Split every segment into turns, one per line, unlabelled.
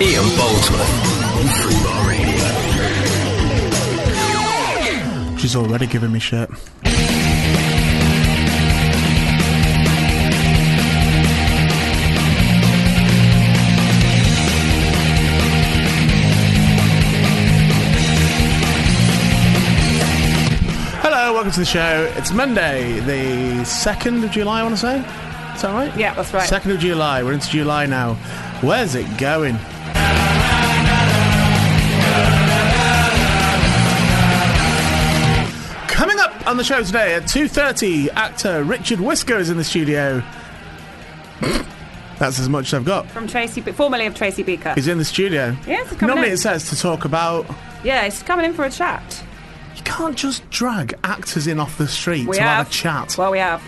Ian Boldsworth on Free Bar Radio.
She's already giving me shit. Hello, welcome to the show. It's Monday, the 2nd of July, I want to say. Is that right?
Yeah, that's right.
2nd of July. We're into July now. Where's it going? Coming up on the show today at 2.30, actor Richard Whisker is in the studio. That's as much as I've got.
From Tracy, Be- formerly of Tracy Beaker.
He's in the studio.
Yes, he's coming
Normally
in.
it says to talk about...
yeah, he's coming in for a chat.
You can't just drag actors in off the street
We
to
have
have a chat.
Well, we have.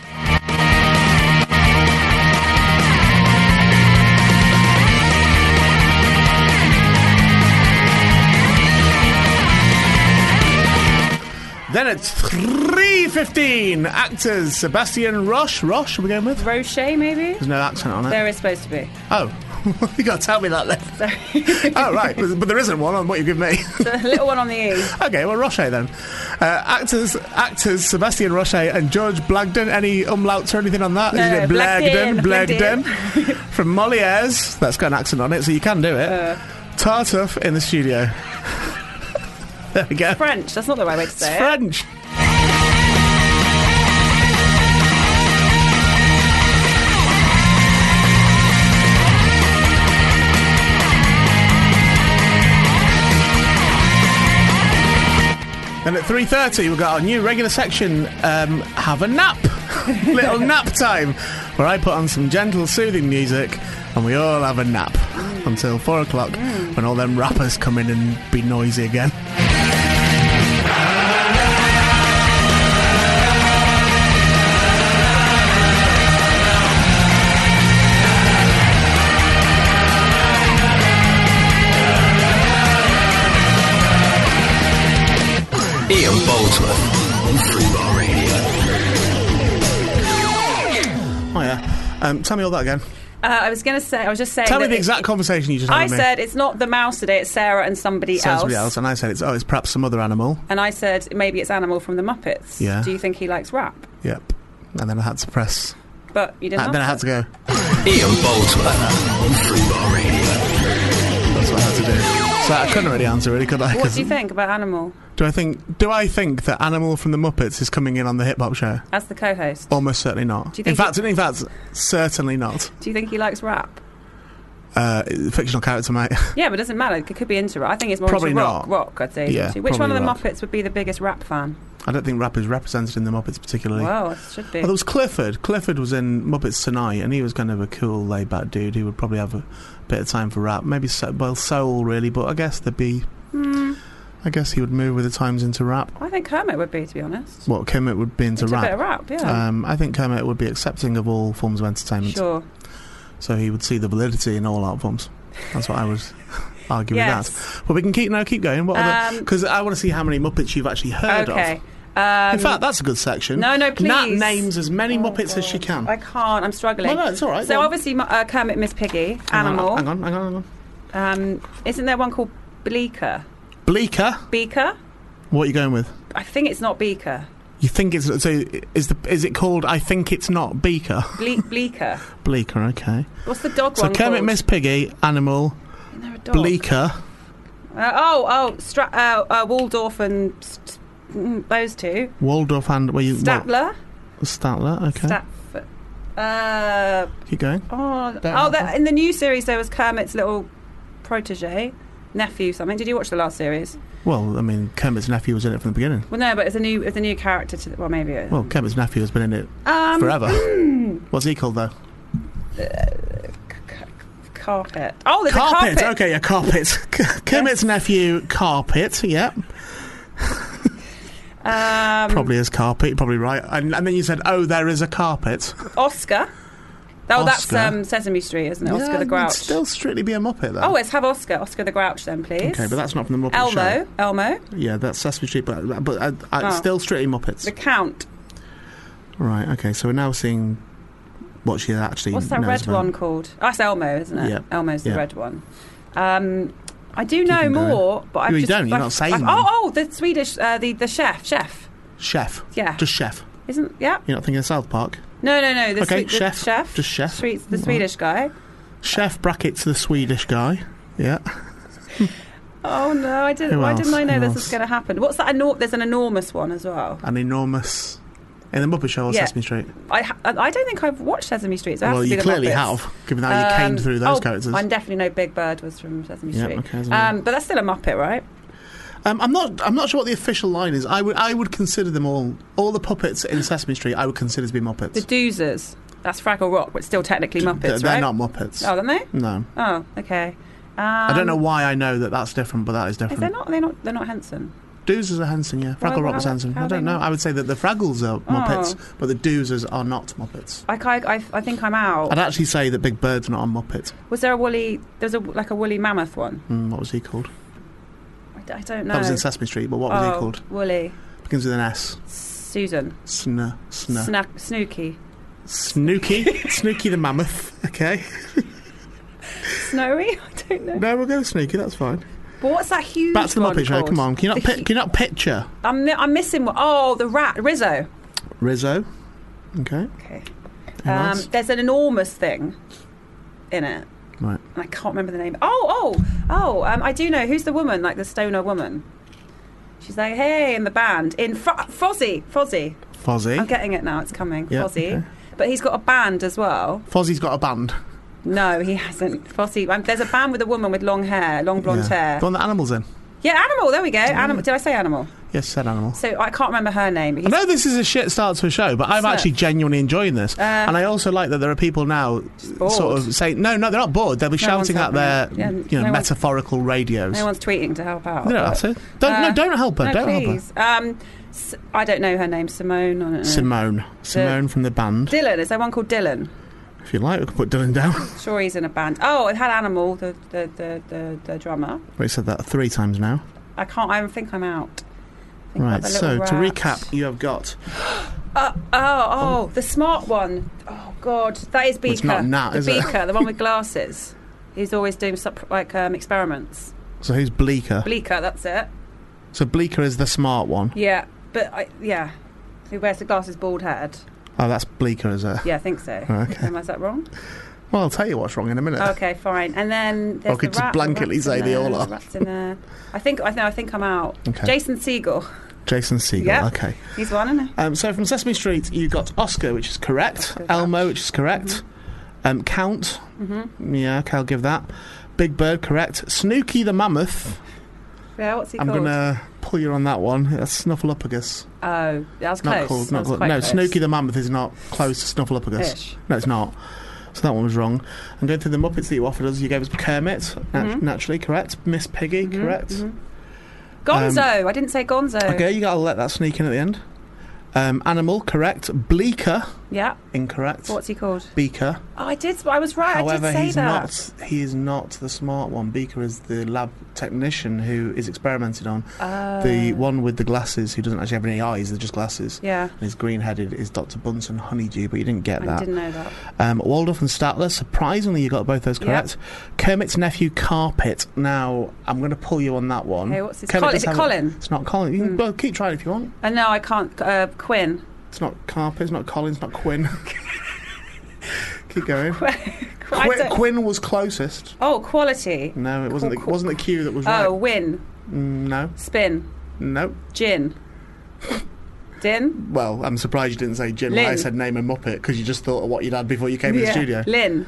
Then it's 3.15. Actors Sebastian Roche. Roche, are we going with?
Roche, maybe?
There's no accent on it.
There is supposed to be.
Oh. you got to tell me that then.
Sorry.
oh, right. But there isn't one on what you give me.
the little one on the E.
okay, well, Roche then. Uh, actors actors Sebastian Roche and George Blagden. Any umlauts or anything on that?
No,
Isn't it Blagden?
Blagden, Blagden.
From Moliere's. That's got an accent on it, so you can do it.
Uh.
Tartuff in the studio. there we go.
French, that's not the right way to say
It's
it.
French. And at 3.30 we've got our new regular section, um, Have a Nap. Little nap time, where I put on some gentle soothing music and we all have a nap until 4 o'clock when all them rappers come in and be noisy again.
Ian Boldsworth on Free Bar Radio.
Oh yeah. Um, tell me all that again.
Uh, I was going to say, I was just saying.
Tell me
that
the
it-
exact conversation you just had
I
with me.
said it's not the mouse today, it's Sarah and somebody,
Said
else.
somebody else, and I said it's oh, it's perhaps some other animal.
And I said maybe it's Animal from the Muppets.
Yeah.
Do you think he likes rap?
Yep. And then I had to press.
But you didn't.
And then I
answer.
had to go.
Ian Boldsworth on Free Bar Radio.
That's what I had to do. So I couldn't really answer, really, could I?
What
'Cause-
do you think about Animal
Do I think? Do I think that animal from the Muppets is coming in on the hip hop show?
as the co-host?
Almost certainly not.
Do you
In
think
fact, in fact, certainly not.
Do you think he likes rap?
Uh, fictional character, mate.
Yeah, but it doesn't matter. It could be into rock. I think it's more
Probably
into rock.
not.
Rock, I'd say.
Yeah,
Actually. Which one of the
probably rock.
Muppets would be the biggest rap fan?
I don't think rap is represented in the Muppets particularly.
Wow, it should be.
Well, there was Clifford. Clifford was in Muppets Tonight, and he was kind of a cool, laid-back dude who would probably have a bit of time for rap, maybe so, well soul really, but I guess there'd be. I guess he would move with the times into rap.
Hmm, I think Kermit would be, to be honest.
What Kermit would be into
It's a bit of
rap.
rap, yeah.
Um, I think Kermit would be accepting of all forms of entertainment,
sure.
so he would see the validity in all art forms. That's what I was arguing
Yes.
at. But we can keep no, keep going. What
Um,
because I want to see how many Muppets you've actually heard
Okay.
of.
Um,
In fact, that's a good section.
no, no, please. Oh,
Nat names as many Muppets as she can.
I can't. I'm struggling.
Well, no, it's all right,
So
go on.
obviously, mu- uh, Kermit, Miss Piggy, Animal.
Hang on, hang on, hang on.
Um, isn't there one called Bleaker?
Bleaker.
Beaker?
What are you going with?
I think it's not Beaker.
You think it's so? Is the is it called? I think it's not Beaker.
Ble- Bleaker.
Bleaker. Okay.
What's the dog
So
one
Kermit,
called?
Miss Piggy, Animal,
Isn't there a dog?
Bleaker.
Uh, oh, oh, Stra- uh, uh, Waldorf and st- mm, those two.
Waldorf and where you well,
Statler.
Statler. Okay.
Stafford. Uh,
Keep going.
oh,
Don't
oh
know.
that, in the new series there was Kermit's little protege, nephew, something. Did you watch the last series?
Well, I mean, Kermit's nephew was in it from the beginning.
Well, no, but it's a new, it's a new character to. The, well, maybe. It,
Well, Kermit's nephew has been in it
um,
forever. What's he called though?
carpet. Oh, there's
Carpet.
a carpet.
Okay, yeah, carpet. Kermit's nephew, Carpet. Yep,
Um,
probably is carpet. You're Probably right. And, and then you said, "Oh, there is a carpet."
Oscar. Oh, that's
Oscar.
um, Sesame Street, isn't it? Oscar
Yeah,
the
it'd
Grouch.
Still strictly be a muppet though.
oh, let's have Oscar. Oscar the Grouch then, please.
Okay, but that's not from the Muppet
Elmo.
Show.
Elmo.
Yeah, that's Sesame Street, but but I, I,
Oh.
still strictly Muppets.
The Count.
Right. Okay. So we're now seeing what she actually.
What's that
knows
red
about.
one called? Oh, that's Elmo, isn't it?
Yeah.
Elmo's the
Yeah.
red one. Um, I do know
can do it.
more, but I've
No, you
just,
don't, you're
I've-
not saying
I've-
them.
Oh, oh, the Swedish, uh, the the chef, chef,
Chef.
Yeah.
Just chef.
isn't? Yeah.
You're not thinking of South Park.
No, no, no. The
Okay,
Swe- the
chef.
chef,
Just chef.
Swe- the Swedish guy.
Chef brackets the Swedish guy. Yeah.
Oh no, I didn't.
Who
Why
else?
didn't I know
Who
this
else?
was going to happen? What's that? Enor- there's an enormous one as well.
An enormous. In the Muppet Show or
Yeah.
Sesame Street?
I ha- I don't think I've watched Sesame Street. So I have
well,
to
you
be the
clearly
Muppets.
have, given how you came
Um,
through those
oh,
characters.
I definitely know Big Bird was from Sesame
Yeah,
Street.
okay, that's right.
um, but that's still a Muppet, right?
Um, I'm not. I'm not sure what the official line is. I would. I would consider them all. All the puppets in Sesame Street. I would consider to be Muppets.
The Doozers. That's Fraggle Rock, but still technically Muppets,
they're,
right?
they're not Muppets.
Oh, aren't they?
No.
Oh, okay. Um,
I don't know why I know that. That's different, but that is
Is they
different.
not? They're not. They're not Henson.
Doozers are Hanson, yeah.
Why-
Fraggle Rock's
how-
Hanson.
how
I
are they
don't know.
not? Oh.
I would say that the Fraggles are Muppets, but the Doozers are not Muppets.
I, I, I, I think I'm out.
I'd actually say that Big Bird's not a Muppet.
Was there a woolly? There's a like a woolly mammoth one.
Hmm, what was he called?
I, d- I don't know.
That was in Sesame Street, but what was
oh,
he called?
Woolly.
Begins with an S.
Susan.
Sna. Sna.
Snack. Snooky.
Snooky. Snooky the Mammoth. Okay.
Snowy. I don't know.
No, we'll go with Snooky. That's fine.
But what's that huge?
Back to the
one
Muppet Show.
called?
Come on. Can you not,
The
pi-
hu-
can you not picture
I'm, mi- I'm missing one. Oh, the rat. Rizzo.
Rizzo. Okay.
Okay. Um,
Who else?
there's an enormous thing in it.
Right.
And I can't remember the name. Oh, oh, oh! Um, I do know who's the woman, like the stoner woman. She's like, hey, in the band in Fro- Frozzy, Frozzy.
Fozzie.
I'm getting it now. It's coming,
Eh? Yeah,
Frozzy.
okay.
But he's got a band as well.
Fozzie's got a band.
No, he hasn't. Frozzy. Um, there's a band with a woman with long hair, long blonde
yeah.
hair.
The one that animals in.
Yeah, animal. There we go. Animal. Did I say animal?
Yes, you said animals.
So I can't remember her name. But
I
he's,
know this is a shit start to a show, but I'm
Isn't it?
actually genuinely enjoying this.
Uh,
and I also like that there are people now
bored.
sort of saying, no, no, they're not bored. They'll be
one's
shouting at their
helping them. Yeah,
you know,
no one's-
metaphorical radios.
no one's tweeting to help out.
They don't
but-
have to. Don't,
Uh,
no, don't help her.
no,
don't help her.
please. Um, S- I don't know her name. Simone. I don't know.
Simone. Simone from the band.
Dylan. Is there one called Dylan?
If you like, we can put Dylan down.
Sure, he's in a band. Oh, it had Animal, the the, the, the, the drummer.
we said that three times now.
I can't. I think I'm out. Think about
Right,
the
so
little
to
rat.
recap, you have got.
Uh, oh, oh, the smart one. Oh God, that is Beaker.
It's not Nat,
the
is it?
Beaker, the one with glasses. He's always doing sup- like um, experiments.
So who's Bleaker?
Bleaker, that's it.
so Bleaker is the smart one.
Yeah, but I, yeah, who wears the glasses, bald head.
Oh, that's Bleaker, is it? Oh,
Yeah, I think so.
Okay.
Am I is that wrong?
Well, I'll tell you what's wrong in a minute.
Okay, fine. And then there's
I could
the
just
rat, the
blanketly
rat's
say
in
they
there,
all are.
The rat's in there. I think I, know, I think I'm out.
Okay.
Jason Siegel.
Jason Segel.
Yeah.
Okay.
He's one, isn't he?
Um, so from Sesame Street, you got Oscar, which is correct.
Oscar, Mm-hmm.
Elmo, which is correct. Um, Count. Mm-hmm. Yeah, okay, I'll give that. Big Bird, correct. Snooky the Mammoth.
Yeah, what's he
I'm
called?
going to pull you on that one. That's Snuffleupagus.
Oh, that was close. That
Not called. Not
was
called.
quite
No,
close.
Snooky the Mammoth is not close to Snuffleupagus.
Ish.
No, it's not. So that one was wrong. And going through the Muppets that you offered us, you gave us Kermit, nat-
Mm-hmm.
naturally, correct. Miss Piggy, correct. Um,
Gonzo. I didn't say Gonzo.
Okay, you got to let that sneak in at the end. Um, animal, correct. Bleaker,
Yeah.
incorrect.
What's he called?
Beaker.
Oh, I did. I was right. I
However,
did say
he's
that.
not. He is not the smart one. Beaker is the lab technician who is experimented on.
Oh.
the
Uh.
one with the glasses who doesn't actually have any eyes; they're just glasses.
Yeah.
And is green-headed is Dr. Bunsen Honeydew, but you didn't get
I
that.
didn't know that.
Um, Waldorf and Statler. Surprisingly, you got both those
Yep.
correct. Kermit's nephew Carpet. Now, I'm going to pull you on that one.
Okay, what's his-
Kermit
Col-
does
is it
Mm. have a-
Colin? Hmm.
it's not Colin. You can, well, keep trying if you want.
And no, I can't. Uh, Quinn.
It's not Carpet. It's not Colin. It's not Quinn. keep going.
I
Quinn,
don't-
Quinn was closest.
Oh, quality.
No, it wasn't. The,
Qu-
wasn't the cue that was right.
Oh, win,
Mm, No,
spin,
no.
gin, din,
Well, I'm surprised you didn't say Jim.
Lynn.
I said name and Muppet because you just thought of what you'd had before you came in the
Yeah.
studio.
Lynn,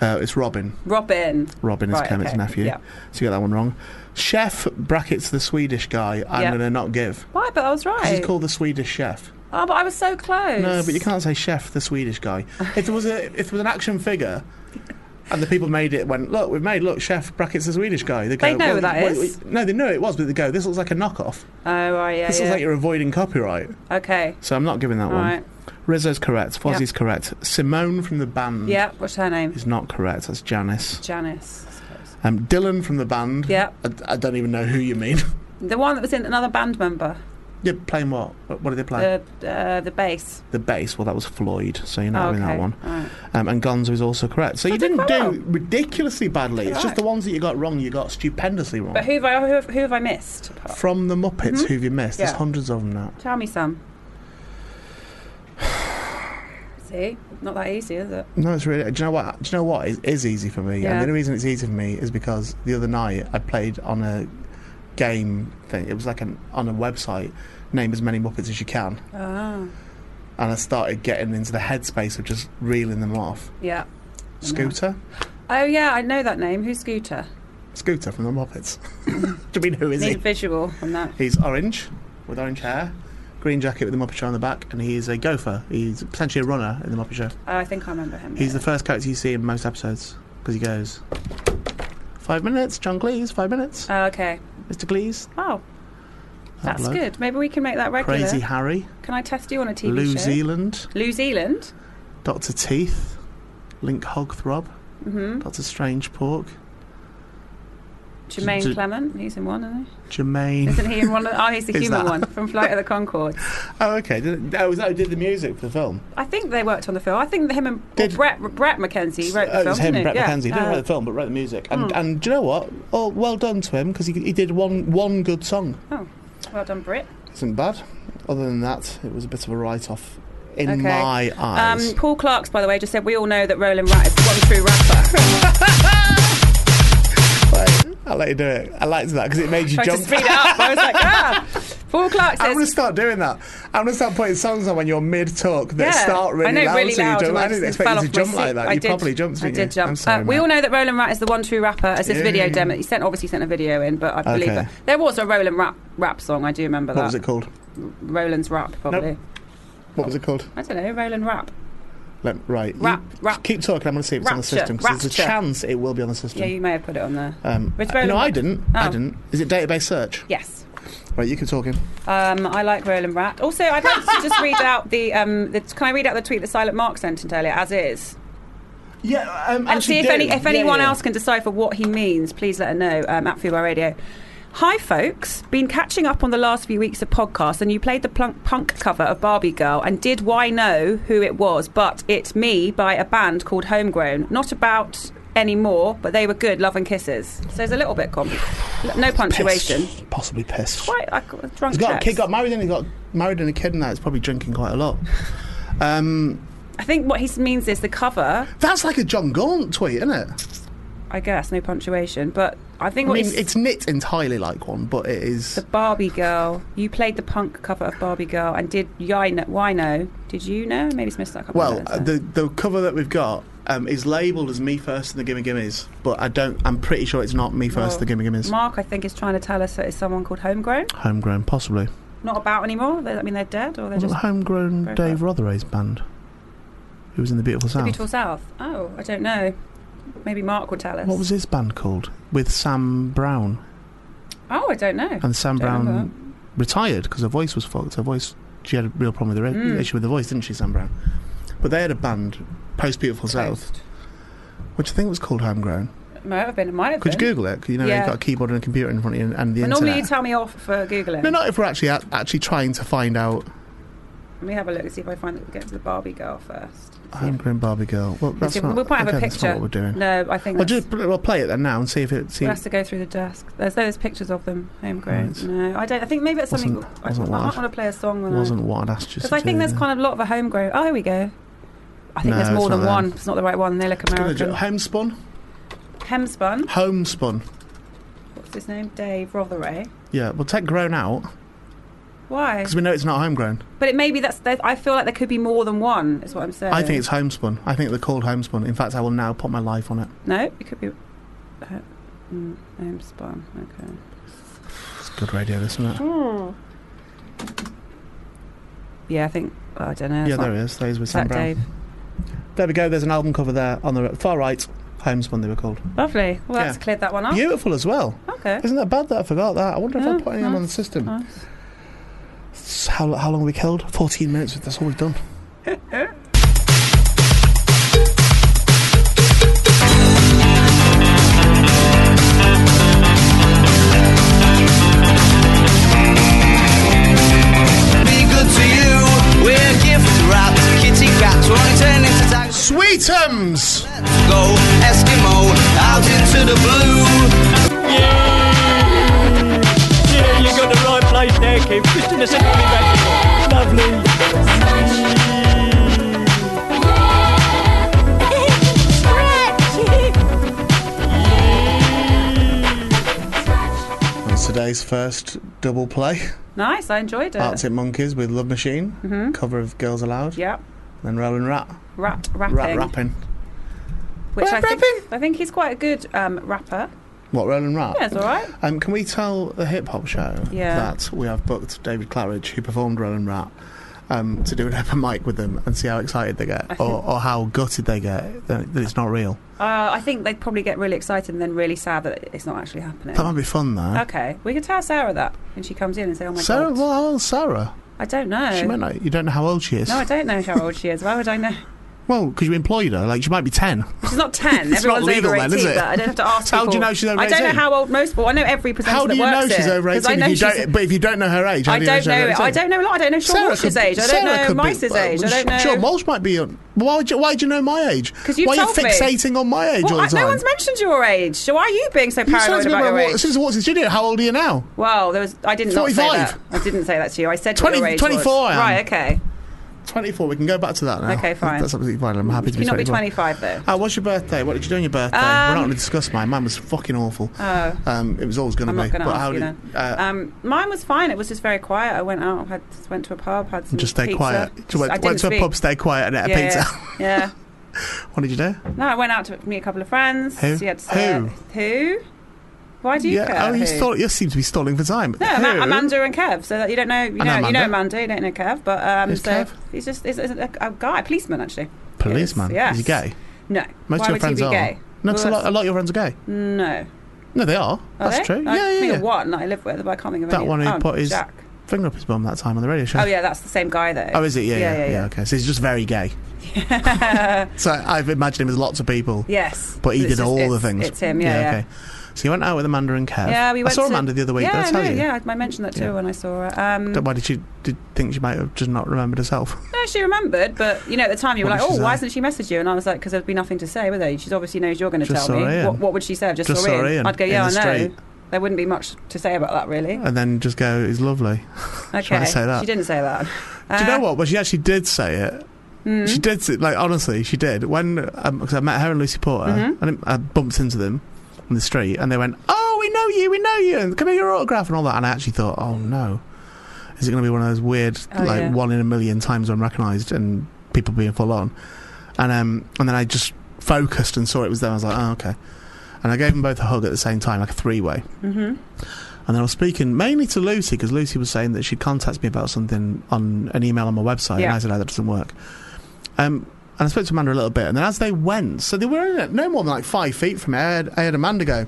Uh, it's Robin.
Robin.
Robin is
Right,
Kermit's
okay,
nephew.
yeah.
So you got that one wrong. Chef brackets the Swedish guy. I'm
Yeah.
going to not give.
Why? But I was right.
This is called the Swedish chef.
Oh, but I was so close.
No, but you can't say chef the Swedish guy. If there was a if there was an action figure. And the people made it. Went look, we've made look. Chef brackets the Swedish guy. They, go,
They know
well,
who that
wait,
is.
wait." no, they knew it was, but they go, "This looks like a knockoff.
Oh, right, yeah,
This
yeah.
looks like Mm. you're avoiding copyright."
okay.
So I'm not giving that
All
one.
right.
Rizzo's correct. Fozzie's correct. Simone from the band
Yeah. What's her name?
is not correct. That's Janice.
Janice. I suppose.
Um, Dylan from the band.
Yeah.
I, I don't even know who you mean.
The one that was in another band member.
You're playing what? What what did they play?
The uh, the bass.
the bass. Well, that was Floyd, so you're
Oh,
not
okay.
having that one.
All right.
Um, and Gonzo is also correct. So you
did
didn't do
quite well.
ridiculously badly. It's
Right.
just the ones that you got wrong, you got stupendously wrong.
But who have I who have, who have I missed?
From the Muppets, who've you missed? There's
Yeah.
hundreds of them now.
Tell me some. See, not that easy, is it?
No, it's really. Do you know what? Do you know what is, is easy for me? And
Yeah.
the only reason it's easy for me is because the other night I played on a game thing. It was like an on a website. Name as many Muppets as you can,
Oh,
and I started getting into the headspace of just reeling them off.
yeah.
Scooter,
Oh yeah, I know that name. Who's Scooter?
Scooter from the Muppets. Do you mean who is
Need
he?
a visual on that.
He's orange with orange hair, green jacket with the Muppet Show on the back, and he's a gopher. He's potentially a runner in the Muppet Show.
Oh, I think I remember him.
He's
yeah.
the first character you see in most episodes because he goes, Five minutes, John Cleese, five minutes,
Oh, okay.
Mr. Cleese.
Oh,
that
that's
bloke.
good. Maybe we can make that regular.
Crazy Harry,
Can I test you on a TV
Lou
show?
Zealand,
Lou Zealand.
Dr. Teeth, Link Hogthrob,
Mm-hmm.
Dr. Strange Pork,
Jermaine
J-
Clement. He's in one, isn't he?
Jermaine.
Isn't he in one? Of, oh, he's the
Who's
human
that?
one from Flight of the Concord.
Oh, okay. Did, oh, was that who did the music for the film?
I think they worked on the film. I think him and
Did-
Brett Brett McKenzie wrote the
Oh,
film.
it was him,
didn't
Brett
he? Yeah.
McKenzie. He didn't
Uh,
write the film, but wrote the music. And,
Mm.
and do you know what? Oh, well done to him because he, he did one one good song.
Oh, Well done, Britt.
Isn't bad. Other than that, it was a bit of a write off in
Okay.
my eyes.
Um, Paul Clark's, by the way, just said we all know that Roland Rat is the one true rapper.
Right, I let you do it. I liked that because it made you
Trying to
jump.
speed it up. I was like, ah. Paul Clark
I'm going to
says,
start doing that. I'm going to start putting songs on when you're mid talk that
Yeah,
start really
I know,
loud.
really
so you
loud,
jump.
and
I
I
didn't
just
expect
fell
you
off
to
my
jump like
seat.
that.
I
you
did-
probably jumped.
I
didn't
did
you?
jump.
I'm sorry,
uh, we
mate.
all know that Roland Rat is the one true rapper, as this
Yeah.
video demo. He sent obviously sent a video in, but I believe
Okay.
it. There was a Roland Rap rap song. I do remember
What
that.
was it called?
Roland's rap, probably.
What was it called?
I don't know. Roland rap.
Let, right. you
Rap, rap.
Keep talking. I'm going to see if it's on the
Rapture,
system because there's a
rapture.
chance it will be on the system.
Yeah, you may have put it on there.
Um,
Which
no,
Roland-
I didn't. I
Oh.
didn't. Is it database search?
Yes.
Right, you keep talking.
Um, I like Roland Rat. Also, I'd like to just read out the, um, the. Can I read out the tweet that Silent Mark sent in earlier, as is?
Yeah, um,
and see if, any, if anyone else can decipher what he means, please let her know um, at Fubar Radio. Hi, folks. Been catching up on the last few weeks of podcasts, and you played the plunk punk cover of Barbie Girl and did Why Know who it was, but It's Me by a band called Homegrown. Not about anymore, but they were good. Love and Kisses. So there's a little bit comp- No punctuation.
Pissed. Possibly pissed.
Quite I got drunk.
He's got a
checks.
kid, got married, and he got married and a kid, and that. He's probably drinking quite a lot. Um,
I think what he means is the cover,
that's like a John Gaunt tweet, isn't it?
I guess, no punctuation, but I think
I
what
mean,
he's-
it's knit entirely like one, but it is.
The Barbie Girl. You played the punk cover of Barbie Girl and did Why Know? Why know? Did you know? Maybe it's missed that. couple of
Well,
letters
uh,
there.
the the cover that we've got um, is labelled as "Me First and the Gimme Gimmes," but I don't. I'm pretty sure it's not "Me First
Well,
the Gimme Gimmes."
Mark, I think, is trying to tell us that it's someone called Homegrown.
Homegrown, possibly.
Not about anymore. They, I mean, they're dead or they're
Wasn't
just
Homegrown
broke
Dave
up.
Rothery's band? Who was in the Beautiful
the
South?
Beautiful South. Oh, I don't know. Maybe Mark will tell us.
What was his band called? With Sam Brown,
Oh, I don't know.
and Sam
Don't remember
Brown retired because her voice was fucked. Her voice, she had a real problem with her
Mm.
issue with her voice, didn't she, Sam Brown? But they had a band post Beautiful South,
Toast.
which I think was called Homegrown.
Might have been. It might have
Could you
been.
Google it? 'Cause You know,
Yeah.
you've got a keyboard and a computer in front of you, and, and the
But
internet.
normally you tell me off for googling.
no, not if we're actually a- actually trying to find out
Let me have a look and see if I find that we get to the Barbie Girl first.
Homegrown Barbie Girl. Well, that's
see,
not.
we'll probably have a
okay, That's not
picture.
what we're doing.
No, I think
Well,
that's-
just we'll play it then now and see if it. See,
We'll have to go through the desk. There's there's pictures of them homegrown.
Right.
No, I don't. I think maybe it's something.
Wasn't-
I,
wasn't
I might
live.
want to play a song when
wasn't what I'd asked you.
because I think there's kind of a lot of a homegrown. Oh, here we go. I think
No,
there's
it's
more
not
than
them.
one. It's not the right one. They look American.
homespun,
Hemspun.
homespun.
What's his name? Dave Rotheray.
Yeah, we'll take grown out
Why?
because we know it's not homegrown.
But it maybe that's. there- I feel like there could be more than one. Is what I'm saying.
I think it's homespun. I think they're called homespun. In fact, I will now put my life on it.
no. It could be. uh, mm, Homespun. Okay.
It's good radio, this, isn't it?
Mm. Yeah, I think. I don't know.
yeah,
It's not-
there he is. There he is with
is
Sam
that
Brown.
Dave?
There we go. There's an album cover there on the far right. Homespun, they were called.
Lovely. Well,
Yeah.
that's cleared that one up.
Beautiful as well.
Okay.
Isn't that bad that I forgot that? I wonder if I
No,
put any on the
nice,
system.
Nice.
S- How, how long have we killed? 14 minutes. That's all we've done.
came just in a second. came back. Lovely.
That's today's first double play.
Nice, I enjoyed it.
Arctic Monkeys with Love Machine, cover of Girls Aloud,
Mm-hmm. Yeah.
then Rolling Rat,
Rat rapping.
Rat Rapping.
Which
Rat
I think,
rapping?
I think he's quite a good um, rapper.
What, Rolling Rat?
Yeah, it's all right.
Um, can we tell the hip hop show
Yeah.
that we have booked David Claridge, who performed Rolling Rat, um, to do an open mic with them and see how excited they get or, or how gutted they get that that it's not real?
Uh, I think they'd probably get really excited and then really sad that it's not actually happening.
That might be fun, though.
Okay, we could tell Sarah that when she comes in and say, "Oh my
Sarah,
god,
well, how old's Sarah?
I don't know."
She might not. You don't know how old she is.
no, I don't know how old she is. Why would I know?
Well, because you employed her. Like, she might be 10.
She's not ten.
It's not
Everyone's
legal
over
then,
eighteen.
is it?
But I don't have to ask.
How do you
people.
know she's over
I don't
18?
know how old most. Well, I know every presenter
How do
that
you
works
know she's
here,
over
'cause
18?
I know
if you
she's-
don't, but if you don't know her age, how
I
do you know
don't
she's over
know. it. I
18?
don't know a lot. I don't know Sean Walsh's
could-
age. I don't
Sarah
know
could be-
Mice's
well,
age. I don't know.
Sure, Mulch might be. On, why would you, why'd you know my age?
'Cause you
why
told
are
me.
you fixating on my age
Well,
all the
I-
time?
no one's mentioned your age. So why are you being so
You said
paranoid
to me
about your
about
age?
since I walked in the studio, how old are you now?
Well, there was. I didn't not say
45.
that. I didn't say that to you. I said
20
what your age
24
Was.
I am.
Right. Okay.
24. We can go back to that now.
Okay, fine.
That's absolutely fine. I'm happy to
You
be
not be
24.
twenty-five though.
Ah, what's your birthday? What did you do on your birthday? We're
Um,
not going to discuss mine. Mine was fucking awful.
Oh.
um, it was always going to
I'm
be.
not going to
but
ask
how
you then.
did, uh,
um, mine was fine. It was just very quiet. I went out, had just went to a pub, had some
just stay
pizza.
quiet.
Just-
Just
I
went,
didn't
went to a
speak.
pub, stay quiet, and ate
Yeah,
a pizza.
yeah.
what did you do?
No, I went out to meet a couple of friends.
Who?
You had to
Who?
Who? Why do you care?
Oh, you,
who?
stall, you seem to be stalling for time.
No, Ama-
Who?
Amanda and Kev. So that you don't know, you
I
know,
know
you know
Amanda.
Amanda, you don't know Kev, but um,
Who's
so
Kev?
he's just he's a, a guy, a policeman actually.
Policeman.
Yes.
Is he gay?
No,
Most
why
of your
would
friends
he be
are.
gay?
No, 'cause a
Well,
lot, a lot of your friends are gay.
No,
No, they are.
Are
That's
they?
true.
I
yeah,
think
yeah,
of
yeah.
one that I live with, but I can't think of
That
any.
one who
oh,
put his-
Jack.
Finger up his bum that time on the radio show.
Oh yeah, that's the same guy though.
Oh, is it? Yeah, yeah,
Yeah,
yeah.
yeah, yeah.
Okay, so he's just very gay. so I've imagined him as lots of people,
Yes,
but he
It's
did
just-
all the
it's-
things.
It's him. Yeah, yeah.
Okay. So you went out with Amanda and Kev.
Yeah, we
I
went
saw
to-
Amanda the other week.
Yeah,
did I
I
tell
know,
you?
yeah, I mentioned that too
Yeah.
when I saw her. Um,
Why did she did think she might have just not remembered herself?
no, she remembered, but you know, at the time you were
What
like,
did she
"Oh, why
say?
hasn't she messaged you?" And I was like, "Because there'd be nothing to say, would there? She's obviously knows you're going to
Just
tell
saw
me.
Ian.
What, what would she say? I've Just,
Just saw
saw Ian.
Ian
I'd go,
in
"Yeah, I
the
know."
street.
There wouldn't be much to say about that, really.
And then just go, "Is lovely."
okay,
say that.
she didn't say that.
Do
Uh.
you know what? Well, she actually did say it.
Hmm.
She did, say, like, honestly, she did. When because I met her and Lucy Porter,
Mm-hmm.
and I bumped into them on the street, and they went, "Oh, we know you, we know you, and come here, your autograph and all that." And I actually thought, "Oh no, is it going to be one of those weird,
Oh,
like
yeah.
one in a million times unrecognised and people being full on?" And um, and then I just focused and saw it was them. I was like, "Oh, okay." And I gave them both a hug at the same time, like a three way.
hmm
And then I was speaking mainly to Lucy because Lucy was saying that she'd contacted me about something on an email on my website, and
Yeah.
I said, "Oh, that doesn't work." Um, and I spoke to Amanda a little bit, and then as they went, so they were in it, no more than like five feet from me. I heard, I heard Amanda go,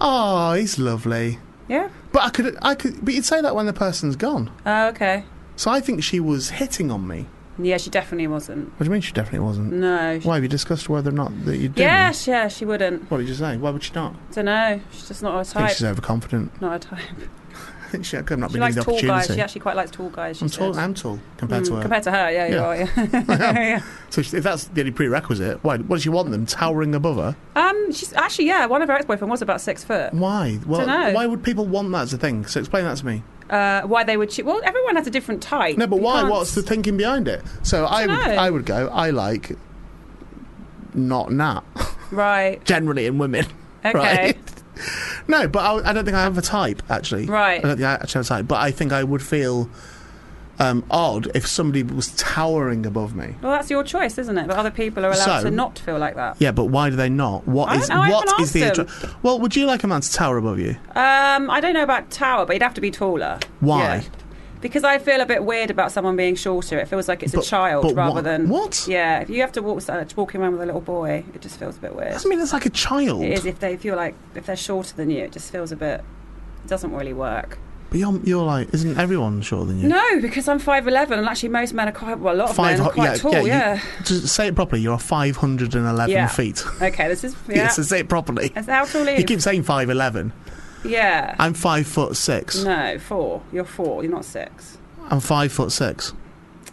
"Oh, he's lovely,"
Yeah.
but I could, I could, but you'd say that when the person's gone.
Oh, okay.
So I think she was hitting on me.
Yeah, she definitely wasn't.
What do you mean she definitely wasn't?
No. She,
Why have you discussed whether or not that you did?
yeah, she, yeah, she wouldn't.
What did you say? Why would she not?
Don't know. She's just not her
I think
type.
she's overconfident.
Not her type.
I think she could not
She
be
likes
the
tall guys.
opportunity.
She actually quite likes tall guys. She
I'm tall.
said.
I'm tall compared
Mm,
to her.
Compared to her, yeah, you
Yeah.
are.
I
Yeah.
So if if that's the only prerequisite, why? What does she want them towering above her?
um, she's actually yeah. One of her ex-boyfriend was about six foot.
Why? Well,
Dunno.
why would people want that as a thing? So explain that to me.
Uh, why they would choose? Well, everyone has a different type.
No, but
You
why?
can't-
What's the thinking behind it? So I would,
Dunno.
I would go. I like not nat
right?
generally in women,
Okay.
right? No, but I, I don't think I have a type actually.
Right.
I don't think I actually have a type, but I think I would feel um, odd if somebody was towering above me.
Well, that's your choice, isn't it? But other people are allowed
So-
to not feel like that.
Yeah, but why do they not? What
I
is
don't know, I
what
haven't
is the
asked
attr- well? Would you like a man to tower above you?
Um, I don't know about tower, but you'd have to be taller.
Why?
Yeah. Because I feel a bit weird about someone being shorter. It feels like it's
But-
a child
but
rather
what-
than
what?
Yeah, if you have to walk uh, walking around with a little boy, it just feels a bit weird.
I mean, it's like a child.
It is if they if you're like if they're shorter than you, it just feels a bit. It doesn't really work.
But you're, you're like, isn't everyone shorter than you?
No, because I'm five eleven, and actually most men are quite well. A lot of men are
hu-
quite tall.
you-
Yeah.
just say it properly. You're 511
Yeah.
feet.
Okay, this is yeah.
Yeah. so say it properly.
Is that how tall are
You
you?
keep saying 511.
yeah.
I'm five foot six.
no, four. You're four. You're not six.
I'm five foot six.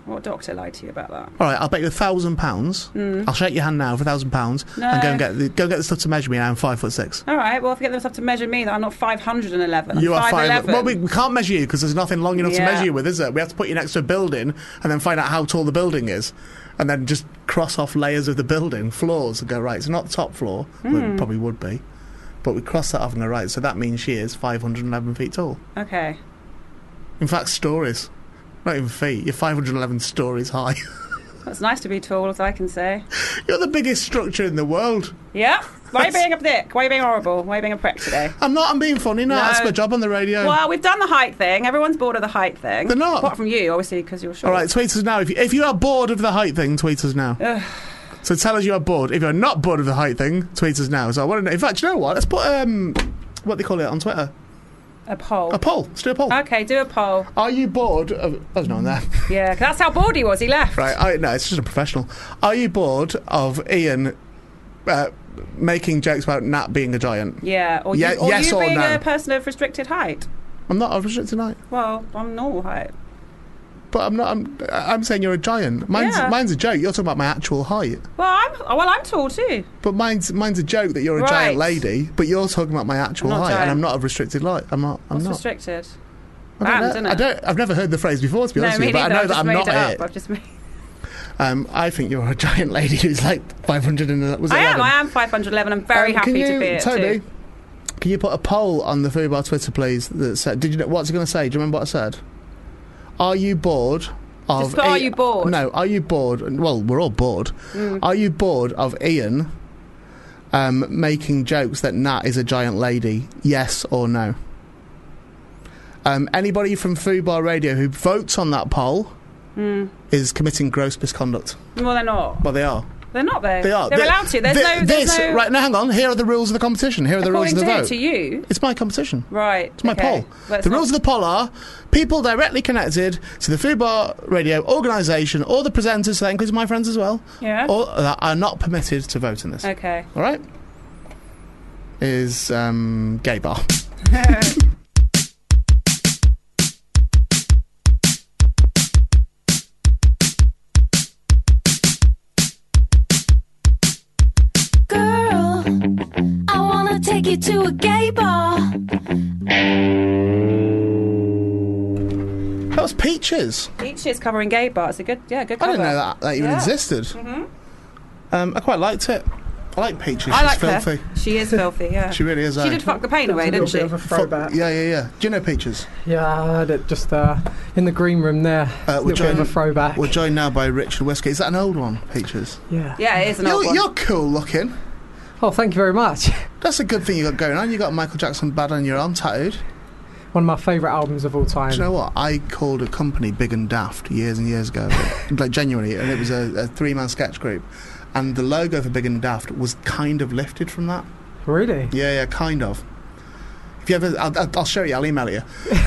What doctor lied to you about that?
All right, I'll bet you a thousand pounds.
Mm.
I'll shake your hand now for a thousand pounds and go and get the, go get the stuff to measure me. now. I'm five foot six.
All right. Well, if you get them stuff to measure me, then I'm not 511. I'm
You are five.
5'11".
Well, we, we can't measure you because there's nothing long enough to
Yeah.
measure you with, is there? We have to put you next to a building and then find out how tall the building is, and then just cross off layers of the building floors and go right. It's not top floor, well, it probably would be, but we cross that off and go right. So that means she is 511 feet tall.
Okay.
In fact, stories, not even feet. You're 511 stories high.
That's nice to be tall, as I can say.
You're the biggest structure in the world.
Yeah. Why are you
That's-
being a dick? Why are you being horrible? Why are you being a prick today?
I'm not. I'm being funny. No,
No.
that's my job on the radio.
Well, we've done the height thing. Everyone's bored of the height thing.
They're not.
Apart from you, obviously, because you're short.
All right, tweet us now. If you, if you are bored of the height thing, tweet us now.
Ugh.
So tell us you are bored. If you're not bored of the height thing, tweet us now. So I want to know. In fact, you know what? Let's put um, what they call it on Twitter.
A poll.
A poll. Let's do a poll.
okay, do a poll.
Are you bored of? oh, There's no one there.
Yeah, 'cause that's how bored he was. He left.
right. I, no, it's just a professional. Are you bored of Ian uh, making jokes about Nat being a giant?
Yeah. Or
Ye-
you, or
yes
you
or
being
no?
a person of restricted height.
I'm not. I'm restricted tonight.
Well, I'm normal height.
But I'm not. I'm, I'm saying you're a giant. Mine's
Yeah.
mine's a joke. You're talking about my actual height.
Well, I'm oh, well, I'm tall too.
But mine's mine's a joke that you're a
Right.
giant lady, but you're talking about my actual
I'm not
height, and
giant.
I'm not a restricted height. I'm not. I'm
What's
not.
restricted?
I
Banned,
don't,
isn't
know. I
it?
don't. I've never heard the phrase before, to be honest
no,
with
me
you. But
neither.
I know
I've
that
just
I'm
made
not
it up.
it.
I've just made.
Um, I think you're a giant lady who's like 500 and was it
I am.
11?
I am 511. I'm very
Um,
happy
can you,
to be it
Toby,
too.
can you put a poll on the food bar Twitter, please? That said, did you know what's it going to say? Do you remember what I said? Are you bored? Of
Just put, are you bored? Mm.
No, are you bored? Well, we're all bored. Are you bored of Ian um, making jokes that Nat is a giant lady? Yes or no? Um, anybody from Food Bar Radio who votes on that poll
Mm.
is committing gross misconduct.
Well, they're not.
Well, they are.
They're not though.
They are.
They're
Thi-
allowed to. There's
thi-
no. There's
this,
no.
Right now, hang on. Here are the rules of the competition. Here are the rules
according
of
to,
the vote.
to you.
It's my competition.
Right.
It's my poll. the rules of the poll are people directly connected to the Food Bar Radio organisation or the presenters, so that includes my friends as well,
Yeah.
or that are not permitted to vote in this.
Okay.
All right? Is um, gay bar.
Girl, I wanna take you to a gay bar.
That was Peaches.
Each is covering gay bar. It's a good. Yeah, good
I
cover.
didn't know that, that even
Yeah. Mm-hmm.
existed. Um, I quite liked it. I like Peaches.
I
She's
like
filthy.
her. She is filthy. Yeah.
She really is.
She
eh?
did fuck the pain away,
It
didn't
was a
she?
little bit of a throwback.
Yeah, yeah, yeah. Do you know Peaches?
Yeah, I had it just uh, in the green room there.
Uh,
A
we're
little bit of
joined,
a throwback.
we're joined now by Richard Westgate. Is that an old one, Peaches?
yeah.
Yeah, it is an old
You're,
one.
you're cool looking.
Oh, thank you very much.
That's a good thing you got going on. You got Michael Jackson bad on your arm tattooed.
One of my favourite albums of all time.
Do you know what? I called a company Big and Daft years and years ago, like genuinely, and it was a, a three-man sketch group. And the logo for Big and Daft was kind of lifted from that.
really?
Yeah, yeah, kind of. If you ever, I'll, I'll- I'll show you. I'll email you.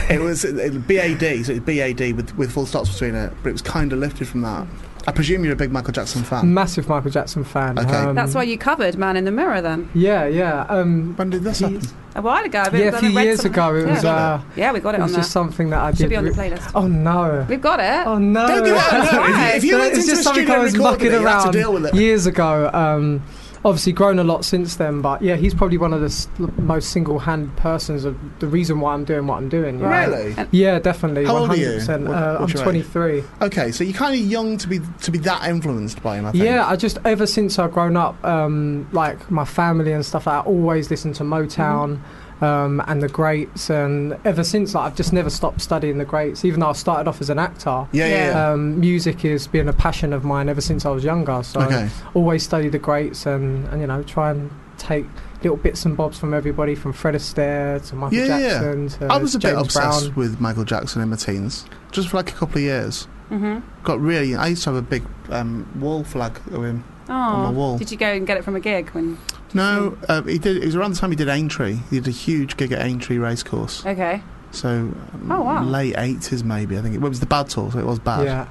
It was it, it, BAD, so it's BAD with with full stops between it, but it was kind of lifted from that. I presume you're a big Michael Jackson fan.
Massive Michael Jackson fan. Um,
Okay.
That's why you covered Man in the Mirror then.
Yeah, yeah. Um,
When did this
he-
happen?
A while ago. but
yeah,
I
a few
read
years
some-
ago, it
yeah.
was. Uh,
Yeah, we got it,
it
on
was
there.
just something that I did.
Should be on the
re-
playlist.
oh no.
We've got it.
Oh no.
Don't do that.
That's right.
If you went
it's
into
just
a studio
something I
and
was
recorded
mucking
it, you have to
around
deal with it.
years ago. Um, obviously, grown a lot since then, but yeah, he's probably one of the s- most single-handed persons of the reason why I'm doing what I'm doing. you know?
Really?
Yeah, definitely.
How old are you?
100%.
What-
Uh, I'm
what's your age?
23.
Okay, so you're kind of young to be to be that influenced by him. I think.
Yeah, I just ever since I've grown up, um, like my family and stuff, I always listened to Motown.
Mm-hmm.
Um, and the greats, and ever since like, I've just never stopped studying the greats. Even though I started off as an actor,
Yeah, yeah. yeah.
um, music has been a passion of mine ever since I was younger. So
Okay.
always study the greats and, and you know try and take little bits and bobs from everybody, from Fred Astaire to Michael
Yeah, yeah.
Jackson to
I was a
James
bit obsessed
Brown.
with Michael Jackson in my teens, just for like a couple of years.
hmm
Got really. I used to have a big um, wall flag of him.
Oh,
the wall.
did you go and get it from a gig when?
No, uh, he did. It was around the time he did Aintree. He did a huge gig at Aintree Racecourse.
Okay.
So um,
Oh, wow.
late eighties, maybe. I think it, well, it was the bad tour, so it was bad.
Yeah,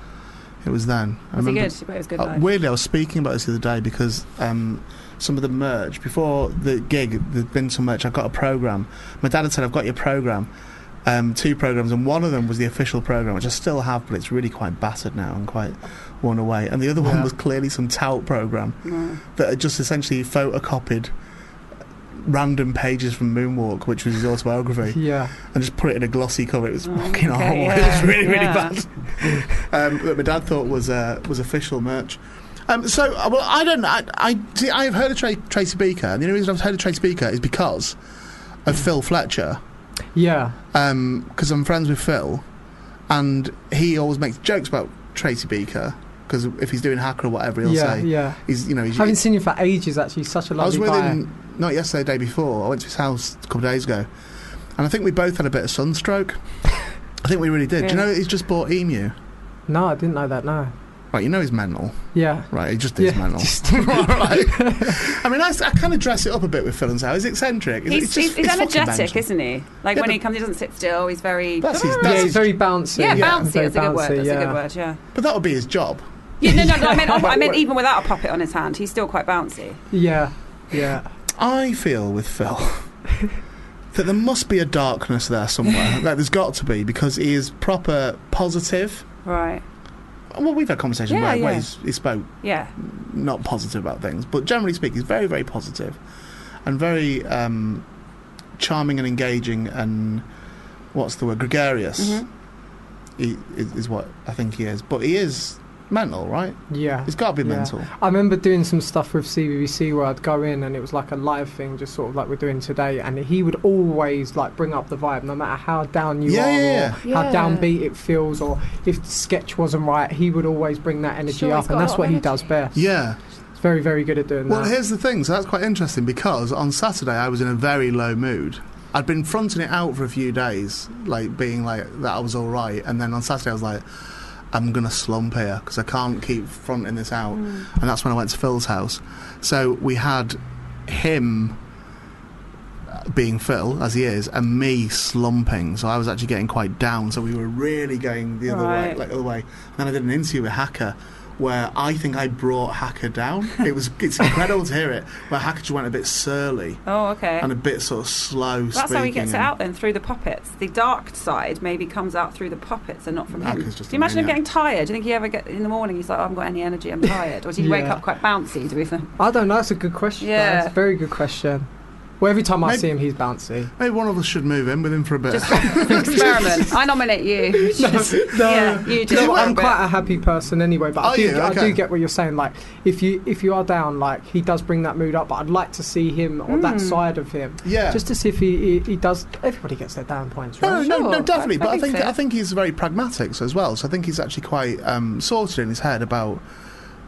It was then. I
Was he
remember-
good? But it was good.
Uh,
live.
weirdly, I was speaking about this the other day because um, some of the merch before the gig, there'd been some merch. I got a program. My dad had said, "I've got your program." um, two programs, and one of them was the official program, which I still have, but it's really quite battered now and quite worn away. And the other one
Yeah.
was clearly some tout program that had just essentially photocopied random pages from Moonwalk, which was his autobiography,
Yeah.
and just put it in a glossy cover. It was fucking
Mm, okay,
horrible. It
yeah,
was really, really
yeah.
bad. um, that my dad thought was uh, was official merch. Um, so, uh, well, I don't. I, I see, I've heard of Tra- Tracy Beaker, and the only reason I've heard of Tracy Beaker is because of Phil Fletcher
Yeah.
because I'm friends with Phil, and he always makes jokes about Tracy Beaker because if he's doing hacker or whatever, he'll
Yeah.
say
Yeah.
he's you know he's.
Haven't Mm-hmm. seen him for ages. Actually, he's such a
I was
lovely
with
guy.
him not yesterday, the day before. I went to his house a couple of days ago, and I think we both had a bit of sunstroke. I think we really did. Do you
Yeah.
know that he's just bought Emu?
No, I didn't know that. No.
Right, you know he's mental.
Yeah.
Right, he just is
Yeah,
mental.
just-
Right. I mean, I, s- I kind of dress it up a bit with Phil and say, "Oh, he's eccentric. It's-
He's,
it's just-
he's, he's
it's fucking
energetic,
mental.
isn't he? Like
Yeah,
when
but-
he comes, he doesn't sit still. He's very
That's his. That's
yeah, he's
his
very bouncy.
yeah, bouncy.
very
That's a good word.
bouncy,
That's
yeah.
a good word. Yeah.
but that would be his job.
yeah no, no, no. I meant, I meant
But-
even without a puppet on his hand, he's still quite bouncy.
Yeah. Yeah.
I feel with Phil that there must be a darkness there somewhere. like there's got to be because he is proper positive.
Right.
Well, we've had conversations
Yeah,
where, where
yeah.
he's, he spoke
Yeah.
not positive about things, but generally speaking, he's very, very positive and very um, charming and engaging and what's the word? Gregarious.
Mhm.
He, is, is what I think he is, but he is mental, right?
Yeah.
He's got to be
Yeah.
mental.
I remember doing some stuff with CBBC where I'd go in and it was like a live thing, just sort of like we're doing today. And he would always like bring up the vibe, no matter how down you
Yeah,
are
yeah,
or how
Yeah.
downbeat it feels, or if the sketch wasn't right, he would always bring that energy
Sure, he's
up,
got
and
a
that's
lot
what
of
he does
energy.
best.
Yeah.
he's very, very good at doing
Well,
that.
here's the thing. So that's quite interesting because on Saturday I was in a very low mood. I'd been fronting it out for a few days, like being like that I was all right, and then on Saturday I was like, I'm gonna slump here because I can't keep fronting this out, and that's when I went to Phil's house. So we had him being Phil as he is, and me slumping. So I was actually getting quite down. So we were really going the other way,
Right.
like the other way. And then I did an interview with Hacker, where I think I brought Hacker down. It was it's incredible to hear it. Where Hacker just went a bit surly
Oh, okay.
and a bit sort of slow.
That's
speaking
how he gets it
and-
out then through the puppets. The dark side maybe comes out through the puppets and not from him.
Macca's just
Do you imagine him
maniac.
getting tired? Do you think he ever get in the morning? He's like, I haven't got any energy. I'm tired. Or do you wake
Yeah.
up quite bouncy? Do we? think?
I don't know. That's a good question.
Yeah.
Yeah, that's a very good question. Well, every time I
Maybe-
see him, he's bouncy.
Maybe one of us should move in with him for a bit.
Just for experiment. I nominate you. Just- yeah, you
You
just
know what,
for a
I'm
bit.
quite a happy person anyway, but I
Are
do,
you?
I
Okay.
do get what you're saying. Like, if you if you are down, like he does bring that mood up, but I'd like to see him or
Hmm.
that side of him,
yeah.
just to see if he, he he does. Everybody gets their down points,
no,
right?
no, no,
Sure,
definitely.
I-
But
I
I
think
think
so.
I think he's very pragmatic so as well. So I think he's actually quite um, sorted in his head about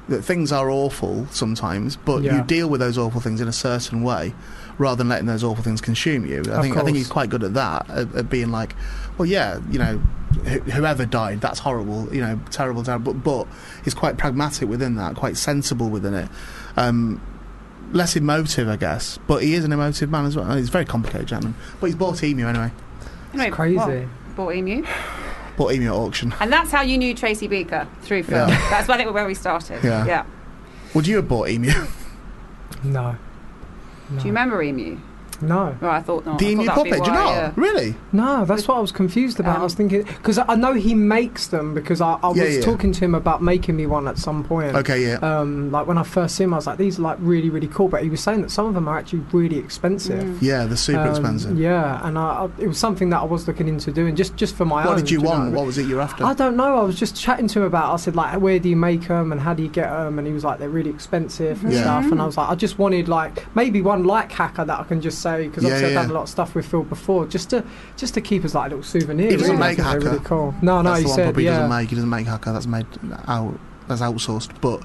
that things are awful sometimes, but
Yeah.
you deal with those awful things in a certain way rather than letting those awful things consume you. I
Of
think I think
course.
he's quite good at that at, at being like, well, yeah, you know, wh- whoever died, that's horrible, you know, terrible, terrible. But, but he's quite pragmatic within that, quite sensible within it. Um, Less emotive, I guess, but he is an emotive man as well. He's very complicated, gentleman. But he's bought Emu anyway.
Anyway,
Crazy.
well, bought emu.
Bought Emu at auction.
And that's how you knew Tracy Beaker through film.
Yeah.
That's I think where we started.
Yeah. Would you have bought Emu?
No. No.
Do you remember emu?
no,
Oh, I thought not.
the
I thought
Emu
that'd be
puppet? Do you
why,
not?
yeah.
Really?
no, that's what I was confused about. I was
Um,
thinking because I I know he makes them because I, I was
Yeah, yeah.
talking to him about making me one at some point.
Okay, yeah.
Um, like when I first see him, I was like, these are like really, really cool. But he was saying that some of them are actually really expensive.
yeah, the super
Um,
expensive.
Yeah, and I, I, it was something that I was looking into doing just just for my
What
own.
did you
do know
want?
what I mean?
What was it you're after?
I don't know. I was just chatting to him about. I said like, where do you make them and how do you get them? And he was like, they're really expensive and
Yeah.
stuff. And I was like, I just wanted like maybe one like hacker that I can just say because
Yeah,
obviously
yeah.
I've done a lot of stuff with Phil before, just to just to keep as like little souvenirs.
He doesn't
and
make
everything. They're
Hacker.
Really cool. No, no,
that's
he
the one
said
probably he
yeah.
doesn't make. He doesn't make hacker. That's made out. That's outsourced. But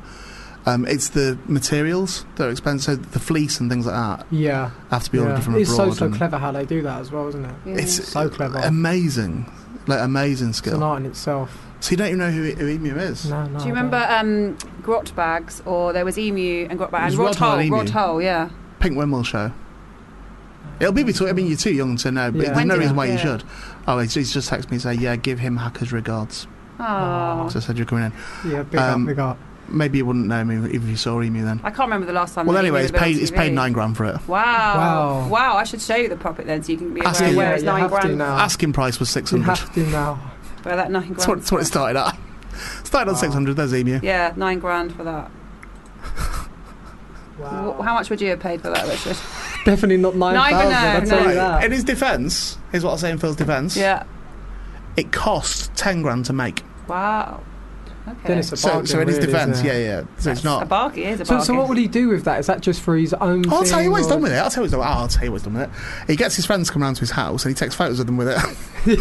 um, it's the materials that are expensive. So the fleece and things like that
yeah,
have to be
yeah.
ordered from
It's so
abroad.
so
and
clever how they do that as well, isn't it?
Yeah.
It's
So clever.
Amazing, like amazing
It's an
skill.
art in itself.
So you don't even know who, who Emu is.
No, no.
Do you
I don't.
remember um, Grot Bags or there was Emu and Grot Bags and Rod
There's Rod Hull
Hole?
and Emu.
Rod Hole, yeah.
Pink Wimble show. It'll be between. I mean, you're too young to know, but
Yeah.
there's no
When
reason
did-
why you
yeah.
should. Oh, he's, he's just texted me and say, "Yeah, give him hackers regards."
Oh.
So I said you're coming in.
Yeah, big
Um,
up, big up.
Maybe you wouldn't know me even if you saw Emu then.
I can't remember the last time.
Well,
that
anyway,
Emu
it's
was on
paid. It's
TV.
paid nine grand for it.
Wow.
Wow.
wow, I should show you the profit then, so you can be
Ask
aware
him.
where
Yeah,
it's
you
nine
have to
grand.
now.
Asking price was six
You
hundred.
have to now.
Where that nine grand?
That's what, that's what it started at. Started on
Wow.
six hundred. There's Emu.
Yeah, nine grand for that. Wh- How much would you have paid for that, Richard?
Definitely not nine
Not even
thousand. I'll
know,
tell
no.
you
Right.
that.
In his defence, is what I say in Phil's defence.
yeah.
It cost ten grand to make.
Wow. Okay.
Then it's a
So,
bargain,
so in his
really, isn't
defence,
it?
yeah, yeah. So it's
A
not.
bargain. It is a
So,
bargain.
so what would he do with that? Is that just for his own?
I'll tell you what he's done with
it.
it. I'll tell you what he's done. I'll tell you what he's done with it. He gets his friends to come round to his house and he takes photos of them with it.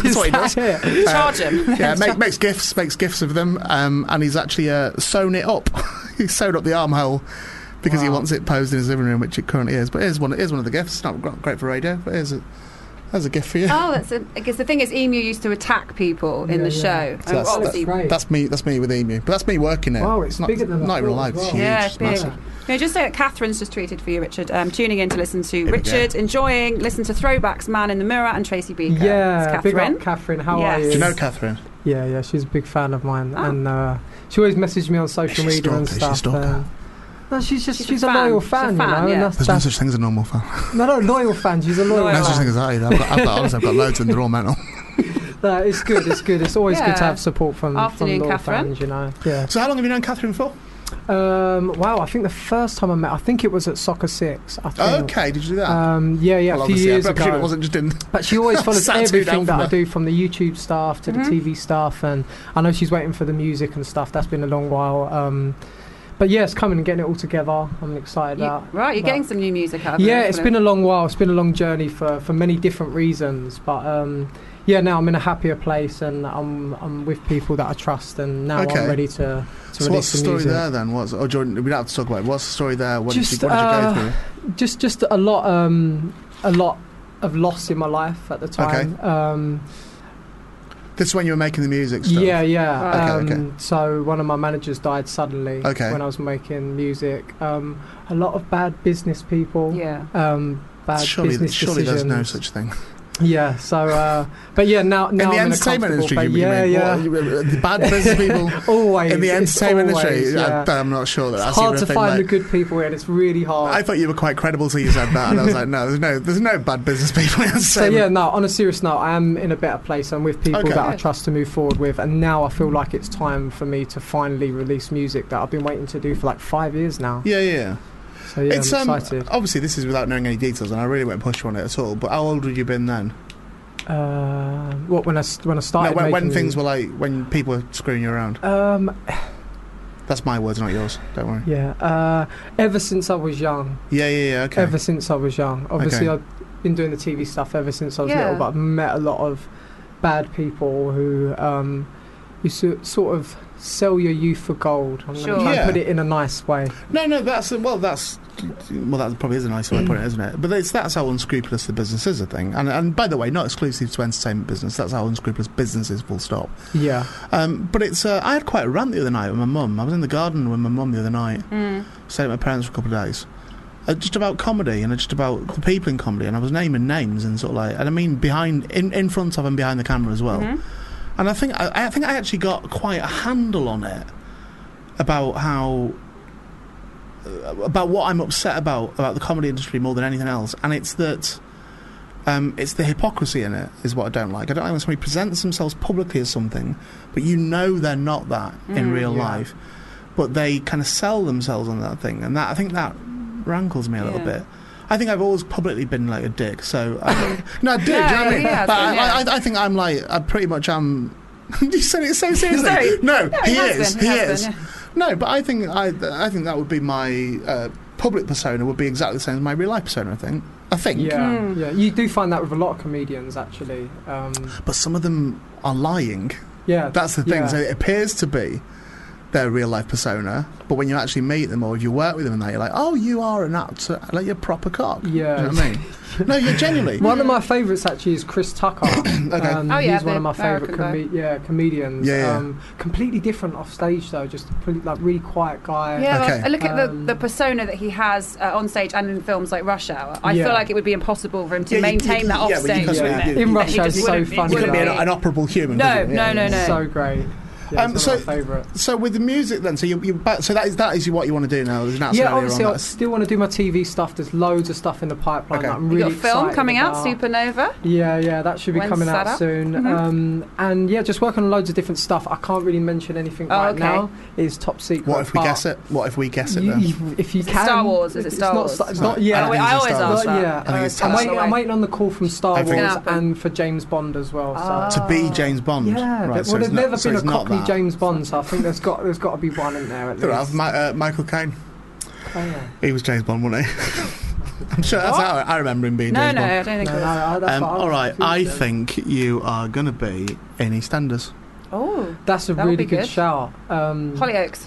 That's what he does.
does.
charge him?
Yeah, make, makes gifts, makes gifts of them, um, and he's actually uh, sewn it up. he's sewn up the armhole because he
Wow.
wants it posed in his living room, which it currently is. But here's one. Here's one of the gifts. It's not gr- great for radio, but here's a, here's a gift for you.
Oh, that's a, I guess the thing is, Emu used to attack people in
Yeah,
the
yeah.
show.
So that's-
obviously,
that's right.
That's me. That's me with Emu. But that's me working it.
Wow, it's
not,
bigger than I
not even
thought
alive.
as
It's
well.
huge.
Yeah,
it's
big.
massive.
Can I just say that Catherine's just tweeted for you, Richard. Um, tuning in to listen to
we
Richard, enjoying, listen to Throwbacks, Man in the Mirror, and Tracy Beaker.
Yeah,
It's
big
Catherine.
up Catherine. How
Yes.
are you?
Do you know Catherine?
yeah, yeah, she's a big fan of mine,
Oh.
and uh, she always messaged me on social
She's a
media and
stalker, she's a
stuff.
stalker.
uh, no, she's just
She's
she's,
a
a,
fan,
loyal
she's a fan,
fan, you know.
yeah.
And that's,
There's no
that's
such thing as a normal fan.
no, no, loyal fan. She's a loyal.
Loyal.
No such
fan.
thing as that either. I've got, I've got, honestly, I've got loads and they're all mental.
No, it's good. It's good. It's always good to
Yeah.
have support from
Afternoon,
from loyal
Catherine.
fans, you know. Yeah.
So how long have you known Catherine for?
Um, wow, I think the first time I met, I think it was at Soccer Six. I think.
okay, did you do that?
Um, yeah, yeah,
Well,
a few
obviously,
years
I presume
ago.
it wasn't just in.
But she always follows
Sat you down
everything that
for
I
that.
do, from the YouTube stuff to
Mhm.
the TV stuff, and I know she's waiting for the music and stuff. That's been a long while. Um, but yeah, it's coming and getting it all together. I'm excited
You-
about.
right, you're
about-
getting some new music out of
Yeah,
it,
it's
isn't
been
it?
a long while. It's been a long journey for, for many different reasons. But um, yeah, now I'm in a happier place, and I'm I'm with people that I trust, and now
Okay.
I'm ready to to
So
release
what's the story
music.
there then? What's oh Jordan? We don't have to talk about it. What's the story there? What did
Just,
you, what did you
uh,
go through?
just just a lot um a lot of loss in my life at the time um
This is when you were making the music stuff.
yeah yeah
Right.
um,
Okay,
so one of my managers died suddenly
Okay.
when i was making music um a lot of bad business people
Yeah.
um bad
surely,
business
surely there's
decisions
no such thing.
yeah so uh but yeah now now
in the
I'm
entertainment
in a comfortable
industry,
place.
you mean?
yeah
What,
yeah
you- the bad business people
always
in the
it's
entertainment
always,
industry.
yeah.
I, am not sure that
it's
that's
hard
even
to
a thing.
find the
like-
good people and it's really hard
I thought you were quite credible till you said that, and I was like, no, there's no, there's no bad business people. in
So yeah,
entertainment.
no. On a serious note, I am in a better place. I'm with people
Okay.
that I
Good.
trust to move forward with, and now I feel like it's time for me to finally release music that I've been waiting to do for like five years now.
yeah, yeah.
So yeah,
it's
I'm
um,
excited.
obviously this is without knowing any details, and I really won't push you on it at all. But how old would you been then?
Uh, what when I s- when I
No,
started
when, when
making
things were like when people were screwing you around.
Um,
That's my words, not yours. Don't worry.
yeah. Uh, ever since I was young.
Yeah, yeah, yeah. Okay.
Ever since I was young. Obviously,
Okay.
I've been doing the TV stuff ever since I was
Yeah.
little, but I've met a lot of bad people who um, who so- sort of sell your youth for gold. I'm
Sure.
gonna try
Yeah.
and put it in a nice way.
No, no, that's well, that's well, that probably is a nice way of putting it, isn't it? But it's, that's how unscrupulous the business is, I think. And and by the way, not exclusive to entertainment business. That's how unscrupulous business is, full stop.
Yeah.
Um, but it's uh, I had quite a rant the other night with my mum. I was in the garden with my mum the other night,
Mm.
stayed at my parents for a couple of days. Uh, just about comedy and just about the people in comedy, and I was naming names and sort of like, and I mean behind, in, in front of and behind the camera as well.
Mhm.
And I think I, I think I actually got quite a handle on it about how uh, about what I'm upset about about the comedy industry more than anything else, and it's that um, it's the hypocrisy in it is what I don't like. I don't like when somebody presents themselves publicly as something, but you know they're not that in
Mm.
real
Yeah.
life, but they kind of sell themselves on that thing, and that I think that rankles me a little
Yeah.
bit. I think I've always publicly been like a dick, so I, no, I do. do you know
Yeah,
what I mean?
yeah,
but I,
yeah.
I, I think I'm like I pretty much am. you said it so seriously.
Sorry.
No,
No,
he
has
is.
been,
He
has been,
is.
yeah.
No, but I think I, I think that would be my uh, public persona would be exactly the same as my real life persona. I think. I think.
Yeah,
Mm.
yeah. You do find that with a lot of comedians, actually. Um,
But some of them are lying.
yeah,
That's the thing.
Yeah.
So it appears to be their real life persona, but when you actually meet them or if you work with them and that, you're like, oh, you are an actor, like you're a proper cock.
Yeah.
Do you know what I mean? no, you're genuinely.
One of my favourites actually is Chris Tucker.
Okay.
um,
Oh, yeah,
he's one of
the
my favourite
American
comed yeah, comedians.
Yeah, yeah.
Um, completely different off stage though, just a pretty, like really quiet guy.
Yeah,
Okay.
well, I look at
Um,
the, the persona that he has uh, on stage and in films like Rush Hour. I
Yeah.
feel like it would be impossible for him to
Yeah, you-
maintain
you-
that off
yeah, but you
stage.
can't-
wouldn't
yeah,
it?
you-
In
That
Rush
he
Hour
just
is so
wouldn't-
Wouldn't
funny,
wouldn't
be an,
be.
an operable human.
No,
does it?
no, no, no.
So great. Yeah,
Um,
it's
so-
one of my favourites.
So with the music then, so you you back, so that is that is what you want to do now. There's an answer
Yeah,
earlier
obviously, uh,
on
I
that.
still want to do my TV stuff. There's loads of stuff in the pipeline
Okay.
that I'm
We've got
really
a film
excited
coming out,
about.
Supernova.
Yeah, yeah, that should be
When's
coming
that
out
up? Mm-hmm.
soon. Um, and yeah, just working on loads of different stuff. I can't really mention anything
Oh,
right
okay.
now. It's top secret.
What if we
but
guess it? What if we guess it
you-
then?
you- if you
Is it
can,
Star Wars? Is it
it's
Star
not
Wars?
Sta- it's
No,
not yet.
Oh, wait,
think
I
it's
always
Star
ask
Wars.
that.
Yeah,
I think
Oh,
it's
it's Star
Star
I'm,
Wars.
waiting,
Wars.
I'm waiting on the call from Star
I think
Wars
it's-
and for James Bond as well.
Ah.
So.
To be James Bond.
Yeah,
right.
there-
so
well,
it's not-
there's never
so
been a
it's not
cockney
that.
James Bond, so I think there's got there's got to be one in there at
There
least.
have, Ma- uh, Michael Caine.
Oh, yeah.
He was James Bond, wasn't he? I'm sure that's
What?
how I- I remember him being
No,
James
no,
Bond.
I don't think.
No,
it
no,
was.
I- that's
Um,
what I was
all right, I
confused then.
think you are going to be in EastEnders.
Oh,
that's a
that would be
really good,
good.
shout. Um,
Hollyoaks.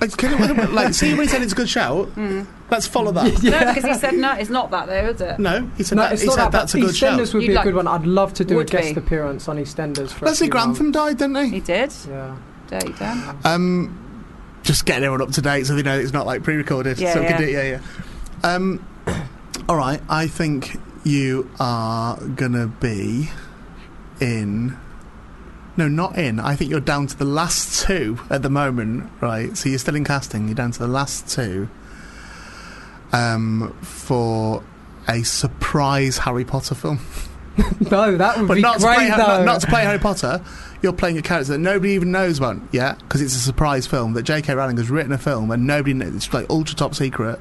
Like, can you- like, see when he said it's a good shout.
Hmm.
Mm.
Let's follow that.
No, because he said no. It's not that though, is it?
No, he said
no,
that.
it's
He
not
said
that,
that's a
but
good
EastEnders
shout.
would be
You'd
a good one. I'd love to do a
would
guest
be.
appearance on EastEnders. For a
Leslie
few
Grantham died, didn't
He
he?
did.
months. Yeah.
Dirty Dan.
Um, just getting everyone up to date so they know it's not like pre-recorded.
Yeah,
so we can
yeah.
do- yeah, yeah. Um, all right, I think you are going to be in. No, not in. I think you're down to the last two at the moment, right? So you're still in casting. You're down to the last two um, for a surprise Harry Potter film.
No, that would
But
be
not to,
great
play,
though.
not, not to play Harry Potter, you're playing a character that nobody even knows about yet, because it's a surprise film that J.K. Rowling has written a film and nobody knows. It's like ultra top secret,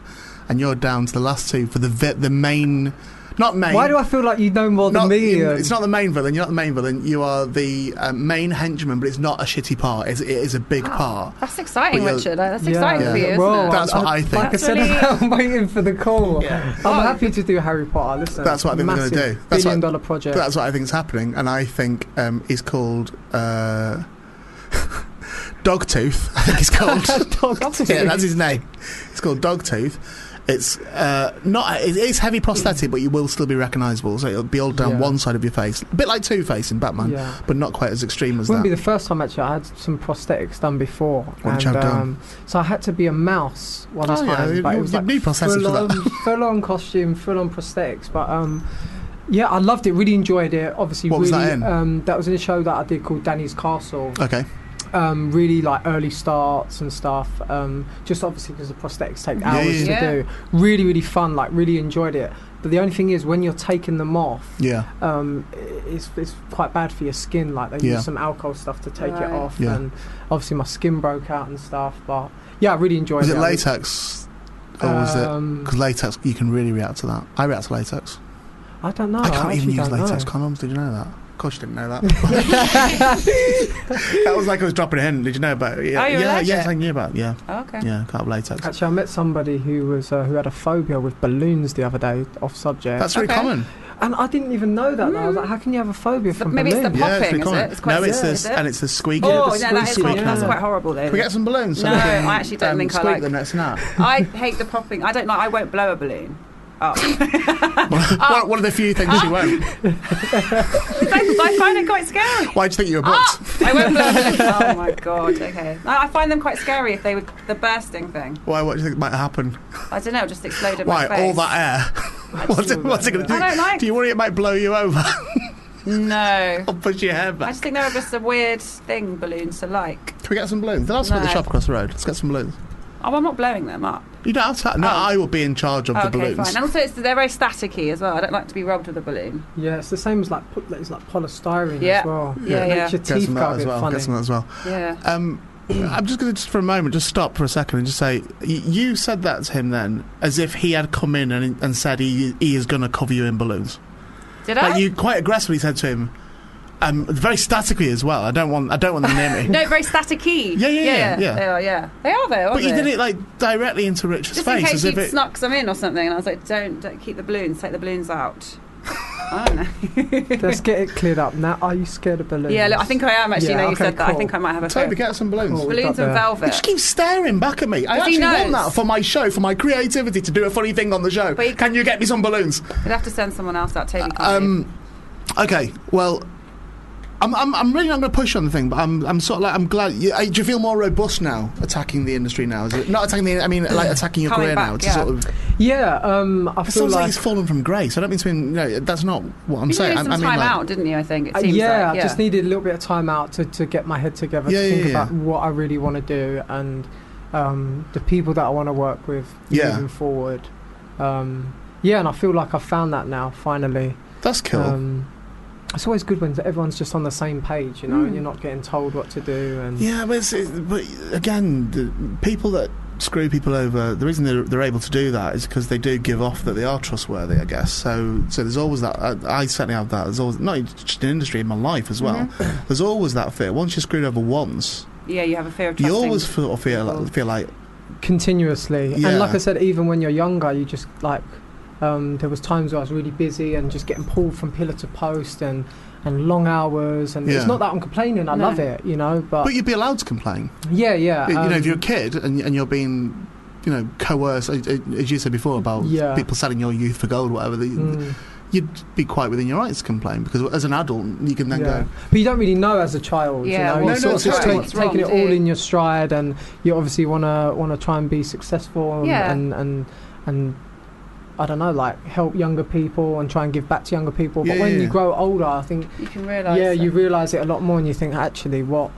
and you're down to the last two for the vi- the main, not main.
Why do I feel like you know more
not,
than me?
you-
Ian?
it's not the main villain. You're not the main villain. You are the uh, main henchman, but it's not a shitty part. It's, it is a big part.
That's exciting,
But you're-
Richard. That's
Yeah.
exciting for you, isn't
Well,
it?
That's what I
I-
think.
Like I said,
That's
I'm waiting for the call.
Oh.
I'm happy to do Harry Potter. Listen,
That's what I think we're gonna
massive
do. That's what-
billion dollar project.
That's what I think is happening, and I think um, he's called uh, Dogtooth. I think he's called Dogtooth. Yeah, that's his name. It's called Dogtooth. It's uh, not. It is heavy prosthetic, but you will still be recognisable. So it'll be all down
Yeah.
one side of your face, a bit like Two Face in Batman,
Yeah.
but not quite as extreme as
Wouldn't
that.
be the first time actually. I had some prosthetics done before, um,
What you have done?
so I had to be a mouse one
Oh,
time.
yeah, you-
but it
you-
was
you
like
need prosthetics for
full
that.
on, full on costume, full on prosthetics. But um, yeah, I loved it. Really enjoyed it. Obviously,
What was
really,
that in?
Um, that was in a show that I did called Danny's Castle.
okay.
um, really like early starts and stuff. Um, just obviously because the prosthetics take
Yeah,
hours
yeah, yeah.
to do. Really, really fun. Like really enjoyed it. But the only thing is, when you're taking them off,
Yeah.
um, i- it's it's quite bad for your skin. Like they
Yeah.
use some alcohol stuff to take
Right.
it off,
Yeah.
and obviously my skin broke out and stuff. But yeah, I really enjoyed
Was it
it. I really-
latex? Or was it?
um,
Because latex, you can really react to that. I react to latex.
Oh, I don't know.
I can't even
actually
use
don't
latex
know.
condoms. Did you know that? Of course, you didn't know that. that was like I was dropping a hint. Did you know about it? Yeah,
Oh, you were
yeah,
allergic?
yes, I knew about. It. Yeah,
Oh,
Okay.
yeah, can't have latex.
Actually, I met somebody who was uh, who had a phobia with balloons the other day, off subject,
That's really
Okay.
common.
and I didn't even know that. though. I was like, how can you have a phobia
The-
from
Hmm. maybe it's the
balloons?
yeah, it's
Popping,
really
is
common.
it? It's quite
no, it's
sick,
the
is it?
and it's the squeaky.
Yeah,
oh,
the
no, that is
squeaky.
quite, that's
Yeah.
quite horrible though.
Can we get some balloons?
No,
we can,
I actually don't
um,
think I
squeak
like-
the next snap.
I hate the popping. I don't like. I won't blow a balloon. Oh.
One- One of the few things she won't.
I, I find it quite scary.
Why do you think you were booked?
I won't blow a balloon. Oh my god. Okay. I, I find them quite scary if they were the bursting thing.
Why? What do you think might happen?
I don't know. It just exploded.
Why
my face.
all that air? what's it, what's it going to do?
I don't like-
Do you worry it might blow you over
No.
or push your hair
I
back?
just think they're just a weird thing balloons to like.
Can we get some balloons? They're also at the
No.
shop across the road. Let's get some balloons.
Oh, I'm not blowing them up.
You don't have to. No,
Oh.
I will be in charge of
Oh,
the
okay,
balloons.
fine. And also, it's, they're very staticky as well. I don't like to be rubbed with a balloon.
Yeah, it's the same as like po- it's like polystyrene
Yeah.
as well.
Yeah,
it makes
yeah.
your
Get
teeth
some
go
of
a
that as
bit
well.
funny.
Get some of that as well.
Yeah.
Um, I'm just going to just for a moment just stop for a second and just say y- you said that to him then as if he had come in and, and said he he is going to cover you in balloons.
Did I?
Like you quite aggressively said to him, um, very statically as well. I don't want I don't want them near me.
no, very staticky.
Yeah, yeah, yeah, yeah.
They are. Yeah, they are though. Aren't
but you
they?
did it like directly into Richard's
Just in
face
case
as
you
if
would
it.
snuck some in or something, and I was like, "Don't, don't keep the balloons. Take the balloons out." I don't know.
Let's get it cleared up now. Are you scared of balloons?
Yeah, look, I think I am actually.
Yeah,
now you
okay,
said that, I
cool.
think I might have a
Toby,
phobia.
get some balloons.
Cool.
Balloons and
Got there.
He
velvet.
just keeps staring back at me. I
Because he
actually want
knows.
that for my show, for my creativity, to do a funny thing on the show.
But he-
Can you get me some balloons?
You'd have to send someone else out. Toby can't. leave.
Um, okay, Um, well, I'm, I'm, I'm really not going to push on the thing, but I'm, I'm sort of like I'm glad. You, I, do you feel more robust now attacking the industry now? Is it not attacking the? I mean, like attacking your
Coming
career
back,
now. It's
yeah.
sort of.
Yeah, um, I
It
feel
sounds like,
like
he's fallen from grace. I don't mean to mean. No, that's not what I'm
You
saying.
needed
I,
some
I mean,
time
like,
out, didn't you? I think it
Uh,
seems
yeah,
like.
I just needed a little bit of time out to, to get my head together,
Yeah,
to
yeah,
think
yeah.
about what I really want to do and um, the people that I want to work with
Yeah.
moving forward. Um, yeah, and I feel like I've found that now, finally.
That's cool.
Um, it's always good when everyone's just on the same page, you know,
Mm.
and you're not getting told what to do. And
Yeah, but, it's, it, but again, the people that screw people over, the reason they're, they're able to do that is because they do give off that they are trustworthy, I guess. So, so there's always that. I, I certainly have that. There's always not just in industry in my life as well.
Mm-hmm.
There's always that fear. Once you're screwed over once,
Yeah, you have a fear of
you
trusting.
always feel feel like, feel like
continuously.
Yeah.
And like I said, even when you're younger, you just like um, there was times where I was really busy and just getting pulled from pillar to post and and long hours. And
Yeah.
it's not that I'm complaining. I
No.
love it, you know. But,
But you'd be allowed to complain.
yeah, yeah.
you know,
um,
if you're a kid and, and you're being, you know, coerced, as as you said before about
Yeah.
people selling your youth for gold, whatever, that
mm,
you'd be quite within your rights to complain because as an adult, you can then
yeah.
go,
But you don't really know as a child.
Yeah,
you know,
No,
you're
no,
sort
it's
of just
right.
take-
What's
taking it
wrong,
all
dude?
in your stride, and you obviously wanna wanna try and be successful, and
Yeah.
and, and and I don't know, like help younger people and try and give back to younger people. But
Yeah,
when
yeah,
you
yeah.
grow older, I think
You can realise.
yeah,
that.
you realise it a lot more, and you think actually, what,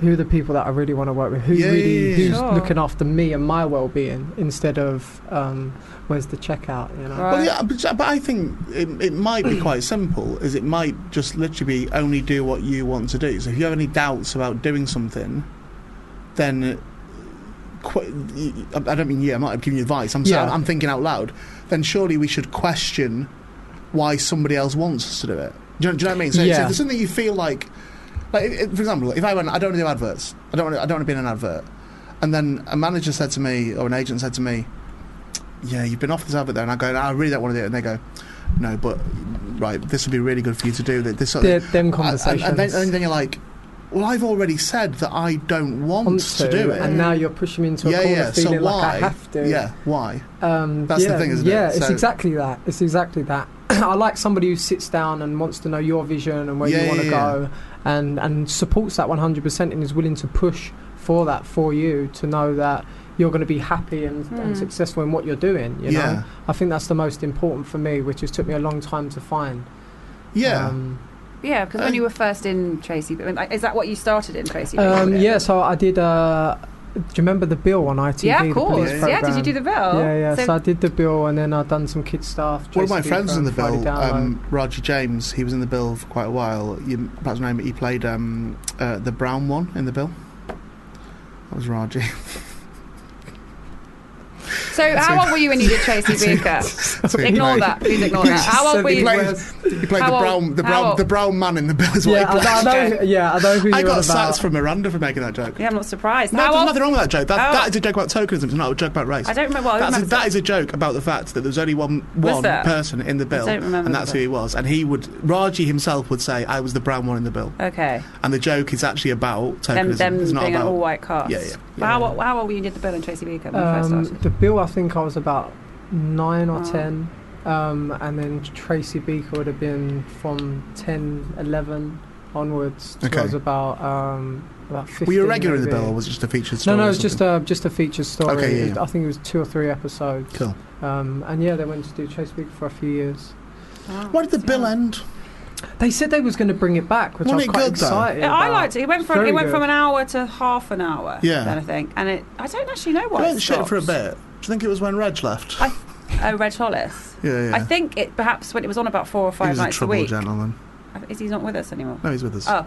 who are the people that I really want to work with? Who's
Yeah,
really
yeah, yeah.
who's
Sure.
looking after me and my well-being instead of um, where's the checkout? You know,
Right.
Well, yeah, but, but I think it, it might be quite simple. Is it might just literally be only do what you want to do. So if you have any doubts about doing something, then qu- I don't mean yeah. I'm not giving you advice. I'm saying,
Yeah.
I'm thinking out loud. Then surely we should question why somebody else wants us to do it. Do you, do you know what I mean? So, so if
Yeah.
there's something you feel like, like if- if- for example, if I went, I don't want to do adverts. I don't want. To, I don't want to be in an advert. And then a manager said to me, or an agent said to me, yeah, you've been offered this advert there, and I go, no, I really don't want to do it. And they go, no, but right, this would be really good for you to do. That this sort of
They're- them
And-
conversations.
and, then, and then you're like, well, I've already said that I don't want,
want
to do it.
and now you're pushing me into a
yeah,
corner
yeah. So
feeling
why?
like I have to.
Yeah, why?
Um,
That's the
yeah,
thing, isn't it?
yeah, it's
So-
exactly that. It's exactly that. I like somebody who sits down and wants to know your vision and where
Yeah,
you want to
yeah,
go, and and supports that 100% and is willing to push for that for you to know that you're going to be happy and,
Hmm.
and successful in what you're doing. You
yeah,
know, I think that's the most important for me, which has took me a long time to find.
yeah.
Um,
Yeah, because
Uh,
when you were first in Tracy, but when- is that what you started in Tracy?
um, yeah. So I did. Uh, do you remember the bill on ITV?
Yeah,
the
of course.
police
Yeah,
police
did you
programme?
do the bell?
Yeah, yeah. So,
Oh, So,
I did the bill, and then I'd done some kids stuff.
one of
Tracy
my friends was in the
Beaker and
bill,
Friday Download.
um, Roger James. He was in the bill for quite a while. You perhaps remember he played um, uh, the brown one in the bill. That was Roger.
so how old were you when you did Tracy Beaker? Ignore that. Please ignore that. How old were
He
you?
played, he played the
How old-
brown, the
how
brown,
old?
the brown man in the bill. Is what
yeah,
he played.
I, I know. Yeah, I know who
I
you're
got
on about.
sacked from Miranda for making that joke.
Yeah, I'm not surprised.
No,
how
there's
old?
nothing wrong with that joke. That,
How
that
old-
is a joke about tokenism. It's not a joke about race.
I don't remember. Well, I
That's a,
remember
that is a joke about the fact that there was only one
Was
one
there?
person in the bill,
don't remember
and that's
that.
who he was. And he would Raji himself would say, "I was the brown one in the bill,"
Okay.
and the joke is actually about
Them,
tokenism.
them
it's
being
not
an
about.
all-white cast.
Yeah, yeah.
But How, how old were you when you did the bill in Tracy Beaker when you first
Um,
started?
the bill, I think I was about nine or
Oh.
ten, um, and then Tracy Beaker would have been from 10, 11 onwards. Till
Okay.
I was about um, about fifteen.
Were you a regular in the
maybe.
bill, or was it just a featured
No,
story?
no,
or
it was just
something?
a just a feature story.
Okay, yeah,
It-
yeah.
I think it was two or three episodes.
cool.
Um, and yeah, they went to do Tracy Beaker for a few years.
Wow.
Why did the bill
Yeah.
end?
They said they was going to bring it back, which I was
Wasn't it
quite
good, though?
excited.
Yeah, I
about.
liked it. It went from
Very
it went
good.
from an hour to half an hour.
Yeah.
Then I think, and it I don't actually know
It
why.
went
it
shit for a
stopped.
bit. Do you think it was when Reg left?
I- Oh, Reg Hollis.
yeah, yeah.
I think it perhaps when it was on about four or
he
five
was a
nights a
trouble
week.
gentleman.
Is he not with us anymore?
No, he's with us.
Oh, uh,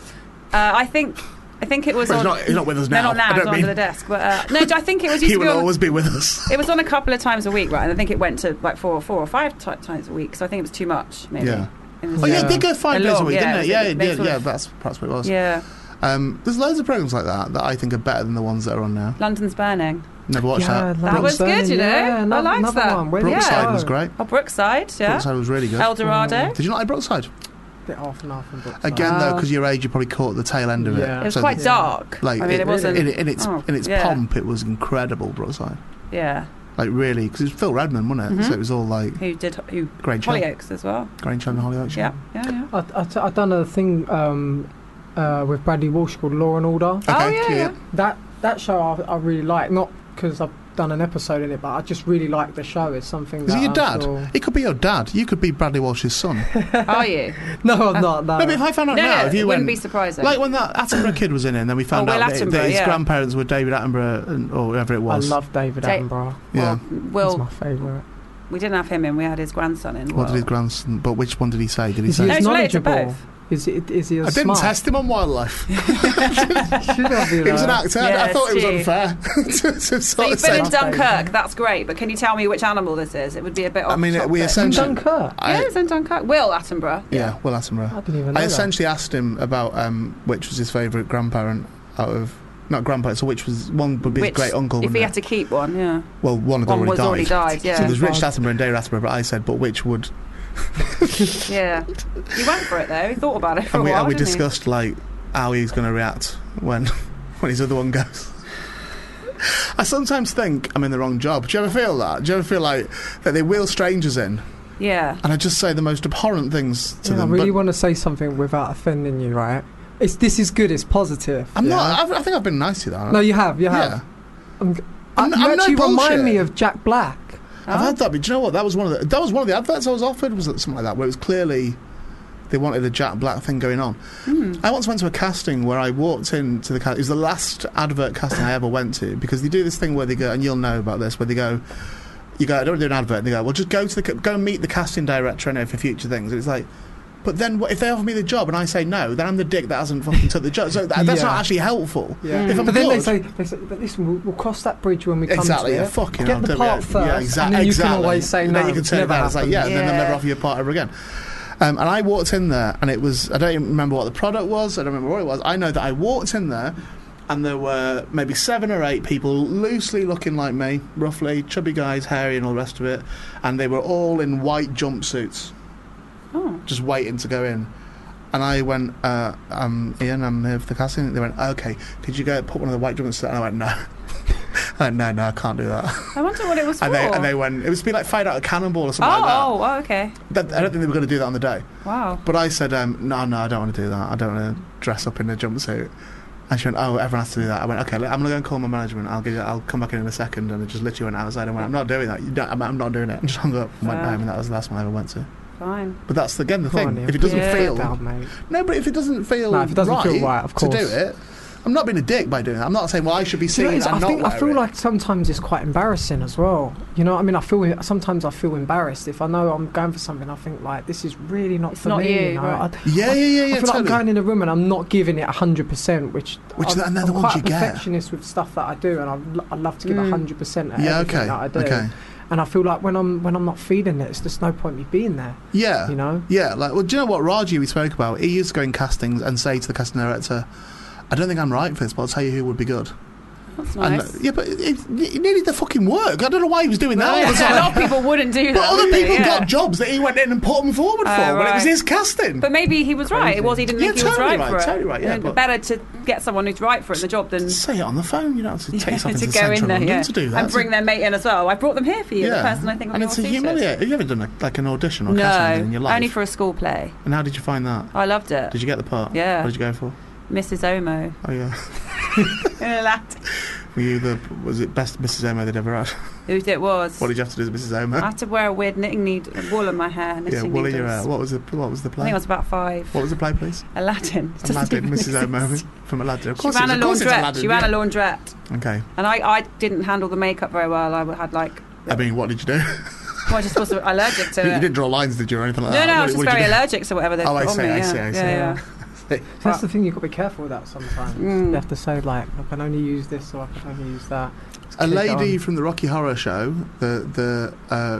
I think I think it was
Well, he's
on.
not- he's not with us
They're
now.
Not now.
I
it's
don't
not
mean-
under the desk. But uh, no, I think it was used
he
to be
will
on.
always be with us.
it was on a couple of times a week, right? And I think it went to like four or four or five ti times a week. So I think it was too much. Maybe.
Yeah.
It was-
Oh yeah, it
Yeah.
did go five
A
days a
lot,
week,
yeah,
didn't it?
it
Yeah,
was a
it
big
did.
sort
Yeah,
of-
that's perhaps what it was.
Yeah.
Um, there's loads of programs like that that I think are better than the ones that are on now.
London's burning.
Never watched
yeah,
that.
That was good, you know? I
another,
liked
another
that.
One. Where did it
Brookside
go?
was great.
Oh, Brookside. Yeah.
Brookside was really good.
El Dorado.
Mm.
Did you not like Brookside?
Bit half and half and Brookside.
Again, though,
Uh,
because your age, you probably caught the tail end of
Yeah.
it.
It was
So
quite
the-
Yeah.
dark.
Like
I mean, it,
in-
wasn't.
in, in its
oh,
in its
yeah.
pomp, it was incredible. Brookside.
Yeah.
Like really, because it was Phil Redman, wasn't it?
Mm-hmm.
So it was all like
who did who
Great show.
Hollyoaks as well.
Grange and Hollyoaks.
Yeah, yeah, yeah.
I, I, t- I done a thing um, uh, with Bradley Walsh called Law and Order.
Oh, yeah, yeah.
That that show I, I really like, not because I've done an episode in it, but I just really like the show. It's something.
Is
that
it your
I'm
dad?
sure-
It could be your dad. You could be Bradley Walsh's son. no,
Are you?
No, I'm not. No.
but if I found out
no,
now,
no,
if you
it
went,
wouldn't be surprising.
like when that Attenborough kid was in it, and then we found
Oh, Will
out that, that
Attenborough,
his
yeah.
grandparents were David Attenborough and, or whoever it
I
was.
love David
Ta-
Attenborough.
yeah.
That's
Well,
my favourite.
we didn't have him in. We had his grandson in.
what did
Well,
his grandson? But which one did he say? Did he
Is
say?
he
No,
as
it's related to
knowledgeable?
both.
Is, it, is he as
I didn't
smart?
test him on wildlife.
Should I be
He was an
like-
actor. I- I
Yes,
thought it was
you.
unfair to, to
So
sort
you've
of
been
say.
in
Same.
Dunkirk. That's great. But can you tell me which animal this is? It would be a bit.
I mean,
off
we
topic.
essentially-
Dunkirk.
I-
yeah, it's in Dunkirk. Will Attenborough.
yeah, Will Attenborough.
I didn't even know.
I
that.
essentially asked him about um, which was his favourite grandparent out of not grandparent, so which was one would be
Which,
his great uncle.
If
wouldn't
he
it?
had to keep one, yeah.
well, one of them
One was already
already
died.
died. So
Yeah,
there's Rich Attenborough and David Attenborough, but I said, but which would?
yeah. You went for it though. He thought about it for
And
a
we,
while.
and we
didn't he?
discussed like how he's going to react when when his other one goes. I sometimes think I'm in the wrong job. Do you ever feel that? Do you ever feel like that they wheel strangers in,
Yeah.
and I just say the most abhorrent things to
Yeah,
them?
I really
but
want to say something without offending you, right? It's this is good. It's positive.
I'm
yeah?
not. I've, I think I've been nice to that. haven't
No,
I?
you have. You
Yeah.
have. I'm, g- I-
I'm-
you
I'm no
actually
bullshit.
remind me of Jack Black.
I've had that, but do you know what? That was one of the that was one of the adverts I was offered was something like that, where it was clearly they wanted a Jack Black thing going on.
Hmm.
I once went to a casting where I walked into the cast. It was the last advert casting I ever went to because they do this thing where they go, and you'll know about this, where they go, you go, I don't want to do an advert, and they go, well, just go to the ca- go and meet the casting director and for future things. And it's like. But then, what, if they offer me the job and I say no, then I'm the dick that hasn't fucking took the job. So that, that's
Yeah.
not actually helpful.
Yeah.
If I'm
but then they
good-
say, they say, but listen, we'll, we'll cross that bridge when we come
Exactly.
to
Yeah,
it.
fucking
Get
hell,
the
don't
part
we?
first,
Yeah,
and
exactly.
then you can always say
And Then
no,
you can turn it
never
down. It's like, yeah,
happens.
and then they'll never
Yeah.
offer you a part ever again. Um, and I walked in there, and it was I don't even remember what the product was. I don't remember what it was. I know that I walked in there, and there were maybe seven or eight people loosely looking like me, roughly chubby guys, hairy, and all the rest of it. And they were all in white jumpsuits,
Oh.
just waiting to go in. And I went, uh, um, Ian, I'm here for the casting. They went, okay, could you go put one of the white jumpsuits? And I went, no. I went, no, no, I can't do that.
I wonder what it was for.
And they, and they went, it was to be like fired out a cannonball or
oh,
something like
oh, okay.
that. that. I don't think they were going to do that on the day.
Wow.
But I said, um, no, no, I don't want to do that. I don't want to dress up in a jumpsuit. And she went, oh, everyone has to do that. I went, okay, look, I'm going to go and call my management. I'll give you, I'll come back in in a second. And I just literally went outside and went, I'm not doing that. You don't, I'm, I'm not doing it. And just hung up and went
Wow.
home. And that was the last one I ever went to.
Fine.
But that's, again, the
Come
thing.
on, Ian,
if it doesn't
put your
Yeah.
foot
feel.
down, mate.
No, but if it doesn't feel
No, if it doesn't
right,
feel right, of
to do
course.
it, I'm not being a dick by doing that. I'm not saying, well, I should be
Do you know
seen
what it
and
is?
not
I, think, I
wear
feel
it.
like sometimes it's quite embarrassing as well. You know, what I mean, I feel sometimes I feel embarrassed if I know I'm going for something. I think like this is really not
It's
for
not
me.
you,
know?
right.
I,
yeah, yeah, yeah, yeah.
I feel like I'm
totally.
going in a room and I'm not giving it hundred percent, which
Which
I'm,
is another
I'm
one
quite
you
a
get.
perfectionist with stuff that I do, and I, lo- I love to give
Mm.
hundred percent at
yeah,
everything
okay.
that I do.
Okay.
And I feel like when I'm when I'm not feeling it, it's just no point me being there.
Yeah.
You know,
Yeah, like, well, do you know what Raji we spoke about? He used to go in castings and say to the casting director, I don't think I'm right for this, but I'll tell you who would be good.
That's nice.
And, yeah, but it, it needed the fucking work. I don't know why he was doing that all the
Yeah, a
time.
lot of people wouldn't do that.
But other
would they?
people
Yeah.
got jobs that he went in and put them forward
Oh,
for when it was
right.
his casting.
But maybe he was right. It was he didn't
Yeah,
think he
totally
was right,
right,
for it.
totally right, yeah,
And
but-
better to get someone who's right for it in the job than
Say it on the phone. You don't have to take
to
something to,
go
central
in there
London
yeah.
to do that.
and bring their mate in as well. I brought them here for you.
Yeah.
The person I think would
and
be
it's a
more suited.
humiliating. Have you ever done a, like an audition or casting in your
No,
life?
only for a school play.
and how did you find that?
I loved it.
Did you get the part?
Yeah.
What did you go for?
Mrs. Omo.
Oh yeah. Were you the was it best Mrs. Omo they'd ever had?
Who it was.
What did you have to do as Mrs. Omo?
I had to wear a weird knitting needle, wool in my hair.
Yeah,
Knitting
well, in your
needles.
out. What was the what was the
I
play?
think I was about five.
what was the play, please?
Aladdin. It doesn't
Aladdin,
even
Mrs. O'Malley
exist.
from Aladdin. Of
She
course,
ran a
it was, of course it was
laundrette.
Aladdin,
She ran
yeah.
a laundrette.
Okay.
And I, I didn't handle the makeup very well. I had like,
I mean, what did you do?
Uh, well, I just was allergic to
you
it.
didn't draw lines, did you, or anything like
no,
that?
no, I
What-
was just
what did
very
you do?
allergic to whatever they
Oh, I
put on
see,
me.
I
yeah.
see, I see.
Yeah, yeah.
That's the thing you've got to be careful with that sometimes.
Mm.
You have to say like, I can only use this or I can only use that.
A
Click
lady
on.
from the Rocky Horror Show, the the uh,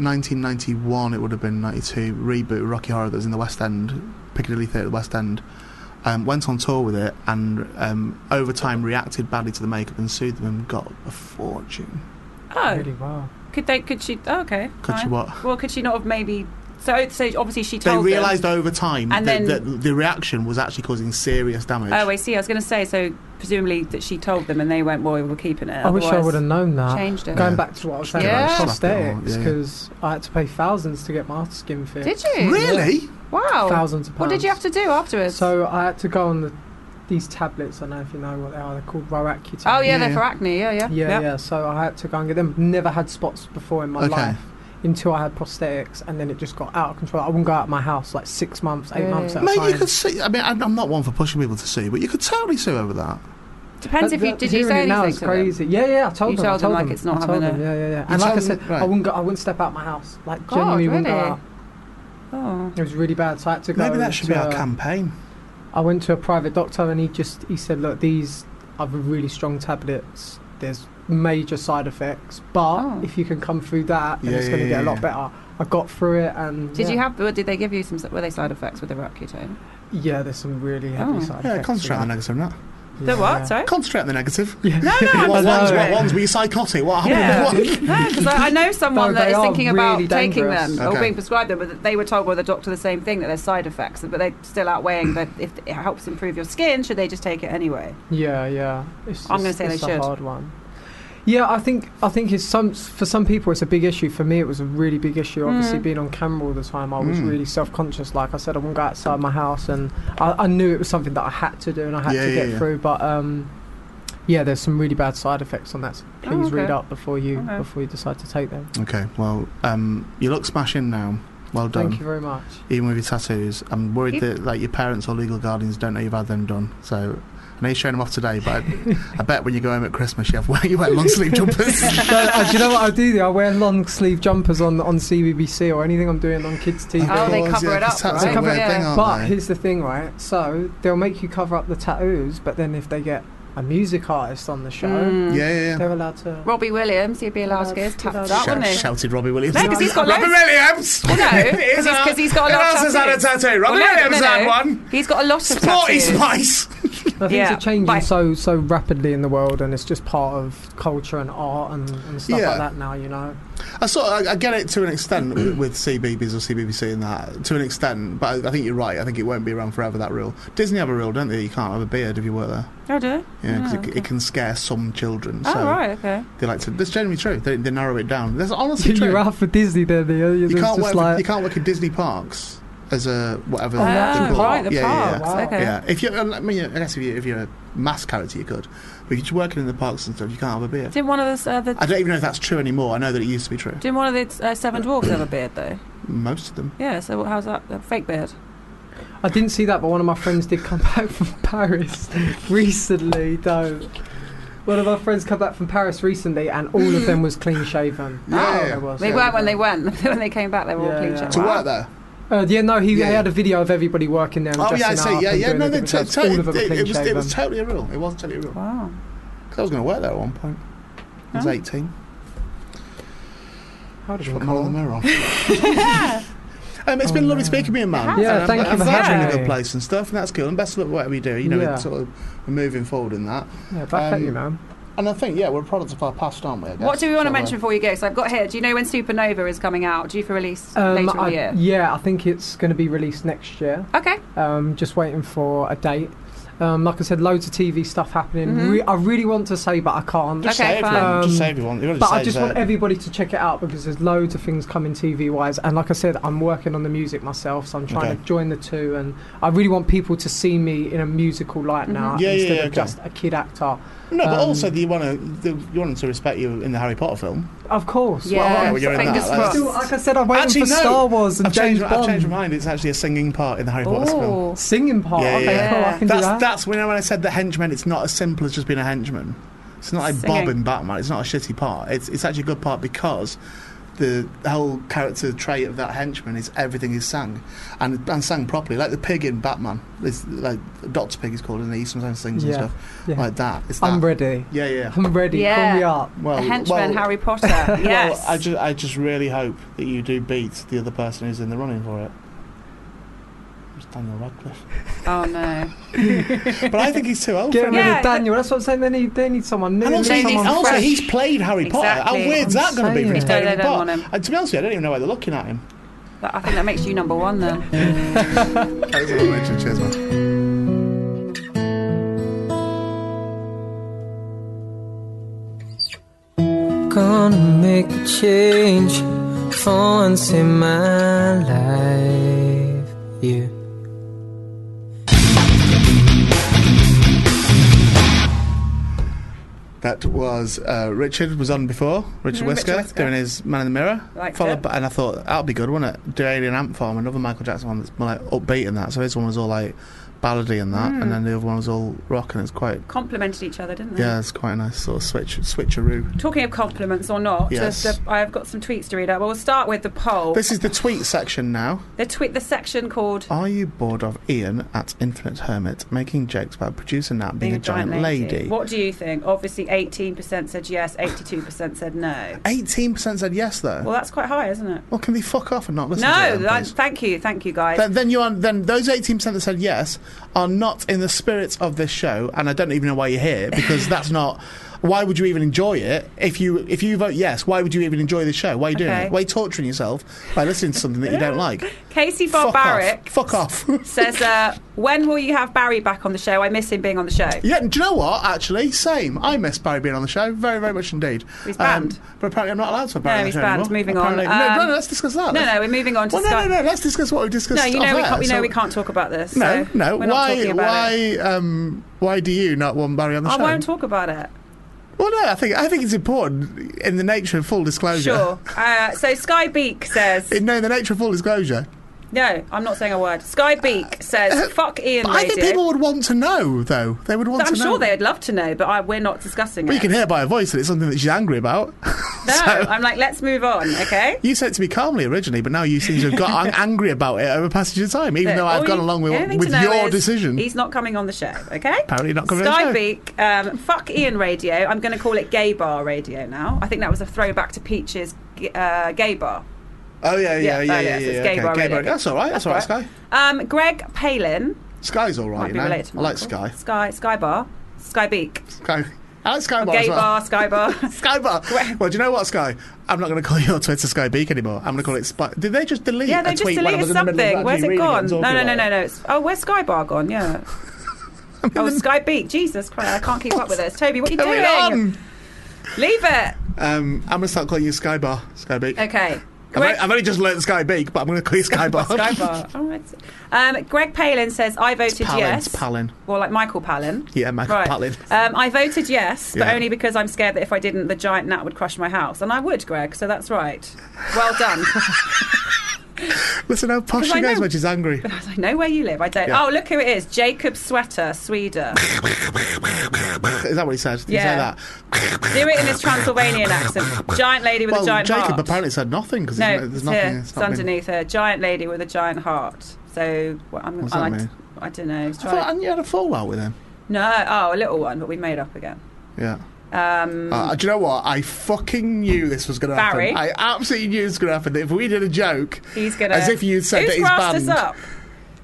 1991, it would have been 92 reboot of Rocky Horror that was in the West End, Piccadilly Theatre, West End. Um, went on tour with it and um, over time reacted badly to the makeup and sued them and got a fortune.
Oh,
Really well.
could they? Could she? Oh, okay.
Could she
fine.
what?
Well, could she not have maybe So, so obviously she
They
told them-
realised over time
And
that,
then-
that the reaction was actually causing serious damage.
Oh, I see. I was going to say so. Presumably that she told them, and they went, "Well, we're keeping it."
I wish I
otherwise
would have known that.
Changed it.
Going
Yeah.
back to what I was saying
Yeah.
about
Slap it on,
prosthetics,
yeah.
because I had to pay thousands to get my skin fixed.
Did you?
really?
Oh.
Wow.
Thousands of pounds.
What did you have to do afterwards?
So I had to go on the, these tablets. I don't know if you know what they are. They're called Roaccutane.
oh yeah,
Yeah,
they're
yeah.
for acne. Yeah, yeah.
Yeah, yeah. So I had to go and get them. Never had spots before in my
Okay.
life until I had prosthetics, and then it just got out of control. I wouldn't go out of my house like six months, eight
Really?
months at a
Mate,
time.
you could see. I mean, I- I'm not one for pushing people to sue, but you could totally sue over that.
Depends
But
if you
the-
did you
hearing
say
it now
anything
is
to them?
crazy. Yeah, yeah. I told
You
them. I
told them,
told
like, it's not
I told
having
them, Yeah, yeah, yeah.
You
And like I
told
said,
them- right.
I wouldn't go. I wouldn't step out my house. Like
God,
genuinely wouldn't go
really?
out.
Oh.
It was really bad. So I had to go.
Maybe that should be
to
our
a-
campaign.
I went to a private doctor and he just he said, look, these are really strong tablets. There's major side effects, but
Oh.
if you can come through that, then
Yeah,
it's going to
yeah,
get
yeah,
a lot
yeah.
better. I got through it, and
Did
yeah.
you have? Did they give you some? Were they side effects with the Roaccutane?
Yeah, there's some really heavy
Oh.
side
Yeah,
effects.
concentrate on the negative, not.
that.
The what?
Yeah.
Sorry.
Concentrate on the negative.
Yeah.
No,
What
I'm
ones?
sorry.
What ones? Were you psychotic? What
Yeah.
happened? What-
No, because I, I know someone
No,
that
they
is
are
thinking about
really
taking them
dangerous.
or
Okay.
being prescribed them, but they were told by the doctor the same thing that there's side effects, but they're still outweighing that if it helps improve your skin, should they just take it anyway?
Yeah, yeah. It's,
I'm
it's-
gonna say they
it's
should.
a hard one. Yeah, I think I think it's some for some people it's a big issue. For me, it was a really big issue. Obviously,
Mm.
being on camera all the time, I was
Mm.
really self conscious. Like I said, I wouldn't go outside my house, and I, I knew it was something that I had to do and I had
Yeah,
to
yeah,
get
yeah.
through. But um, yeah, there's some really bad side effects on that. So
Oh,
please read
okay.
up before you
Okay.
before you decide to take them.
Okay. Well, um, you look smashing now. Well done.
Thank you very much.
Even with your tattoos, I'm worried
If-
that like your parents or legal guardians don't know you've had them done. So. I know you're showing them off today, but I, I bet when you go home at Christmas, you have you wear long sleeve jumpers.
No, uh, do you know what I do? Though? I wear long sleeve jumpers on on CBBC or anything I'm doing on kids' TV.
Oh, they
Because,
cover
yeah,
it up,
That's
right?
a weird
Yeah.
thing, aren't
But
they?
here's the thing, right? So they'll make you cover up the tattoos, but then if they get a music artist on the show,
Mm.
yeah, yeah, yeah.
they're allowed to.
Robbie Williams, he'd be allowed to get his
That's-
tapped
that's-
out, wouldn't
Shout-
he?
shouted Robbie Williams.
No, because he's got
Robbie
loads.
Williams.
Well, no,
It is
'cause he's- 'cause he's got a
Who
lot of
else has had a
tattoos.
tattoo? Robbie
Well, no,
Williams
no,
had
no.
one.
He's got a lot of
Sporty
tattoos.
Spice.
Now, things
Yeah,
are changing
right.
so so rapidly in the world, and it's just part of culture and art and, and stuff
Yeah.
like that now. You know,
I sort of, I, I get it to an extent with, with CBBS or CBBC and that to an extent, but I, I think you're right. I think it won't be around forever. That rule. Disney have a rule, don't they? You can't have a beard if you work there.
Oh, do?
Yeah, because
Oh,
it,
okay.
it can scare some children.
Oh,
so
right, okay.
they like to. That's generally true. They, they narrow it down. That's honestly true.
you're out for Disney, then. You're
You
just
can't work.
just
for-
like
you can't work at Disney parks as a whatever.
Oh,
they're
that's
called.
the
Ah, right, the
yeah, yeah, yeah.
parks.
Wow.
Okay.
Yeah, if you, I mean, I guess if you if you're a mass character, you could, but if you're just working in the parks and stuff, you can't have a beard.
Didn't one of the, uh, the
I don't even know if that's true anymore. I know that it used to be true.
didn't one of the uh, seven dwarfs have a beard though?
Most of them.
Yeah. So what- how's that? A fake beard.
I didn't see that, but one of my friends did come back from Paris recently, though. One of my friends come back from Paris recently, and all of them was clean shaven. Oh,
Yeah,
They was,
Mm. They
yeah.
weren't when they went. when they came back, they were all
Yeah,
clean
yeah.
shaven.
To
Wow.
work there.
Uh, yeah, no, he,
Yeah,
he
yeah.
had a video of everybody working there. And
Oh yeah, I
dressing
see.
up
Yeah,
and
yeah.
doing
No,
the
no.
different
T-
jobs,
t-
all of
it,
them
it,
clean
was, it was
shaven.
totally a rule. It was totally a rule.
Wow.
'Cause I was going to work there at one point. I was
Oh.
eighteen.
How did you
Put more
call
of the
them?
mirror on. Um, it's been
Oh,
lovely
no.
speaking with you, man.
Yeah,
Um,
thank you
I'm
for
glad
having
you're in a
me.
good place and stuff, and that's cool. And best of luck with whatever you do. You know,
Yeah.
it's sort of we're moving forward in that.
Yeah, back at
Um,
you, man.
And I think, yeah, we're a product of our past, aren't we? I guess?
What do we want
So,
to
uh,
mention before you go? So I've got here. Do you know when Supernova is coming out? Due for release later in
Um, I,
the year.
yeah, I think it's going to be released next year.
Okay.
Um, just waiting for a date. Um, like I said, loads of TV stuff happening.
Mhm.
Re- I really want to say, but I can't.
Just
Okay,
say
fine.
everyone.
Um,
just say everyone. You've already
But I
said
just want
that.
everybody to check it out because there's loads of things coming TV wise. And like I said, I'm working on the music myself, so I'm trying
Okay.
to join the two. And I really want people to see me in a musical
Mm-hmm.
light now
Mhm. Yeah, yeah,
instead
yeah,
of
okay.
just a kid actor.
No, but
um,
also that you want to you want 'em to respect you in the Harry Potter film.
Of course.
Yeah,
well,
yeah,
I'm
well, you're in
fingers
that, that's-
crossed.
still, like I said, I'm waiting
Actually,
for
no.
Star Wars and
I've
James
changed, I've
Bond.
changed my mind. It's actually a singing part in the Harry Potter film.
Oh.
Singing part.
Yeah, yeah,
okay,
yeah.
cool. I can
That's
do that.
that's when I- when I said the henchman. It's not as simple as just being a henchman. It's not like Bob
Singing.
in Batman. It's not a shitty part. It's it's actually a good part because the whole character trait of that henchman is everything is sang and and sang properly. Like the pig in Batman. It's like Doctor Pig is called, and he sometimes sings
Yeah,
and stuff
yeah.
like that. It's that.
I'm ready.
Yeah, yeah.
I'm ready.
Yeah.
Call me up.
Well,
the henchman
well,
Harry Potter.
well,
yes.
I just I just really hope that you do beat the other person who's in the running for it. It's Daniel Radcliffe.
oh no.
but I think he's too old.
Get
for it.
rid
Yeah,
of Daniel. That's what I'm saying. They need, they need someone new.
And also,
They
he's,
need
someone
also
fresh.
he's played Harry Potter. How
Exactly.
weird's that
I'm
going to be
saying.
for
They
playing Harry
don't- they don't
Potter? Uh,
want him.
And to be honest with you, I don't even know why they're looking at him.
That, I think that makes you number one then.
Thanks a lot, Richard. Cheers, man.
gonna make a change for once in my life. Yeah.
That was uh, Richard was on before Richard
Mm, Richard
Whisker
Whisker.
doing his Man in the Mirror.
Liked
followed
it.
by, and I thought that'll be good, wouldn't it? Do Alien Ant Farm, another Michael Jackson one that's more like upbeat and that. So his one was all like ballady and that,
Mm.
and then the other one was all rock and it's quite
Complimented each other, didn't they?
yeah, it's quite a nice sort of switch switcheroo.
Talking of compliments or not,
Yes.
the- the- I've got some tweets to read out. But we'll start with the poll.
This Oh, is the tweet section now.
the tweet, the section called
Are you bored of Ian at Infinite Hermit making jokes about producer Nat being, a giant, lady?
What do you think? Obviously, 18% said yes, 82% said no.
Eighteen percent said yes though.
Well, that's quite high, isn't it?
Well, can they fuck off and not listen? to
No,
them,
that,
please?
thank you, thank you guys.
then, then you are then those eighteen percent that said yes are not in the spirit of this show, and I don't even know why you're here because that's not. Why would you even enjoy it if you if you vote yes? Why would you even enjoy the show? Why are you doing
Okay.
it? Why are you torturing yourself by listening to something that you don't like?
Casey
Fuck
Barbaric
off! Fuck off!
says, uh, "When will you have Barry back on the show? I miss him being on the show."
Yeah, do you know what? Actually, same. I miss Barry being on the show very, very much indeed. Um,
He's banned.
but apparently, I'm not allowed to have Barry.
No,
on the
he's
show
banned.
anymore.
Moving on.
Apparently- no,
Um,
no, let's discuss that.
No, no, we're moving on to
Well, no,
Sky-
no, no. Let's discuss what we discussed.
No, you know
off
we
air.
can't. We
So-
know we can't talk about this.
No,
so
no.
We're not
why?
talking about
why?
it.
Um, why do you not want Barry on the
I
show?
won't talk about it.
Well, no. I think I think it's important in the nature of full disclosure.
Sure. Uh, so Sky Beak says,
In, no, in the nature of full disclosure.
"No, I'm not saying a word." Sky Beak says, "Fuck Ian
Uh, But I
Radio."
think people would want to know, though. They would want
I'm
to know.
sure they'd love to know, but I, we're not discussing
But you
it.
can hear by her voice that it's something that she's angry about.
no,
so-
I'm like, let's move on, okay?
You said it to me calmly originally, but now you seem to have got ang- angry about it over passage of time, even
Look,
though
all
I've gone
you-
along with,
everything
with
to know
your
is
decision.
He's not coming on the show, okay?
Apparently not coming on the
Sky
show.
Beak, um, fuck Ian Radio. I'm going to call it Gay Bar Radio now. I think that was a throwback to Peach's g- uh, Gay Bar.
Oh
Yeah,
yeah, yeah, yeah,
oh,
yeah,
yes,
yeah,
it's
yeah,
gay
okay,
bar
gay
radio.
bar. That's all right. That's all right, Sky.
Um, Greg Palin
Sky's all
might
right.
be
You know,
related to
I like
Michael.
Sky.
Sky, Sky Bar, Sky Beak,
Sky. I like Sky bar
Gay
as well.
Bar, Sky Bar.
Sky bar. Well, do you know what, Sky? I'm not going to call your Twitter Sky Beak anymore. I'm going to call it Spy. Did they just delete?
yeah, they
a
just
tweet when I
deleted
was in the middle of
something.
actually
Where's it
reading
gone?
and
No,
talking
no, no,
about
no, no.
it?
It's, oh, where's Sky Bar gone? Yeah. oh, Sky Beak. Jesus Christ, I can't keep up with this. Toby, what are you
Going
doing?
on.
Leave it.
Um, I'm going to start calling you Sky Bar, Sky Beak.
Okay.
I've,
Greg-
only, I've only just learnt Sky Beak, but I'm going to call you Sky Bar.
Sky Bar. All right. Um, Greg Palin says, I voted
Palin.
yes.
It's Palin.
Well, like Michael Palin.
Yeah, Michael
Right.
Palin.
Um, I voted yes, but
Yeah.
only because I'm scared that if I didn't, the giant gnat would crush my house. And I would, Greg, so that's right. Well done.
Listen how posh
'Cause I
she goes
know-
when she's angry.
I know where you live. I don't.
Yeah.
Oh, look who it is. Jacob Sweater, Sweden.
Is that what he said? Did
Yeah.
he say that?
Do it in his Transylvanian accent. Giant lady with
Well,
a giant
Jacob
heart.
apparently said nothing because
no,
there's
it's
nothing.
here.
it's
It's
not been-
underneath her. Giant lady with a giant heart. So, what I'm,
What's
I,
that mean?
I don't know. He's
I
trying
thought, and you had a fallout with him.
No, oh, a little one, but we made up again.
Yeah.
Um,
Uh, do you know what? I fucking knew this was going to happen.
Barry?
I absolutely knew this was going to happen. That If we did a joke,
he's gonna.
as if you'd said
Who's
that he's
grassed
banned.
us up?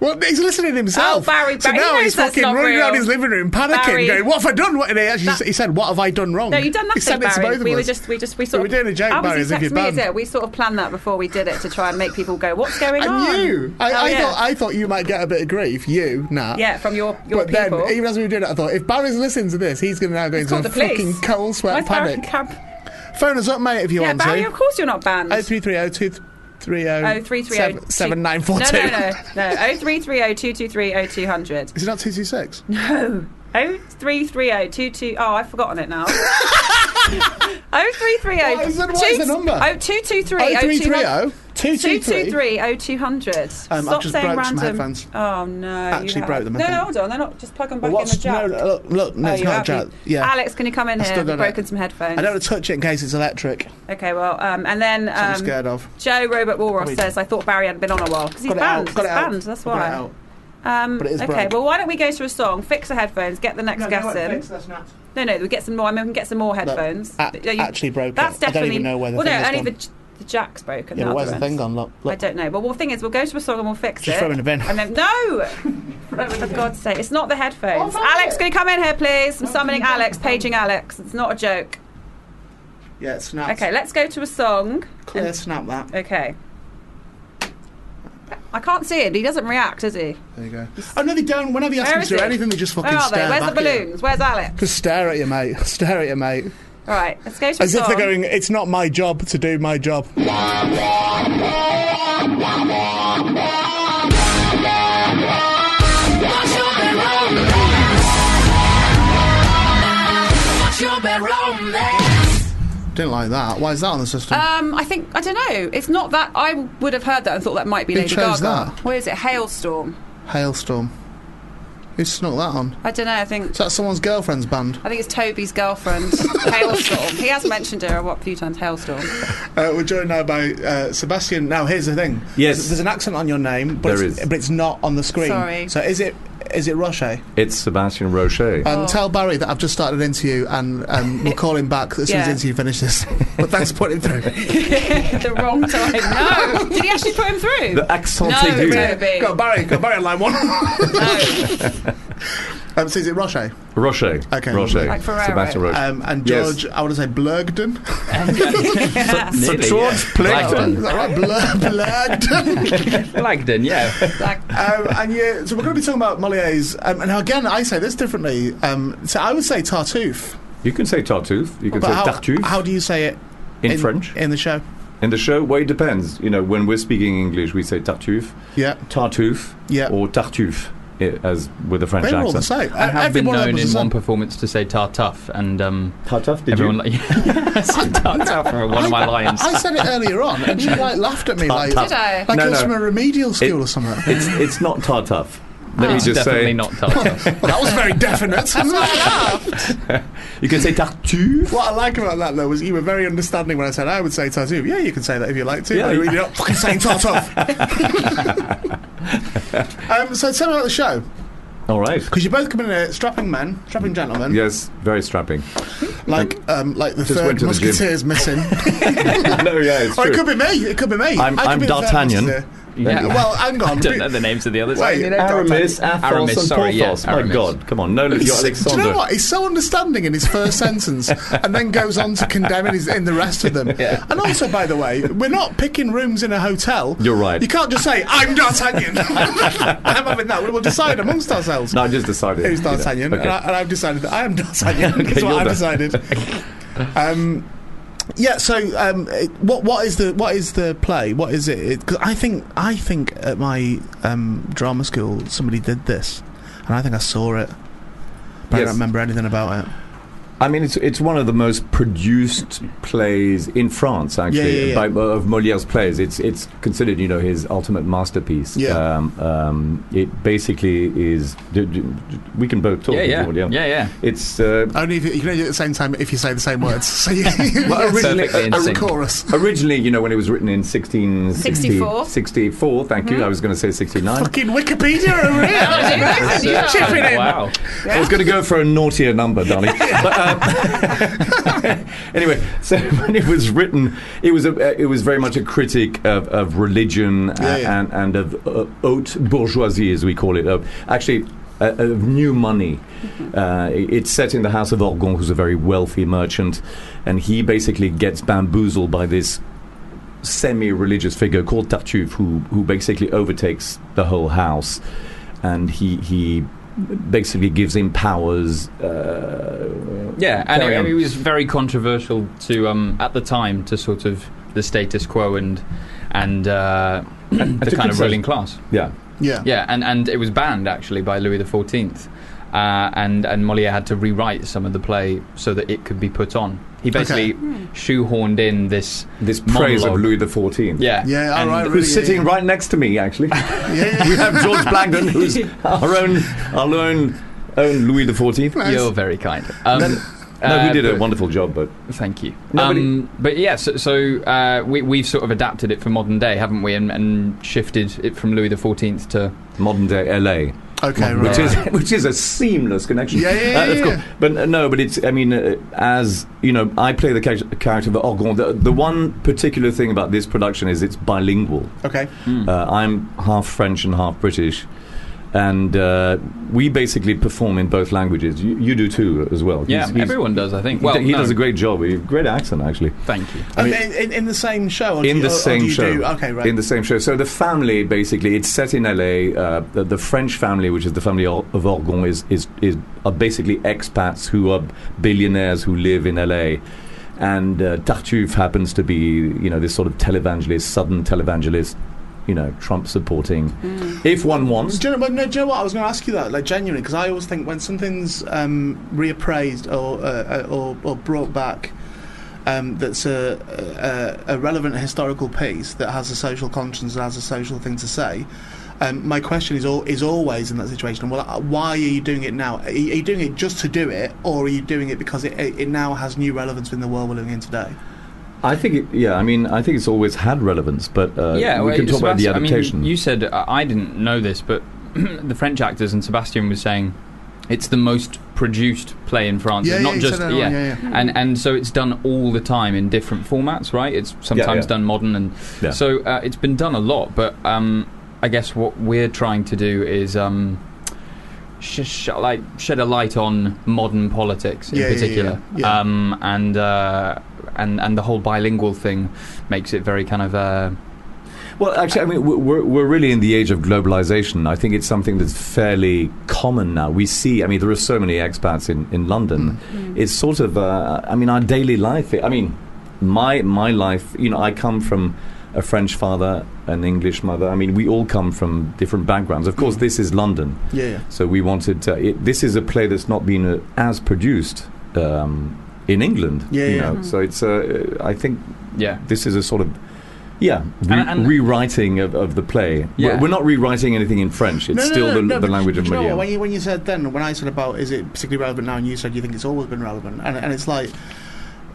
Well, he's listening himself.
Oh, Barry-
So
Barry- he
now
knows
he's
that's
fucking
not
running around
real.
his living room, panicking,
Barry-
going, "What have I done?" What? And he, actually,
That-
he said, "What have I done wrong?"
No, you done
He
nothing,
said it to
Barry.
both of
we were
us.
just, we just, we
We
sort
were
of.
doing a joke,
I was
Barry,
in
as if
text
you're
me, is
banned.
it? We sort of planned that before we did it to try and make people go, "What's going on?"
And you, I,
Oh,
I
yeah.
thought, I thought you might get a bit of grief. You, Nat.
yeah, from your your
But
people.
then, even as we were doing it, I thought, if Barry's listening to this, he's going to now go into
called
a
the police.
fucking cold sweat
Where's Barry?
panic.
Camp?
Phone us up, mate, if you
Yeah,
want
Barry.
to.
Of course, you're not banned.
Oh three three oh two three
Oh,
oh
three three oh
seven nine four
No,
two.
no, no, no. Oh, three three oh two two three oh two hundred.
Is it not two two six?
Oh, three three oh two two. Oh, I've forgotten it now. Oh three three oh.
What is it? What is the number?
Oh two two three
Oh
oh
three
two
three
hundred.
oh two two three.
223-0200.
Um, I've
Stop
just
saying
broke some
random.
headphones.
Oh no! you
Actually
have-
broke them, I
No,
think. Oh,
no, hold on. They're not. Just plug them back
What's
in the jack.
no, no, look, look, no,
Oh,
it's
you
not a
have,
jack.
you-
Yeah,
Alex, can you come in
I still
here? We've
don't know.
broken some headphones.
I don't want to touch it in case it's electric.
Okay, well, um, and then
I'm
um,
scared of.
Joe Robert Walross
Probably-
says, "I thought Barry had been on a while because he's
Got it
banned.
out. Got it
he's
out.
banned. That's
Got it
why."
out.
Um,
But it is
okay,
broke.
well, why don't we go to a song, fix the headphones, get the next guest in? No, no, we get some more. I mean, we can get some more headphones.
a-
But, yeah,
actually broke
That's
it. I don't
definitely.
even know where the
well,
thing
no,
is
only
gone.
The, the jack's broken.
Yeah, but
the
where's the
other
thing
end's-
gone? Look,
I
look.
don't know. Well, well, the thing is, we'll go to a song and we'll fix
Just
it.
throw it in a bin.
And then no, for God's sake, it's not the headphones. Alex, can you come in here, please? I'm summoning Alex, paging Alex. It's not a joke.
Yeah, snap.
Okay, let's go to a song.
clear snap that.
Okay.
I can't see him. He doesn't react, does he?
There you go. Oh no, they don't. Whenever you ask
Where
them
is
to do
it?
anything, they just fucking
Where are
stare
they? Where's
back
the
at you.
balloons? Where's Alex?
Just stare at you, mate. Stare at you, mate.
All right, let's go to
As
a
if they're
song.
going, it's not my job to do my job. Didn't like that. Why is that on the system?
Um, I think I don't know. It's not that I would have heard that and thought that might be
Who
Lady
chose
Gaga.
that?
Where is it? Hailstorm.
Hailstorm. Who snuck that on?
I don't know. I think
Is that someone's girlfriend's band?
I think it's Toby's girlfriend. Hailstorm. He has mentioned her what, a few times. Hailstorm.
Uh, we're joined now by uh, Sebastian. Now, here's the thing.
Yes.
There's, there's an accent on your name, but,
There
it's,
is.
but it's not on the screen.
Sorry.
So is it is it Roche?
It's Sebastian Rocher.
And tell Barry that I've just started an interview and um, we'll call him back as soon as the
Yeah.
interview finishes. but thanks for putting it through.
the wrong time. No. Did he actually put him through?
the accent
no,
aigu.
Toby.
got Barry, got Barry on line one.
No.
um, so is it Roche?
Rocher.
Okay.
Rocher.
Like Ferrero.
Sebastian Rocher.
Um, and
Yes.
George, I want to say Blurgden.
so George
Is
Blagden.
that right? Blur, Blurgden.
Blagden, yeah.
Like,
um, and yeah, so we're going to be talking about Moliere's. Um, and now again, I say this differently. Um, so I would say Tartuffe.
You can say Tartuffe. You can say
how,
Tartuffe
how do you say it
in, French.
in the show?
In the show, well, it depends. You know, when we're speaking English, we say Tartuffe,
Yeah,
Tartuffe,
yeah.
or Tartuffe, i- as with a French
they were all the
accent.
same.
I have been
Everyone
known
was
in
the
one
same.
performance to say tartuff, and um,
Tartuffe, did
everyone
you?
like, yeah, I said tartuff for one of my lines.
I said it earlier on, and she like laughed at me like
did I?
like
No,
it was
no.
from a remedial school or something.
it's, it's not Tartuffe. Let me
it's
just
definitely
say,
not tartuff.
well, that was very definite.
you can say Tartuffe.
what I like about that though was you were very understanding when I said I would say tattoo. Yeah, you can say that if you like to.
Yeah.
but you're not fucking saying tartuff. um, so tell me about the show
All right.
because you both come in here strapping men, strapping gentlemen,
Yes, very strapping.
like um, like the
Just
third
went to the gym.
musketeer is missing.
no, yeah, it's
or it
true.
could be me. It could be me.
I'm-
I could
I'm
be the third
D'Artagnan.
musketeer.
yeah,
Well, hang on.
I don't know the names of the others.
Wait,
Aramis, Athos,
Aramis,
and
sorry, yeah,
Porthos. My
Aramis.
God, come on, no, you're
Do
Alexander.
you know what? He's so understanding in his first sentence, and then goes on to condemning his, in the rest of them. And also, by the way, we're not picking rooms in a hotel.
You're right.
You can't just say I'm D'Artagnan. I'm having that. We'll decide amongst ourselves.
No, I just decided.
Who's
you know.
D'Artagnan?
Okay.
And, I, and I've decided that I am D'Artagnan.
Okay,
That's what
you're
I've
D'Ar-
decided. um, yeah. So, um, it- what what is the what is the play? What is it? it? Cause I think I think at my um, drama school somebody did this, and I think I saw it. But I
Yes.
don't remember anything about it.
I mean, it's it's one of the most produced plays in France, actually,
yeah, yeah.
By, of Molière's plays. It's it's considered, you know, his ultimate masterpiece.
Yeah.
Um, um, it basically is. d- d- d- we can both talk.
yeah,
if you
yeah,
want,
yeah, yeah.
It's uh,
Only if you, you can only do it at the same time if you say the same words. So you, it's
Well, originally-
Perfectly in
a, a
sync.
chorus.
originally, you know, when it was written in 1664.
64.
64. Thank
Mm-hmm.
you. I was going to say 69.
Fucking Wikipedia over here.
Yes,
You're chipping in.
Wow.
I was going to go for a naughtier number, darling. but, um, anyway, so when it was written, it was a, uh, it was very much a critic of, of religion a-
Yeah, yeah.
and and of uh, haute bourgeoisie, as we call it. Of actually. Uh, of new money.
Mm-hmm.
Uh, it- it's set in the house of Orgon, who's a very wealthy merchant, and he basically gets bamboozled by this semi-religious figure called Tartuffe, who who basically overtakes the whole house, and he he basically gives him powers. Uh,
Yeah, and
carry
it,
on.
it was very controversial to um, at the time to sort of the status quo and and uh, the
took
kind
it
of
so-
ruling class.
yeah,
Yeah.
Yeah, and, and it was banned actually by Louis XIV, uh, and and Molière had to rewrite some of the play so that it could be put on. He basically shoehorned in this.
this praise of
Monologue.
Louis the Fourteenth.
Yeah,
Yeah, all
and-
right,
Who's
Yeah,
sitting
yeah.
right next to me? Actually,
Yeah. yeah.
we have George Blagden, who's our own, our own, own Louis the Fourteenth.
You're very kind. Um,
No,
uh,
we did a
but-
wonderful job, but
Thank you.
Nobody-
Um, but yeah, so, so uh, we, we've sort of adapted it for modern day, haven't we? And, and shifted it from Louis XIV to
modern day LA.
Okay, right.
which is which is a seamless connection.
Yeah, yeah,
Uh,
yeah,
of
yeah.
course. But uh, no, but it's. I mean, uh, as you know, I play the character, character of Orgon. The, the one particular thing about this production is it's bilingual.
Mm.
okay.
Uh, I'm half French and half British. and uh, we basically perform in both languages. You, you do too, as well.
Yeah, everyone does, I think.
he
Well,
d- he
no.
does a great job. He- Great accent, actually.
Thank you.
I mean-
in, in, in the same show? Or do
in
you-
the
or- or do
same
you
show.
do- okay, right.
In the same show. So the family basically it's set in LA. Uh, the, the French family, which is the family of of Orgon, is is is are basically expats who are billionaires who live in LA. And uh, Tartuffe happens to be, you know, this sort of televangelist, southern televangelist, you know, Trump supporting,
Hmm.
if one wants.
Do you, know, but no, do you know what? I was going to ask you that, like genuinely, because I always think when something's um, reappraised or, uh, uh, or or brought back, um, that's a, a a relevant historical piece that has a social conscience and has a social thing to say. Um, my question is all is always in that situation. Well, uh, why are you doing it now? Are you, are you doing it just to do it, or are you doing it because it, it, it now has new relevance in the world we're living in today?
I think, it, yeah, I mean, I think it's always had relevance, but uh,
yeah,
we
well,
can talk about the
Sebasti- I mean,
adaptation.
you said uh, I didn't know this, but the French actors and Sebastian was saying it's the most produced play in France.
Yeah,
It's
yeah,
not
he said
just
that earlier, yeah, yeah.
and and so it's done all the time in different formats, right? It's sometimes
yeah.
done modern, and
Yeah.
so uh, it's been done a lot. But um, I guess what we're trying to do is. Um, sh- sh- like shed a light on modern politics in
Yeah, yeah,
particular,
yeah, yeah.
Um, and uh, and and the whole bilingual thing makes it very kind of uh,
Well, actually, I mean, we- we're, we're really in the age of globalization. I think it's something that's fairly common now. We see, I mean, there are so many expats in, in London. It's sort of, uh, I mean, our daily life. I mean, my, my life, you know, I come from a French father, an English mother. I mean, we all come from different backgrounds. Of course, this is London.
Yeah, yeah.
So we wanted to, it, this is a play that's not been uh, as produced um, in England.
Yeah,
you
yeah.
Know? So it's, uh, I think
yeah.
this is a sort of yeah re-
And- and-
rewriting of, of the play. We're-
Yeah.
We're, not rewriting anything in French. It's still the, the
but
language
do
of
you know what,
Molière.
when you when you said then when I said about is it particularly relevant now, and you said you think it's always been relevant, and and it's like.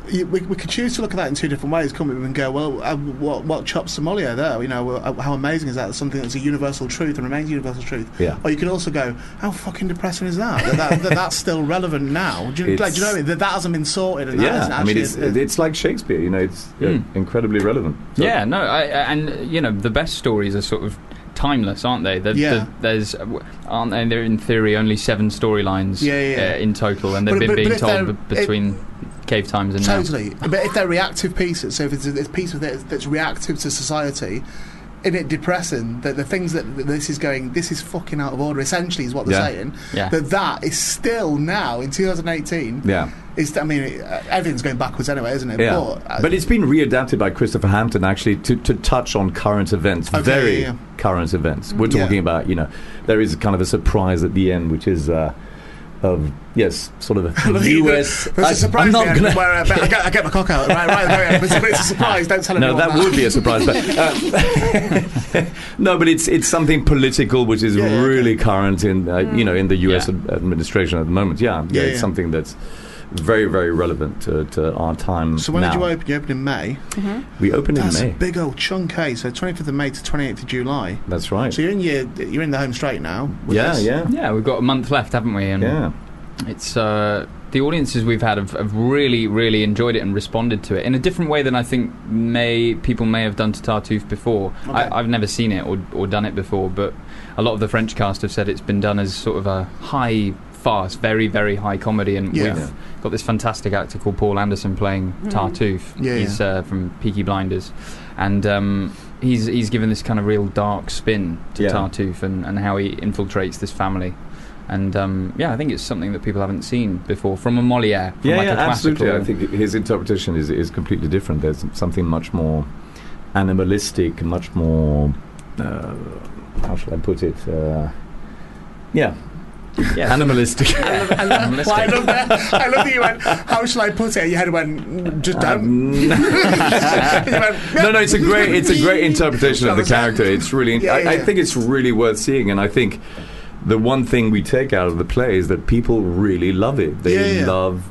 You, we, we could choose to look at that in two different ways, couldn't we? We can go, well, uh, what, what chops Somalia there? You know, uh, how amazing is that? Something that's a universal truth and remains a universal truth.
Yeah.
Or you could also go, how fucking depressing is that? That, that, that that's still relevant now. Do you, like, do you know what I mean? That, that hasn't been sorted. And that
Yeah,
isn't
I mean
actually uh,
it's
a- a-
it's like Shakespeare. You know, it's yeah,
Mm.
incredibly relevant. So-
Yeah, no, I, I- and you know the best stories are sort of timeless, aren't they? The,
Yeah.
The, there's aren't they? They're in theory only seven storylines.
Yeah, yeah, yeah.
Uh, in total, and they've
But-
been
but-
being
but if
told
they're-
b- between cave times and now.
Totally. But if they're reactive pieces, so if it's a, it's a piece of it that's reactive to society, in it depressing that the things that that this is going, this is fucking out of order. Essentially, is what they're
Yeah.
saying.
Yeah.
That that is still now in 2018.
Yeah.
Is I mean, it, uh, everything's going backwards anyway, isn't it?
Yeah,
But, uh,
but it's been readapted by Christopher Hampton actually to, to touch on current events,
Okay,
very
yeah, yeah.
current events. We're
Yeah.
talking about, you know, there is kind of a surprise at the end, which is uh, of yes, sort of
Look,
a
you-
U.S.
There's a surprise
am not
there
gonna-
where I, bet- I, get, I get my cock out. Right, right. there, but it's, but it's a surprise. Don't tell
No,
anyone.
that would be a surprise. But, uh, no, but it's it's something political which is
Yeah, yeah,
really current in uh, you know in the U.S.
Yeah.
ad- administration at the moment. Yeah, yeah,
Yeah,
it's
yeah.
something that's very very relevant to, to our time.
So when
now.
did you open? You opened in May.
We opened in
That's
May.
a big old chunk, eh? So 25th of May to 28th of July.
That's right.
So you're in your, you're in the home straight now. with
yeah,
this.
yeah,
Yeah, we've got a month left, haven't we? And
yeah.
it's uh, the audiences we've had have, have really, really enjoyed it and responded to it in a different way than I think may people may have done to Tartuffe before.
Okay.
I, I've never seen it or, or done it before, but a lot of the French cast have said it's been done as sort of a high farce, very, very high comedy, and
Yeah. Hmm.
we've got this fantastic actor called Paul Anderson playing Tartuffe.
Yeah,
he's Uh, from Peaky Blinders, and um, he's he's given this kind of real dark spin to
Yeah.
Tartuffe and, and how he infiltrates this family. And um, yeah, I think it's something that people haven't seen before from a Moliere, from
yeah,
like
yeah,
a classical.
absolutely. I think his interpretation is, is completely different. There's something much more animalistic, much more. Uh, how shall I put it? Uh, yeah,
yeah,
animalistic.
Well, I love that. I love that you went. How shall I put it? And Your head went "Mm, just down.
Um, no, no, it's a great, it's a great interpretation of the character. It's really,
Yeah,
I,
yeah,
I
yeah.
think it's really worth seeing, and I think the one thing we take out of the play is that people really love it. They
Yeah, Mm-hmm. yeah.
love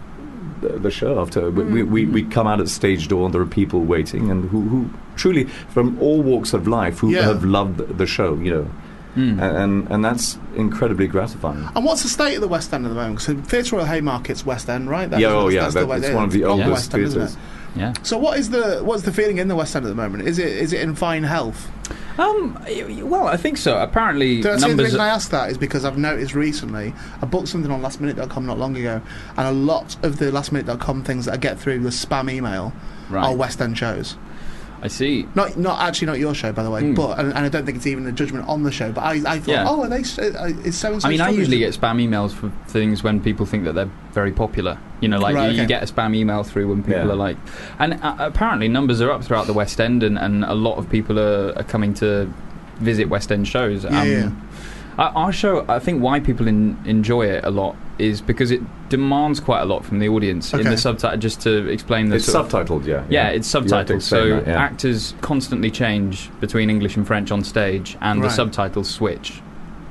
the, the show. After we, we, we, we come out at stage door, and there are people waiting, and who, who truly from all walks of life who
Yeah.
have loved the show. You know,
Hmm.
and, and and that's incredibly gratifying.
Oh,
And what's the state of the West End at the moment? So Theatre Royal Haymarket's West End, right? That's-
yeah, oh yeah,
that's the
that,
West
it's
End.
one of the
Old
oldest
West End, isn't
theatres.
it?
yeah.
So what is the what's the feeling in the West End at the moment? Is it is it in fine health?
Um, well, I think so. Apparently,
Do you know, see, the
numbers.
reason I ask that is because I've noticed recently I booked something on lastminute.com not long ago, and a lot of the lastminute.com things that I get through the spam email
Right.
are West End shows.
I see.
Not, not actually not your show, by the way,
Hmm.
but and, and I don't think it's even a judgment on the show. But I, I thought,
Yeah.
oh, are they? s- uh, Is so and so?
I mean, I usually get spam emails for things when people think that they're very popular. You know, like
Right,
you, you
okay.
get a spam email through when people
Yeah.
are like, and uh, apparently numbers are up throughout the West End, and, and a lot of people are, are coming to visit West End shows.
Yeah, yeah.
Our our show, I think, why people in, enjoy it a lot is because it demands quite a lot from the audience in
Okay.
the subtitle. Just to explain the
It's
sort of-
subtitled, yeah,
yeah,
yeah.
it's
You have to
subtitled.
explain
So
that, yeah.
actors constantly change between English and French on stage, and the
Right.
subtitles switch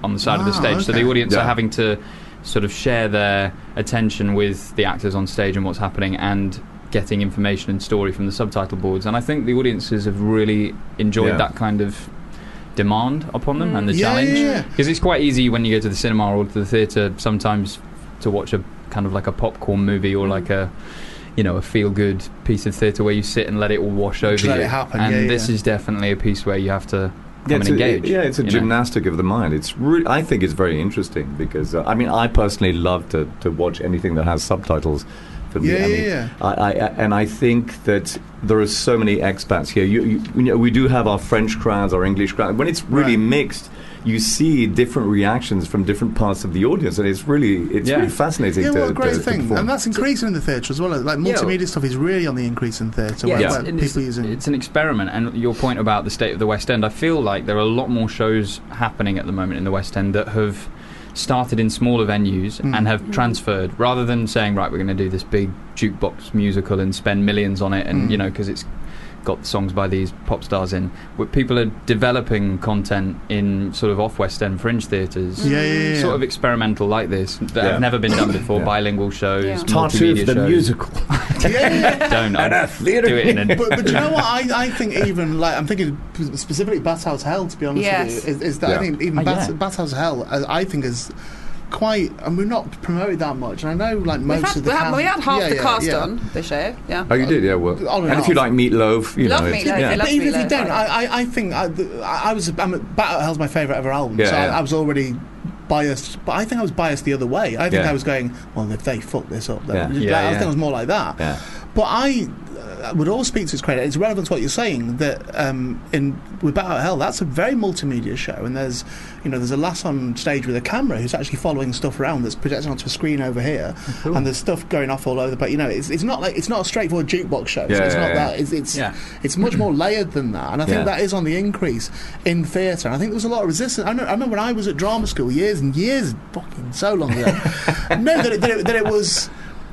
on the side of the
Ah,
stage. So the
okay.
audience
Yeah.
are having to sort of share their attention with the actors on stage and what's happening, and getting information and story from the subtitle boards. And I think the audiences have really enjoyed
Yeah.
that kind of demand upon them and the
Mm. Yeah, yeah,
challenge
yeah.
because it's quite easy when you go to the cinema or to the theatre sometimes to watch a kind of like a popcorn movie or like a you know a feel good piece of theatre where you sit and let it all wash over
let
you.
it happen,
And
yeah, yeah,
this
yeah.
is definitely a piece where you have to come
Yeah,
and
it's a,
engage.
yeah, it's a
you know?
gymnastic of the mind. It's really, I think it's very interesting because uh, I mean, I personally love to, to watch anything that has subtitles. For me,
Yeah,
I
yeah,
mean,
yeah.
I, I, and I think that there are so many expats here. You, you, you know, we do have our French crowds, our English crowds. When it's really mixed, you see different reactions from different parts of the audience, and it's really it's really fascinating.
Yeah,
to,
what a great
to, to
thing,
perform.
and that's increasing in the theatre as well. Like
Yeah.
multimedia stuff is really on the increase in theatre.
Yeah,
where,
it's-
where
and
people
Mm.
using
It's an experiment, and your point about the state of the West End, I feel like there are a lot more shows happening at the moment in the West End that have started in smaller venues
Mm.
and have
Mm.
transferred rather than saying right we're going to do this big jukebox musical and spend millions on it and
Mm.
you know because it's got songs by these pop stars in where people are developing content in sort of off west end fringe theatres
Yeah, yeah, yeah,
sort
yeah.
of experimental like this that
Yeah.
have never been done before
Yeah.
bilingual shows multimedia
Tartuffe the
shows.
musical.
don't I do it in a
but, but do you know what? I, I think even like I'm thinking p- specifically Bathhouse Hell. To be honest
Yes.
with you, is, is that
Yeah.
I think even
Ah,
Bath,
yeah.
Bathhouse Hell, uh, I, I think is quite, and we're not promoted that much. And I know like most
We've had,
of the
we, had,
cast-
we had half
Yeah,
the
yeah,
cast
yeah.
on this year. Yeah.
Oh, you did, yeah. Well,
On and
and if you
off.
like meatloaf, you
Love
know, it's-
meatloaf,
yeah.
I love
But even if you
meatloaf,
don't,
I-
I, I, I think I, th- I I was. I'm, Battle Hell's my favourite ever album,
Yeah,
so I,
yeah.
I was already biased. But I think I was biased the other way. I think
Yeah.
I was going, well, if they fuck this up, then
Yeah. Yeah,
I
yeah.
think it was more like that.
Yeah.
But I uh, would all speak to his credit. It's relevant to what you're saying that um, in with Battle Hell, that's a very multimedia show, and there's you know there's a lass on stage with a camera who's actually following stuff around that's projected onto a screen over here, and there's stuff going off all over. the place. you know it's, it's not like it's not a straightforward jukebox show.
Yeah,
so it's
yeah,
not
yeah.
that. It's it's, it's much more layered than that, and I think
Yeah.
that is on the increase in theatre. And I think there was a lot of resistance. I, know, I remember when I was at drama school years and years, fucking so long ago. no, that it, that it, that it was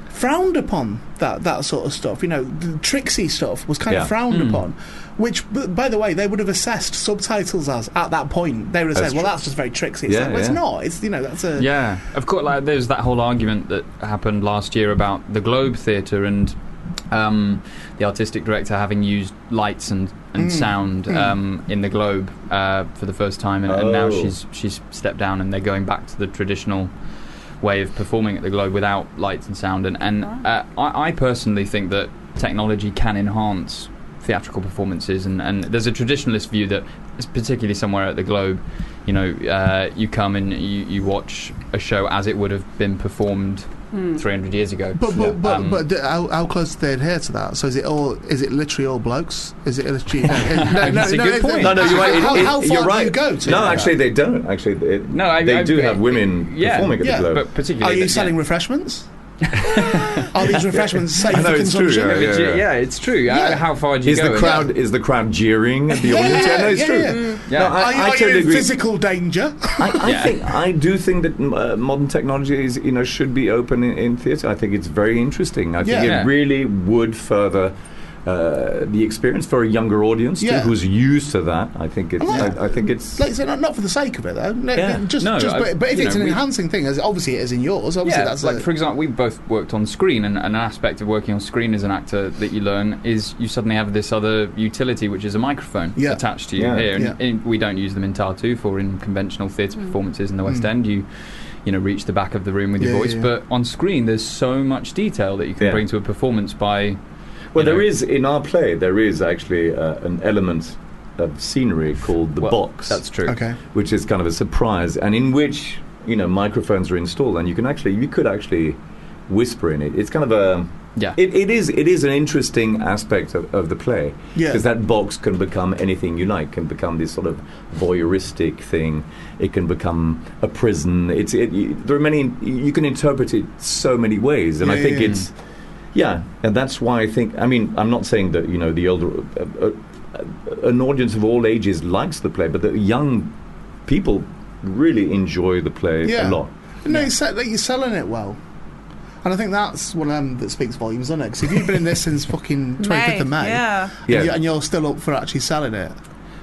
frowned upon that that sort of stuff. You know, the tricksy stuff was kind
Yeah.
of frowned
Mm.
upon. Which, b- by the way, they would have assessed subtitles as at that point. They would have
That's
said, "Well,
true.
that's just very tricksy." It's
Yeah,
like, well,
yeah.
it's not. It's you know, that's a
yeah, of course. Like there's that whole argument that happened last year about the Globe Theatre and um, the artistic director having used lights and, and
Mm.
sound
Mm.
um, in the Globe uh, for the first time, and, and now
Oh.
she's she's stepped down, and they're going back to the traditional way of performing at the Globe without lights and sound. And, and uh, I, I personally think that technology can enhance theatrical performances. And, and there's a traditionalist view that, s- particularly somewhere at the Globe, you know, uh, you come and you, you watch a show as it would have been performed
Mm.
300 years ago.
But but but,
Um,
but d- how, how close did they adhere to that? So is it all? Is it literally all blokes? Is it literally? No, no, no,
That's a
no,
good
it-
point.
No, no, you're right. It-
How,
it-
how far
you're right.
do you go to?
No, actually, they don't. Actually, they- it,
No, I-
they
I-
do
I-
have women
yeah,
performing at
yeah,
the Globe.
but particularly
Are you
that-
selling refreshments? Are these refreshments safe
I know
for
it's true.
consumption?
Yeah, yeah, yeah.
it's true. Uh, How far do you
Is
go?
the crowd is the crowd jeering at the
Yeah,
audience?
yeah,
no, it's
yeah,
true.
yeah.
Yeah.
No,
Are,
I,
you-
I
are you
totally
in
agree.
physical danger?
I think I do think that m- uh, modern technology is you know should be open in, in theatre. I think it's very interesting. I think
Yeah. Yeah.
it really would further. Uh, the experience for a younger audience
Yeah.
too, who's used to that. I think it's.
Yeah.
I, I think it's.
Like, so not, not for the sake of it, though. No,
Yeah.
Just,
No,
just,
I-
but, but if
you
it's
know,
an
we-
enhancing thing, as obviously it is in yours. Obviously,
yeah,
that's
like
a-
for example, we've both worked on screen, and, and an aspect of working on screen as an actor that you learn is you suddenly have this other utility, which is a microphone
Yeah.
attached to you
Yeah,
here, and,
yeah.
and we don't use them in Tartuffe or in conventional theatre
Mm.
performances in the West
Mm.
End. You, you know, reach the back of the room with your
Yeah,
voice,
yeah,
but on screen, there's so much detail that you can
Yeah.
bring to a performance by.
Well, there is in our play. There is actually uh, an element uh, of scenery called the box.
that's true.
Okay.
Which is kind of a surprise, and in which you know microphones are installed, and you can actually you could actually whisper in it. It's kind of a
Yeah.
It, it is it is an interesting aspect of, of the play
Yeah.
because that box can become anything you like. Can become this sort of voyeuristic thing. It can become a prison. It's it, you, there are many you can interpret it so many ways, and
Yeah,
I think
yeah, yeah.
it's yeah, and that's why I think. I mean, I'm not saying that you know the older uh, uh, an audience of all ages likes the play, but the young people really enjoy the play
Yeah.
a lot.
No, it's that that you're selling it well. And I think that's one of them that speaks volumes, doesn't it? 'Cause if you've been in this since fucking 25th of May,
Yeah.
and
Yeah.
you- and you're still up for actually selling it.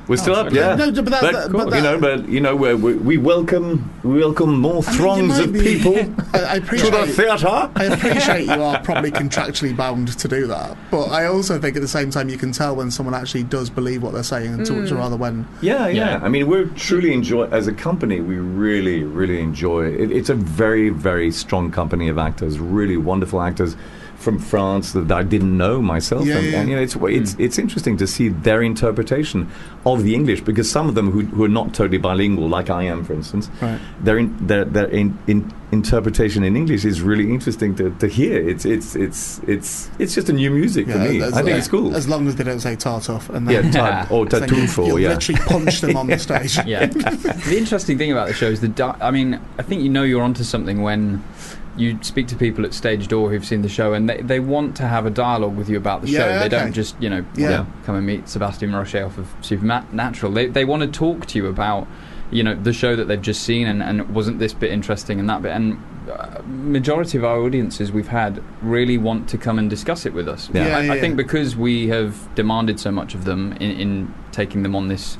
We're still up, yeah.
No, but that-
but,
that- but
you know, but you know, we're, we we welcome we welcome more
I mean, you
throngs
might
of
be-
people
I, I
to
appreciate
the theatre.
I appreciate you are probably contractually bound to do that, but I also think at the same time you can tell when someone actually does believe what they're saying, and to- to rather when
Yeah, yeah,
Yeah.
I mean, we're truly enjoy as a company. We really, really enjoy. It, it's a very, very strong company of actors. Really wonderful actors from France that I didn't know myself.
Yeah,
and,
yeah, Hmm.
and, you know, it's it's it's interesting to see their interpretation of the English because some of them who, who are not totally bilingual, like I am, for instance,
Right.
their in, their their in, in interpretation in English is really interesting to, to hear. It's it's it's it's it's just a new music for me. I think it's cool.
As long as they don't say tartoff and
yeah,
then
tar- or
then you-
tartufo.
you'll
Yeah.
literally punch them on the stage.
yeah. the interesting thing about the show is the. Di- I mean, I think you know you're onto something when you speak to people at stage door who've seen the show and they, they want to have a dialogue with you about the
Yeah,
show. They
okay.
don't just you know
Yeah.
wanna come and meet Sebastian Roche off of Supernatural. They they want to talk to you about you know the show that they've just seen and, and wasn't this bit interesting and that bit and. Uh, majority of our audiences we've had really want to come and discuss it with us.
Yeah.
Yeah,
I,
yeah,
I
yeah.
think because we have demanded so much of them in, in taking them on this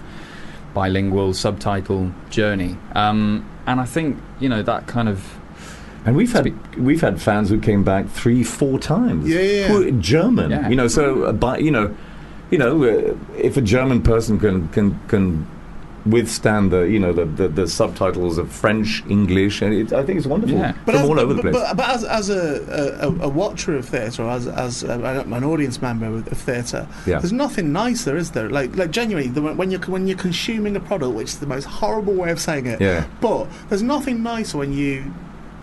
bilingual subtitle journey. Um, and I think you know that kind of
And we've had
Spe-
we've had fans who came back three, four times.
Yeah, yeah, yeah.
Who are German.
Yeah.
You know, so uh, by you know, you know, uh, if a German person can can can withstand the you know the the, the subtitles of French, English, and it, I think it's wonderful.
Yeah.
From
as,
all over the
but-
place.
But, but as, as a, a, a watcher of theatre or as, as a, an audience member of, of theatre,
Yeah.
there's nothing nicer, is there? Like, like genuinely, the, when, you're, when you're consuming a product, which is the most horrible way of saying it,
Yeah.
but there's nothing nicer when you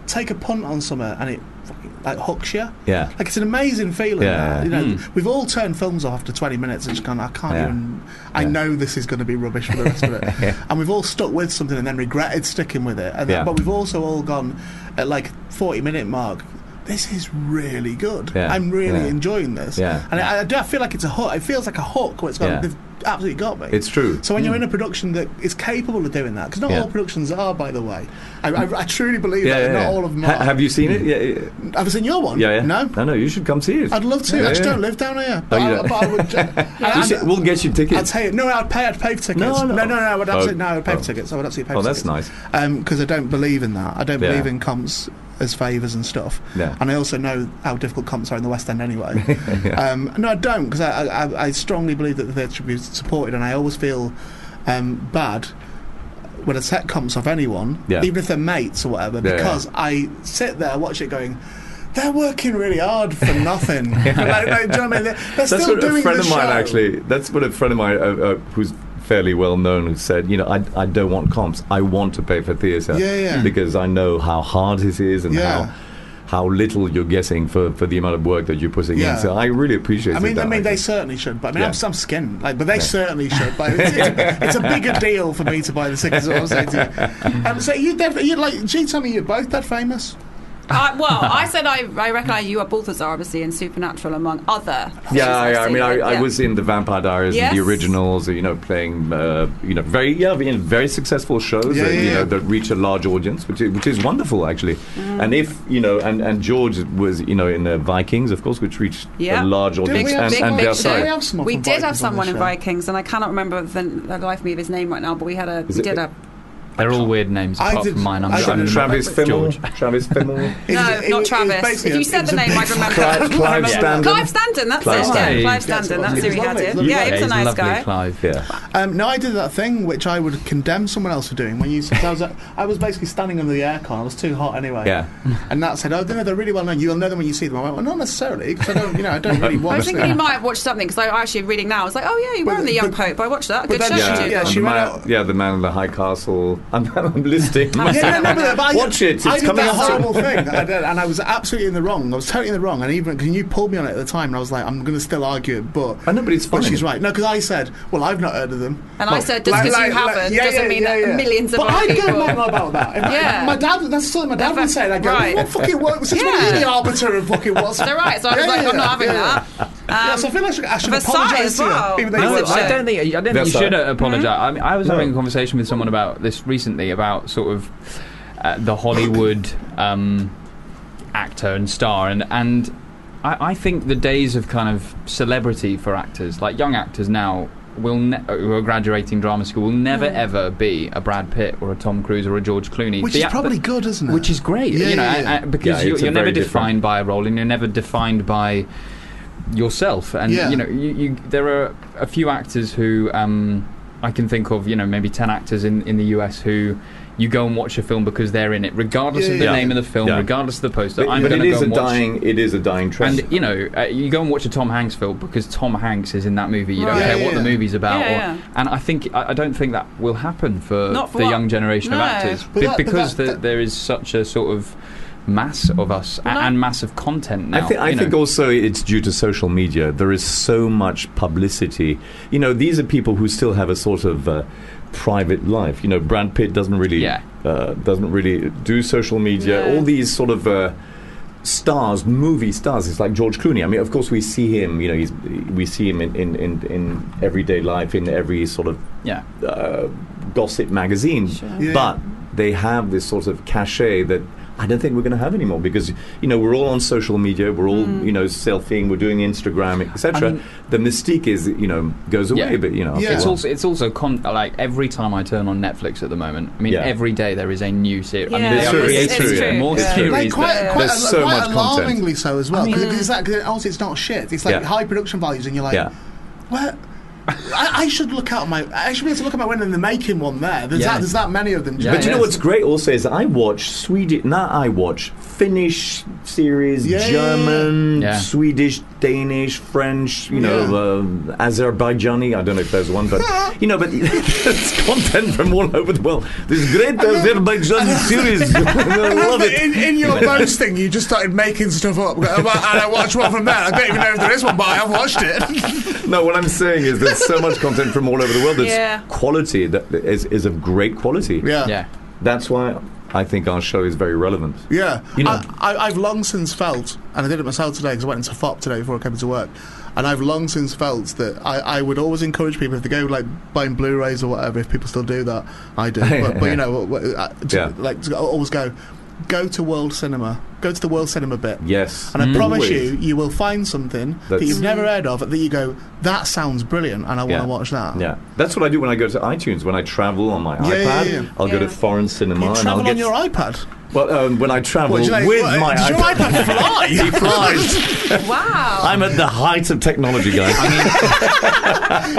take a punt on something and it fucking, like hooks you.
yeah.
Like it's an amazing feeling.
Yeah. Hmm.
that, You know,
Mm.
we've all turned films off after 20 minutes and just gone, I can't
Yeah.
even. I
Yeah.
know this is going to be rubbish for the rest of it. And we've all stuck with something and then regretted sticking with it. And then-
Yeah.
but we've also all gone at like 40 minute mark. This is really good.
Yeah.
I'm really
Yeah.
enjoying this.
Yeah.
And I, I do. I feel like it's a hook. It feels like a hook. Where it's gone.
Yeah.
They've absolutely got me.
It's true. Hmm.
So when you're in a production that is capable of doing that, because not
Yeah.
all productions are, by the way. I, I, I truly believe
yeah,
that
yeah,
not
yeah.
all of them
Ha-
are.
have you seen it? Yeah, yeah,
Have I seen your one?
yeah. yeah.
No.
no, no. You should come see it.
I'd love to.
Yeah,
I just
yeah. Oh,
don't live down here. But,
you
I,
don't.
but I would. I,
You should- we'll get you
I'd
tickets.
pay it. No, I'd pay. I'd pay for tickets.
No, no.
no, no. I would
Oh.
absolutely. No, I would pay
Oh.
for tickets. I would absolutely pay
Oh,
for
that's
tickets.
nice.
nice. Because I don't believe in that. I don't
Yeah.
believe in comps as favours and stuff.
Yeah.
And I also know how difficult comps are in the West End anyway. um, no, I don't. Because I, I, I- I strongly believe that the theatre should be supported, and I always feel um, bad. When I set comps off anyone,
Yeah.
even if they're mates or whatever,
Yeah, yeah.
because I sit there, watch it going, they're working really hard for nothing. like, like, do you know what I mean? They're, they're
That's
still
what
doing
a friend
the
of mine
show.
actually. That's what a friend of mine uh, uh, who's fairly well known who said. You know, I, I don't want comps. I want to pay for theatre.
Yeah, yeah. Hmm.
Because I know how hard it is and
Yeah.
how how little you're getting for, for the amount of work that you're putting
Yeah.
in. So I really appreciate.
I mean,
that.
I mean, they
actually.
certainly should. But I mean,
Yeah.
I'm, I'm skinned, like, but they certainly should. But it's, it's, a, it's a bigger deal for me to buy the tickets. is What I'm saying to you. Um, so you, dead, you like, gee, tell me you're both that famous.
I, well, I said I, I recognise you at Balthazar, obviously, in Supernatural, among other.
Yeah, yeah. I mean, I, I
Yeah.
was in the Vampire Diaries, and the
Yes.
originals. You know, playing uh, you know very yeah in very successful shows
Yeah,
that
yeah,
you know
yeah.
that reach a large audience, which is, which is wonderful actually. And if you know, and, and George was you know in the Vikings, of course, which reached
Yeah.
a large
we
audience,
have
and,
big
and
big
Versailles.
show? We have someone
We
from
did
Vikings on
have someone
this
in
show.
Vikings, and I cannot remember the, the life me of his name right now. But we had a
Is
we
it-
did a
They're all weird names
I
apart
did-
from mine. I'm
I
sure
did-
I'm
Travis
George.
Fimmel. Travis Fimmel.
No, not Travis. If you said the name, I'd remember.
Clive, Clive
Yeah.
Standen.
Clive Standen, that's
Clive
it.
Standen.
Yeah, Clive
That's
Standen, that's
what
who
I
we
mean.
had
He's
it.
lovely.
Yeah, he was a
He's
nice
lovely,
guy.
Clive.
Yeah.
Um, no, I did that thing which I would condemn someone else for doing. When you, 'cause I was, uh, I was basically standing under the aircon. It was too hot anyway.
Yeah.
And that said, oh, they're, they're really well known. You'll know them when you see them. I went, well, not necessarily, because I don't, you know, I don't really
I
watch
was thinking
them.
you might have watched something because I actually reading now. I was like, oh yeah, you were
But-
on the Young
but-
Pope. I watched that.
but
Good
then
show.
she-
you did.
yeah,
the
she
man,
went out-
Yeah, the man in the high castle. I'm, I'm listing.
Yeah, no, no, but I,
Watch it. It's
I did
coming
that
out soon.
horrible thing, I did, and I was absolutely in the wrong. I was totally in the wrong, and even because you pulled me on it at the time, and I was like, I'm going to still argue it, but
I know, but it's
but
funny.
she's right. No, because I said, well, I've not heard of them,
And I
Well,
said, just because you haven't doesn't mean that millions of
but
other
I'd
people.
go mad about that. If I-
Yeah.
my dad. That's something my dad
They're
would say. And I'd go,
right.
"What fucking what? Since when are you
Yeah.
the arbiter of fucking what's?"
They're right. So I was
Yeah,
like,
yeah,
I'm not having
yeah.
that.
Yeah, so I feel like I should, I should
Versailles
apologise
as
to
well.
you, even though
No,
you
No,
weren't
Massive
I
there.
shame.
don't think I don't think
That's
you should uh,
right.
apologize.
Hmm?
I mean, I was
No.
having a conversation with someone about this recently about sort of uh, the Hollywood um, actor and star, and and I, I think the days of kind of celebrity for actors, like young actors now, will ne- uh, who are graduating drama school, will never ever be a Brad Pitt or a Tom Cruise or a George Clooney,
Hmm. Which
The
is
act-
probably good, isn't it?
which is great,
Yeah,
you know,
yeah,
and-
yeah.
and- because
Yeah,
you're,
it's a
you're never
very different-
defined by a role, and you're never defined by yourself. And
Yeah.
you know, you, you, there are a few actors who um, I can think of, you know, maybe ten actors in, in the US who you go and watch a film because they're in it, regardless
Yeah,
of the
yeah,
name
yeah.
of the film,
Yeah.
regardless of the poster.
But,
I'm
but
gonna
it is
go
a
and watch.
dying. It is a dying trend.
And you know, uh, you go and watch a Tom Hanks film because Tom Hanks is in that movie. You don't
Right.
care
Yeah,
what the
yeah.
movie's about.
Yeah,
or-
yeah.
And I think I, I don't think that will happen for,
Not for
the
what?
young generation
No.
of actors
But
be-
that- but
because
that-
the-
that-
there is such a sort of mass of us a-
Well, I-
and mass of content now.
I think, I
you know.
think also it's due to social media. There is so much publicity. You know, these are people who still have a sort of uh, private life. You know, Brad Pitt doesn't really
Yeah.
uh, doesn't really do social media.
No.
All these sort of. Uh, Stars, movie stars. It's like George Clooney. I mean, of course, we see him. You know, he's, we see him in, in, in, in everyday life, in every sort of
yeah.
uh, gossip magazine,
Yeah.
but they have this sort of cachet that I don't think we're going to have anymore because you know we're all on social media, we're all you know selfieing, we're doing Instagram, etc.
I mean-
the mystique is you know goes away,
Yeah.
but you know after
Yeah.
a
It's
while.
also it's also con- like every time I turn on Netflix at the moment. I mean,
Yeah.
every day there is a new series. I
Yeah,
mean, they
It's
are
true.
creating
It's- it's true.
more
Yeah.
series.
Like quite,
that-
quite,
There's
al-
so
quite
much content.
alarmingly so as well.
I mean-
'cause it- 'cause that- 'cause also it's not shit. It's like
Yeah.
high production values, and you're like,
Yeah.
what? I, I should look out my. I should be able to look at my window and they're making one there. There's,
Yeah.
that, there's that many of them.
Yeah,
But you know
yes.
what's great also is I watch Swedish, now I watch Finnish series,
Yeah.
German,
Yeah.
Swedish, Danish, French, you know,
Yeah.
uh, Azerbaijani. I don't know if there's one, but you know, but it's content from all over the world. This great Azerbaijani series. I love it.
In, in your boasting, you just started making stuff up. Go, "Well, And I watched one from there. I don't even know if there is one, but I have watched it.
No, what I'm saying is there's so much content from all over the world that's
Yeah.
quality, that is, is of great quality.
yeah.
yeah.
That's why I think our show is very relevant.
Yeah,
You know-
I, I, I've long since felt, and I did it myself today because I went into FOP today before I came into work, and I've long since felt that I, I would always encourage people if they go like buying Blu-rays or whatever. If people still do that, I do. But, but you know, what- what- I- to-
Yeah.
like to always go, go to World Cinema, go to the World Cinema bit.
Yes.
And I promise
Mm. Always.
you, you will find something that
That's-
you've never heard of that you go, that sounds brilliant, and I want to
Yeah.
watch that.
Yeah, that's what I do when I go to iTunes. When I travel on my
Yeah,
iPad,
yeah, yeah.
I'll go
Yeah.
to foreign cinema
You
and I'll
travel
get
on your iPad.
well um, when I travel
What, do you like-
with
what,
my
does your
iPad.
iPad fly?
He flies.
Wow.
I'm at the height of technology, guys.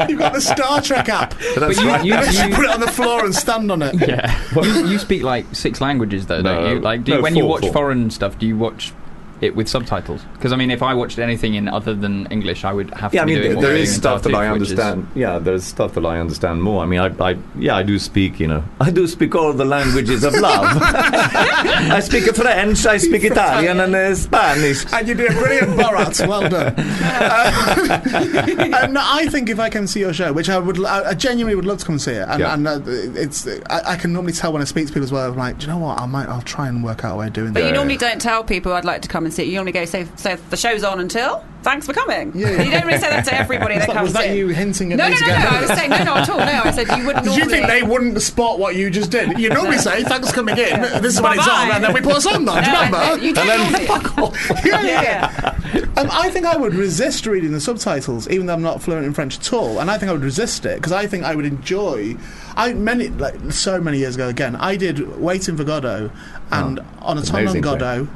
You've got the Star Trek app.
that's
But you-
right.
you-
You should put it on the floor and stand on it.
Yeah. you, you speak like six languages, though,
No.
don't you? Like, do you,
No,
when you
four,
watch
four.
foreign stuff, do you watch it with subtitles? Because I mean, if I watched anything in other than English, I would have
yeah, I
to be
mean,
doing
there,
what
there
we're
is
doing in
stuff that I
Tartuffe, which is-
understand. Yeah, there's stuff that I understand more. I mean, I, I, yeah, I do speak. You know, I do speak all the languages of love. I speak French, I speak Italian, and uh, Spanish.
And you did a brilliant Borat. Well done. Uh, and I think if I come see your show, which I would, I, I genuinely would love to come see it. And,
Yeah.
and uh, it's, I, I can normally tell when I speak to people as well. I'm like, do you know what? I might, I'll try and work out a way of doing
But
that.
you normally don't tell people I'd like to come and see it. You normally go say, say the show's on until thanks for coming.
Yeah.
You don't really say that to everybody that,
Was that,
comes
was that
in.
you hinting at
No,
me
no,
to
no, no.
get
I was saying no, no, at all. No, I said you wouldn't
Did
normally.
you think they wouldn't spot what you just did? You normally say, thanks for coming in, this is when it's on,
Bye-bye.
and then we put a song on,
No, I
do you remember?
said, you don't normally.
yeah, yeah.
Yeah.
Um, I think I would resist reading the subtitles, even though I'm not fluent in French at all. And I think I would resist it because I think I would enjoy. I many like so many years ago. Again, I did Waiting for Godot and
Oh,
on a time on
amazing play.
Godot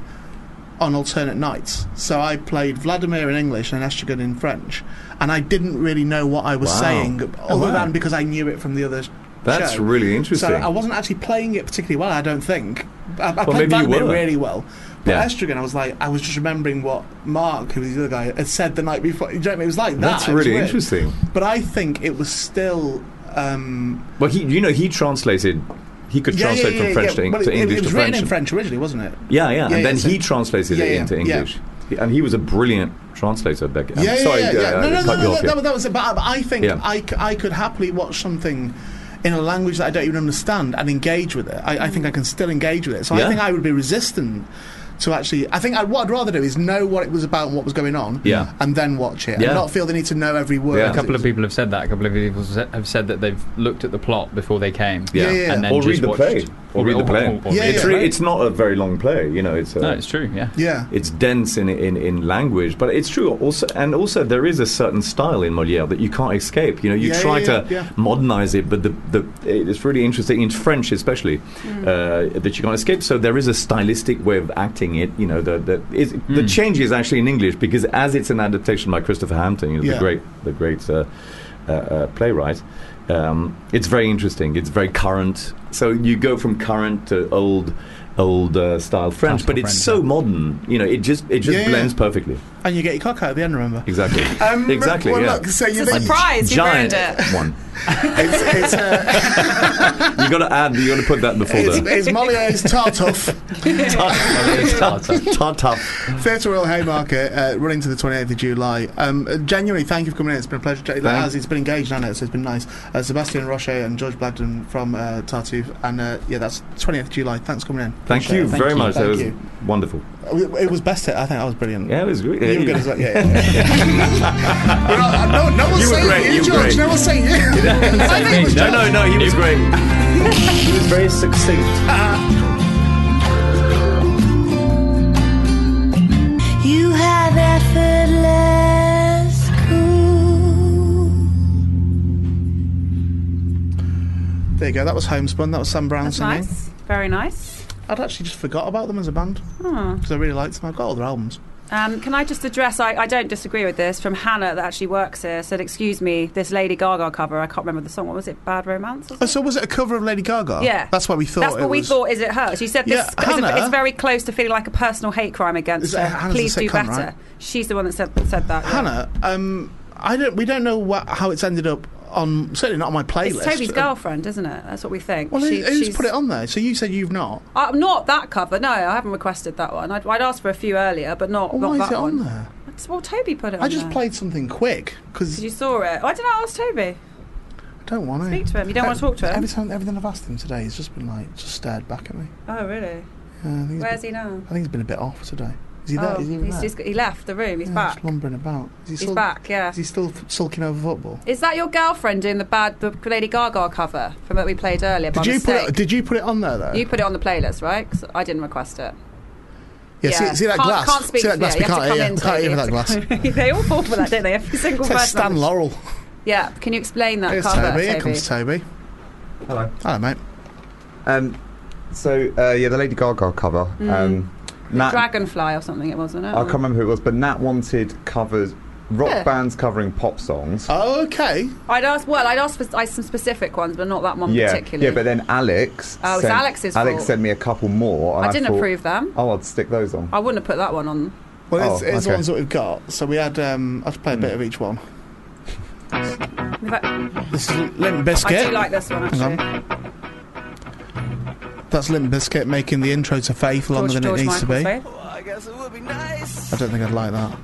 on alternate nights. So I played Vladimir in English and Estragon in French, and I didn't really know what I was
Wow.
saying,
Oh,
other
wow.
than because I knew it from the other.
That's
show.
really interesting.
So I wasn't actually playing it particularly well. I don't think. I, I
Well,
played
maybe you
Vladimir
were.
really well. But
Yeah.
Estragon, I was like, I was just remembering what Mark, who was the other guy, had said the night before. You know, what I mean? it was like that.
That's
It was
really
weird.
interesting.
But I think it was still. Um,
Well, he, you know, he translated. He could translate from French to, Eng-
Well,
to
it,
English
it was
to
written
French.
in French originally, wasn't it?
Yeah, yeah, and then
so-
he translated
Yeah,
it
yeah,
into
yeah.
English, He- and he was a brilliant translator back. I'm
yeah,
sorry,
yeah, yeah, yeah.
uh,
no, no,
I
no,
cut you
no,
off
that,
here.
that, was it. But I, I think
Yeah.
I, c- I could happily watch something in a language that I don't even understand and engage with it. I, I think I can still engage with it. So I
Yeah.
think I would be resistant to actually. I think I, what I'd rather do is know what it was about and what was going on,
Yeah.
and then watch it,
Yeah.
and not feel the need to know every word.
A couple of people have said that. A couple of people se- have said that they've looked at the plot before they came.
Yeah. Yeah, yeah.
And then
Or
just
read the
watched-
play. Or read the play. Yeah, It's yeah. re- it's not a very long play. You know, it's a,
no, it's true. Yeah.
Yeah.
It's dense in, in, in language, but it's true also, and also there is a certain style in Molière that you can't escape. You know, you
Yeah,
try
yeah,
to
yeah.
modernize it, but the, the it's really interesting in French, especially,
Mm.
uh, that you can't escape. So there is a stylistic way of acting it. You know, the the, is,
Mm.
the change is actually in English because as it's an adaptation by Christopher Hampton, you know,
Yeah.
the great the great uh, uh, uh, playwright. Um, it's very interesting. It's very current. So you go from current to old, old uh, style French, but it's so modern. You know, it just it just
Yeah, yeah.
blends perfectly.
and you get your cock out at the end. Remember?
Exactly.
Um,
exactly.
well,
yeah.
look, so It's you a
A
think- surprise, you ruined
giant
it.
One.
It's, it's, uh,
You got to add. You got to put that before
it's,
the
it's Molière's Tartuffe.
tartuffe.
Theatre Royal Haymarket, uh, running to the 28th of July. Um, uh, genuinely, thank you for coming in. It's been a pleasure. It
Thank-
has, it's been engaged, hasn't it? So it's been nice. Uh, Sebastian Roche and George Blagden from uh, Tartuffe. And uh, yeah, that's 28th of July. Thanks for coming in.
Thank
Appreciate
you
it.
very much.
Thank
that was
you.
wonderful.
It- It was best hit. I think that was brilliant.
Yeah, it was great.
You were good as well. Yeah, yeah, yeah. We're not- uh, no, no one's
You were
saying
great,
you,
you were
George.
great.
No one's saying you. I think it was
No,
George.
no, no. He was great. he was very succinct.
You have effortless cool.
There you go. That was Homespun. That was Sam Brown
That's
singing.
nice. Very nice.
I'd actually just forgot about them as a band
Oh.
because I really liked them. I've got all their albums.
Um, can I just address? I, I don't disagree with this. From Hannah, that actually works here, said, "Excuse me, this Lady Gaga cover. I can't remember the song. What was it? Bad Romance." Or
Oh,
something?
so was it a cover of Lady Gaga?
Yeah.
Oh, That's what we thought.
That's
it
what we
was.
thought. Is it her? She said this
Yeah,
is a-
Hannah-
is very close to feeling like a personal hate crime
Is
against
that-
her.
Hannah's a
Please do
sitcom,
better.
right?
She's the one that said said that. yeah.
Hannah, um, I don't. We don't know what, how it's ended up on. Certainly not on my
It's
playlist.
Toby's
Uh,
girlfriend, isn't it? That's what we think.
Well,
She-
who- who's
she's-
put it on there? So you said you've not.
Uh, not that cover. No, I haven't requested that one. I'd, I'd asked for a few earlier, but not, not
Why
that
is it
one.
on there?
That's- Well, Toby put it.
I
on
just
there.
played something quick because
You saw it. I did not ask Toby.
I don't want to
Speak to him. You don't want to talk to him?
Every time, everything I've asked him today, he's just been like, just stared back at me.
Oh, really?
Uh, I, think he's
Where's
been-
he now?
I think he's been a bit off today. Is he there?
Oh,
Is he even
he's
there?
just, he left the room. He's
Yeah,
back.
Just lumbering about. Is he
He's
still,
back. Yeah.
Is he still f- sulking over football?
Is that your girlfriend doing the bad the Lady Gaga cover from what we played earlier? by
Did you put
mistake?
it, Did you put it on there though?
You put it on the playlist, right? 'Cause I didn't request it.
yeah. See, see that
can't,
glass.
Can't speak
see
for
that glass.
you.
We
You have to
can't
come
hear.
in,
Can't
Toby.
hear that
You
glass.
have to come- they all fall for that, don't they? Every single
It's
person.
like
on
Stan
this.
Laurel.
Yeah. Can you explain that
Here's
cover?
Toby. Here comes Toby.
Hello.
Hello, mate.
Um, so uh, yeah, the Lady Gaga cover.
Mm.
Um, Nat,
Dragonfly or something. It was, wasn't it?
I can't remember who it was, but Nat wanted covers, rock
Yeah.
bands covering pop songs.
Oh, okay.
I'd ask. Well, I'd ask for I, some specific ones, but not that one
yeah,
particularly.
yeah. But then Alex.
Oh, it's
sent,
Alex's
Alex
fault.
sent me a couple more. And
I
I,
didn't
thought,
approve them.
Oh, I'd stick those on.
I wouldn't have put that one on.
Well,
Oh,
it's, it's the
okay.
ones that we've got. So we had. Um, I've played a bit of each one.
In fact,
This is Limp Biscuit.
I do like this one
Hang on.
actually.
That's Limp Biscuit making the intro to Faith longer than it needs to be. I don't think I'd like that.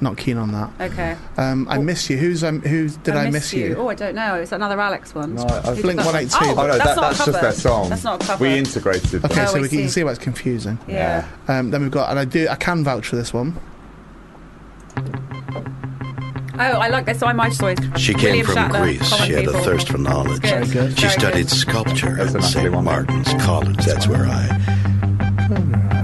Not keen on that.
Okay.
Um, I miss you. Who's um, who? Did I, miss you?
Oh, I don't know. It's another Alex one.
No, I- I
Who did
Blink
that one?
182.
Oh,
Oh, no,
that's
that,
not
that's just
covered.
their song.
That's not covered.
We integrated.
Okay,
them.
Oh,
so
I
we can, you can
see.
see why it's confusing.
Yeah.
Um, then we've got, and I do, I can vouch for this one.
Oh, I like this. I might choice.
She came
William
from
Shatner,
Greece.
common
She had
people.
a thirst for knowledge.
Very good.
She
Very
studied
good.
sculpture
That's a
at
lovely
St.
one.
Martin's College. That's where I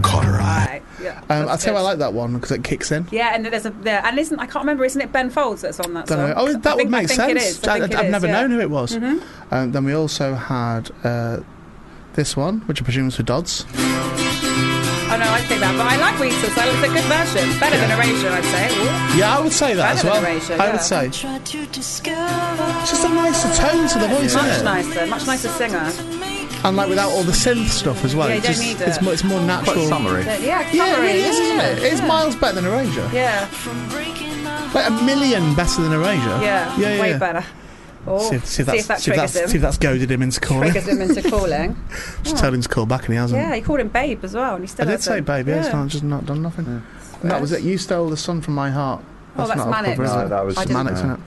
caught her eye.
Right, yeah.
Um, I tell
good.
you, I like that one because it kicks in.
Yeah, and there's a there, and isn't I can't remember. Isn't it Ben Folds that's on that?
Don't know.
song?
Oh,
I
that
think-
would make
I think it
sense.
is. I think it
have
is,
never
yeah.
known who it was.
Mhm.
Um, then we also had uh, this one, which I presume was for Dodds.
Oh no, I think that. But I like Weezer, so it's a good version. Better than Erasure, I'd say. Ooh.
Yeah, I would say that
Better
as
than
well.
Erasure,
I
yeah.
would say. It's just a nicer tone to the voice,
much
isn't it?
nicer, much nicer singer.
And like without all the synth stuff as well.
Yeah, you
it's,
don't
just,
need
it's,
it.
more, it's more natural.
summery.
Yeah, it's
Yeah, it
summery,
really is, isn't it? It's
yeah.
miles better than Erasure.
Yeah,
Like a million better than Erasure.
yeah,
yeah, yeah.
way
yeah.
better. Oh,
See if, see
see
if that's,
if that
see if
triggers
that's,
him.
see if that's goaded him into calling.
triggers him into calling.
Just told him to call back and he hasn't.
Yeah, he called him Babe as well, and he still
I did
hasn't.
say, baby, yeah. it's not, just not done nothing. And that was it. You stole the sun from my heart.
Oh, that's
not a
Mannix.
cover, is
No,
it?
that was-
It's
I
Mannix, isn't
didn't-
it?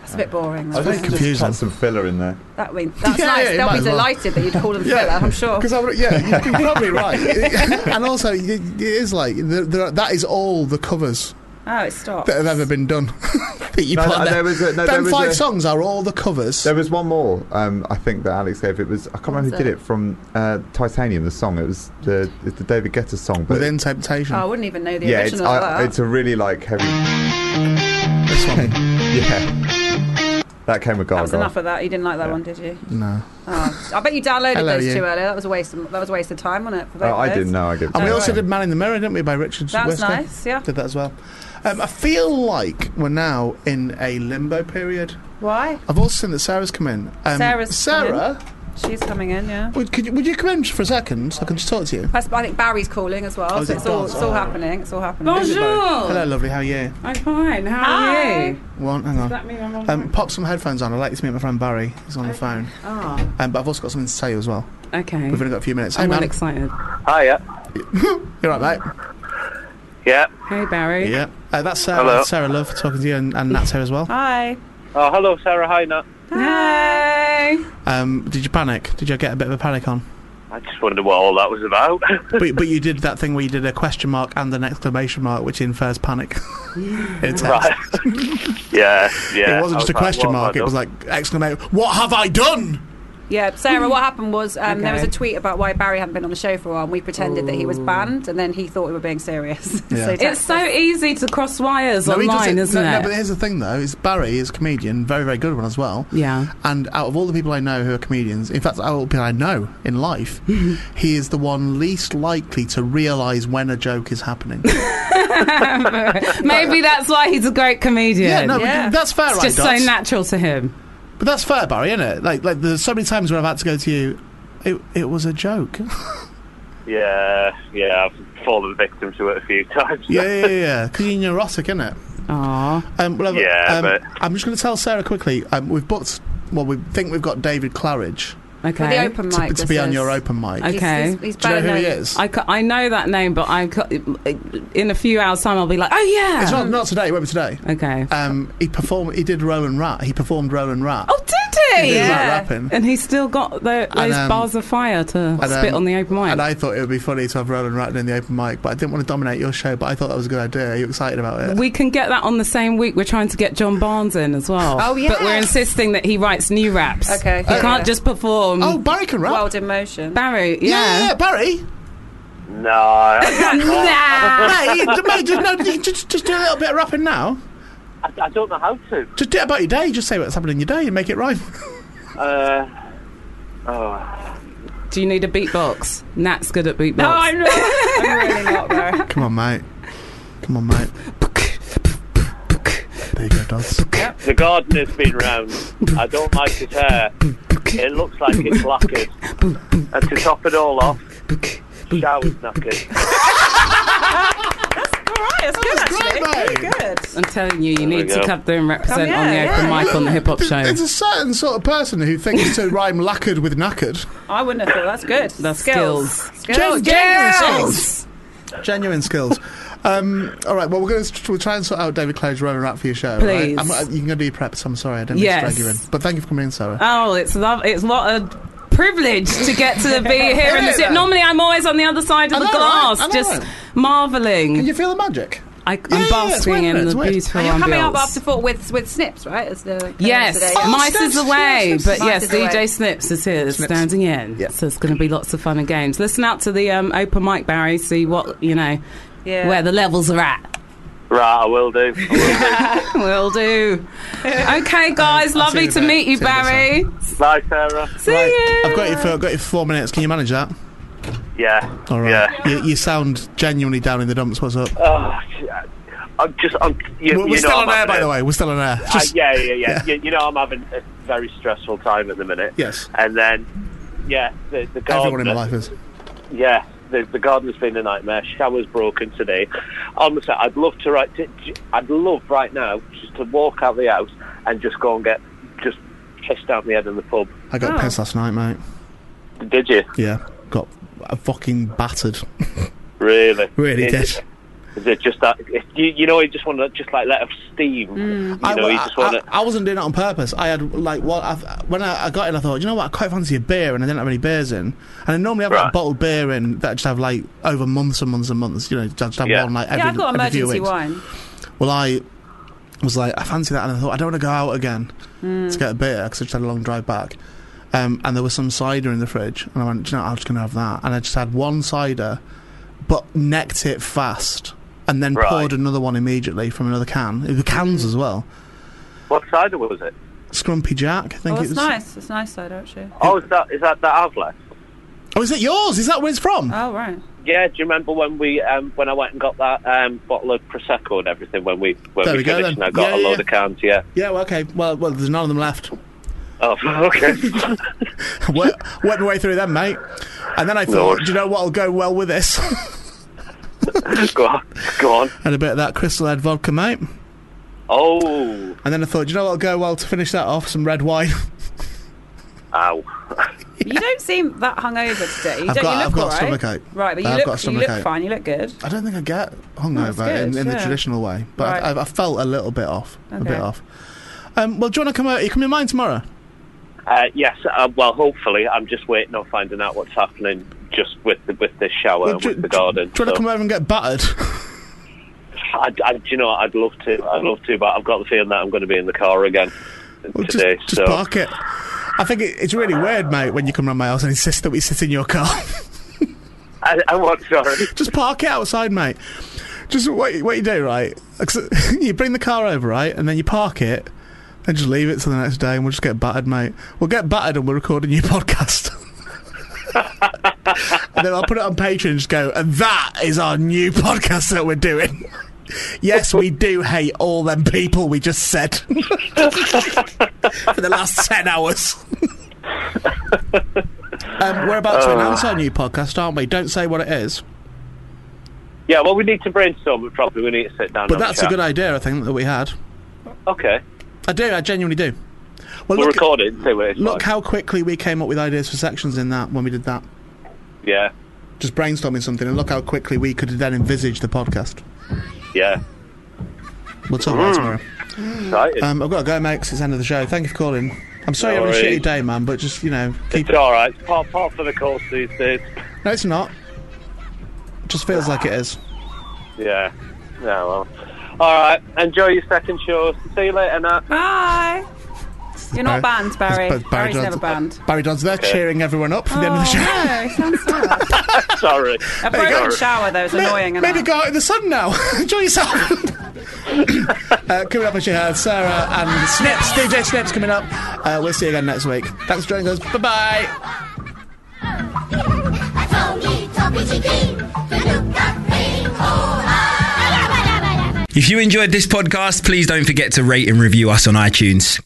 That's a bit boring.
I
That's
think
fine.
just
confusing.
cut some filler in there.
That mean that's
Yeah,
nice.
yeah, you
They'll
might
be
as well.
delighted that you'd call him
Yeah,
filler. I'm sure.
Because I would, yeah, you're probably right. and also, it, it is like there, there are, that is all the covers
Oh, it stopped.
that have ever been done. that you
No,
put
no,
on there.
there was a- no, there
Them
was
five
a-
songs are all the covers.
There was one more, um, I think, that Alex gave. It was I can't remember who
was
did
it?
it from uh, Titanium, the song. It was the it's the David Guetta song, but
Within Temptation,
Oh, I wouldn't even know the
yeah, it's,
original. of
I,
that.
it's a really like heavy.
this one.
Yeah, that came with
that was
Gaga.
enough of that. You didn't like that
Yeah.
one, did you?
No.
Oh, I bet you downloaded
Hello,
those
you.
two earlier. That was a waste. Of, that was a waste of time, wasn't it? For both
Oh,
of
I
those?
didn't know. I did.
And we
No,
also
right.
did Man in the Mirror, didn't we, by Richard
That was
Westall?
nice. Yeah.
Did that as well. Um, I feel like we're now in a limbo period.
Why?
I've also seen that Sarah's come in. Um,
Sarah's come in.
Sarah,
She's coming in. Yeah.
Would, could you, would you come in for a second? I can just talk to you.
That's, I think Barry's calling as well.
Oh, is
so
it
it's all,
Daz?
it's all
Oh.
happening. It's all happening.
Hello, lovely. How are you?
I'm fine. How
Hi.
are you?
One, hang
Does
on.
that mean I'm on?
Um, pop some headphones on. I'd like to meet my friend Barry. He's on the phone.
Ah,
Um, but I've also got something to tell you as well.
okay.
We've only got a few minutes. Hey,
I'm all
man.
excited.
Hiya.
You're right, mate.
Yeah.
Hey, Barry.
Yeah. Uh, that's Sarah.
Hello.
Sarah, love, talking to you, and, and Nat's here as well.
Hi.
Oh, hello, Sarah. Hi, Nat.
Hi.
Um, did you panic? Did you get a bit of a panic on?
I just wonder what all that was about.
but, but you did that thing where you did a question mark and an exclamation mark, which infers panic. in text.
right. yeah, yeah.
it wasn't
I
just a
like,
question
what have I
mark. It
done?
was like exclamation. What have I done?
Yeah, Sarah, what happened was um, there was a
Okay.
tweet about why Barry hadn't been on the show for a while, and we pretended that he was banned, and then he thought we were being serious.
Yeah.
so
It's so easy to cross wires
he does
online,
it-
isn't
no,
it?
no, but here's the thing though: is Barry is a comedian, very very good one as well.
yeah.
And out of all the people I know who are comedians, in fact, out of all the people I know in life, he is the one least likely to realise when a joke is happening.
Maybe that's why he's a great comedian.
yeah, no, but that's fair,
It's
right?
just
Dots?
so natural to him.
but that's fair, Barry, isn't it? Like, like there's so many times where I've had to go to you. It, it was a joke.
Yeah, yeah. I've fallen victim to it a few times.
yeah, yeah, yeah. Because you're neurotic, isn't it?
Aw.
Um, well, I've-
Yeah,
um,
but-
I'm just going to tell Sarah quickly. Um, we've booked. Well, we think we've got David Claridge
Okay.
the open
to,
mic
to be
this
on
is.
your open mic.
Okay.
He's, he's, he's
Do you know
better
who
known.
he is?
I, ca- I know that name, but I ca- in a few hours' time I'll be like, oh yeah.
It's not, not today. It won't be today.
okay.
Um, he performed. He did Rowan Rat. He performed Rowan Rat.
oh,
He
did he?
did Rat
yeah.
rapping.
And he's still got tho- those
um,
bars of fire to spit
um,
on the open mic.
And I thought it would be funny to have Rowan Rat in the open mic, but I didn't want to dominate your show. But I thought that was a good idea. Are you excited about it?
We can get that on the same week. We're trying to get John Barnes in as well.
Oh,
But we're
yes.
insisting that he writes new raps.
Okay.
He
Yeah.
can't just perform.
oh, Barry can rap.
Wild in motion.
Barry,
yeah.
yeah.
Barry.
No, I,
nah.
Mate, mate, just, no, just, just do a little bit of rapping now.
I, I don't know how to.
Just do it about your day. Just say what's happening in your day and make it rhyme.
Uh, oh,
Do you need a beatbox? Nat's good at beatbox.
No, I'm not. I'm really not, Barry.
Come on, mate. Come on, mate. There you go, Dodds.
the garden has been round. I don't like it hair. It looks like it's lacquered. And to top it all off, shower's knackered.
All right, that's good, actually.
great,
Really good.
I'm telling you, you need
we
to
go.
come through and represent
Oh,
Come
on the
here,
open
yeah.
mic on the hip hop show.
There's a certain sort of person who thinks to rhyme lacquered with knackered.
I wouldn't have thought that's good.
That's
Skills.
Gen-
Skills.
Genuine skills. Um, all right, well, we're going to we'll try and sort out David Clay's Rowan Rat for your show.
Please.
Right? I'm, uh, you can go do your preps. I'm sorry, I didn't mean
Yes.
to drag you in. But thank you for coming in, Sarah.
Oh, it's love. It's what a privilege to get to be here in the
Yeah.
studio. Normally, I'm always on the other side of
I
the
know,
glass,
right? I know,
just
right? Can
marveling.
you feel the magic?
I,
yeah, yeah,
I'm basking
it's weird,
in
it's
the
weird.
beautiful
And you're coming up
ambience.
after four with with Snips, right? As the colours
Yes,
today.
Mice
Snips,
is away,
Snips,
but
Snips. Mice
yes,
is away.
DJ Snips is here, standing in.
Yeah.
So it's going to be lots of fun and games. Listen out to the um, open mic, Barry. See what you know.
Yeah.
where the levels are at.
Right, I will do. I
Will
will do.
do. Okay,
Um,
guys,
I'll see
lovely
you in a
to
bit.
meet you,
See you in a bit,
Barry.
Bye, Sarah.
See you.
I've got you for I've got you for four minutes. Can you manage that?
Yeah.
All right.
Yeah.
You, you sound genuinely down in the dumps. What's up?
Oh, I'm just. I'm,
we're
you, you
we're
know
still
I'm
on air,
having
by
a-
the way. We're still on air.
Uh,
Just-
yeah, yeah, yeah.
yeah.
You, you know, I'm having a very stressful time at the minute.
Yes.
And then, yeah, the, the garden.
Everyone in my life is.
Yeah, the, the garden's been a nightmare. Shower's broken today. Honestly, I'd love to write. To, I'd love right now just to walk out the house and just go and get just pissed out my head in the pub.
I
Oh.
got pissed last night, mate.
Did you
Yeah, got uh, fucking battered.
really?
Really
is
did.
It, is it just that if you, you know you just want to just like let off steam? You
I,
know, you
I-
just want to.
I, I wasn't doing it on purpose. I had like what i when I, I got in, I thought, you know what, I quite fancy a beer, and I didn't have any beers in. And I normally have like
Right.
bottled beer in that I just have like over months and months and months. You know, just have one like every.
yeah, I've got
every few
emergency
weeks.
wine.
Well, I was like, I fancy that, and I thought I don't want to go out again
Mm.
to get a beer because I just had a long drive back. Um, and there was some cider in the fridge, and I went, Do you know, what, I'm just going to have that. And I just had one cider, but necked it fast, and then
Right.
poured another one immediately from another can. It was
Hmm.
cans as well.
What cider was it?
Scrumpy Jack, I think
Oh,
it
it's
was.
nice. It's nice cider actually.
Oh, is that is that that I've left?
Oh, is it yours? Is that where it's from?
Oh right.
Yeah, do you remember when we um, when I went and got that um, bottle of prosecco and everything when we when
There
we,
we go,
finished
then.
and I got
Yeah,
a
yeah,
load
yeah.
of cans? Yeah.
Yeah, well, okay. Well, well, there's none of them left.
Oh, okay.
Wet wet my way through them, mate. And then I thought,
Lord.
do you know what'll go well with this?
go on, go on.
Had a bit of that Crystal Head vodka, mate.
Oh,
And then I thought, do you know what'll go well to finish that off? Some red wine.
ow.
You don't seem that hungover today. You
I've
don't,
got-
you look
I've got a
all right.
stomachache.
Right, but you
I've
look,
got a
you look
stomachache. Uh,
fine. You look good.
I don't think I get
That's
hungover
good,
in, in the
yeah.
traditional way, but
Right.
I've, I've felt a little bit off, a
Okay.
bit off. Um, well, do you want to come out? You coming mine tomorrow?
Uh, yes. Uh, well, hopefully, I'm just waiting on finding out what's happening just with the, with this shower
Well,
and
do-
with the garden.
Do you want to come over and get battered?
So, I, I, do you know, what? I'd love to. I'd love to, but I've got the feeling that I'm going to be in the car again
Well, just,
today.
just
so
park it. I think it, it's really weird, mate, when you come round my house and insist that we sit in your car.
I, I want sorry.
just park it outside, mate. Just what, you- what you do, right? 'cause You bring the car over, right, and then you park it, then just leave it till the next day, and we'll just get battered, mate. We'll get battered, and we'll record a new podcast. and then I'll put it on Patreon and just go, and that is our new podcast that we're doing. yes, we do hate all them people we just said for the last 10 hours. um, we're about to
Oh.
announce our new podcast, aren't we? Don't say what it is.
Yeah. Well, we need to brainstorm. it Probably we need to sit down.
But that's a good idea, I think, that we had.
idea. Okay.
I do, I genuinely do. Well,
we'll
look,
record it. and See what it's
look
like.
how quickly we came up with ideas for sections in that when we did that.
Yeah.
Just brainstorming something, and look how quickly we could then envisage the podcast.
Yeah.
We'll talk about it
Mm.
tomorrow.
Excited.
Um, I've got to go, mate, 'cause it's the end of the show. Thank you for calling. I'm sorry
No
you're having a
worries.
shitty day, man, but just, you know, keep
it's all right. Part part for the course these days.
No, it's not. Just feels like it is.
Yeah. Yeah. Well. All right. Enjoy your second show. See you later. Nat.
Bye. You're not
Barry-
banned, Barry.
Barry
Barry's
Dodds-
never banned.
Barry Dodds there cheering everyone up for the end of the show.
no, he sounds sad.
Sorry.
A broken shower though is
May-
annoying.
Maybe
isn't it?
go out in the sun now. Enjoy yourself. uh, coming up, as you heard, Sarah and Snips, DJ Snips coming up. Uh, we'll see you again next week. Thanks for joining us. Bye bye.
If you enjoyed this podcast, please don't forget to rate and review us on iTunes.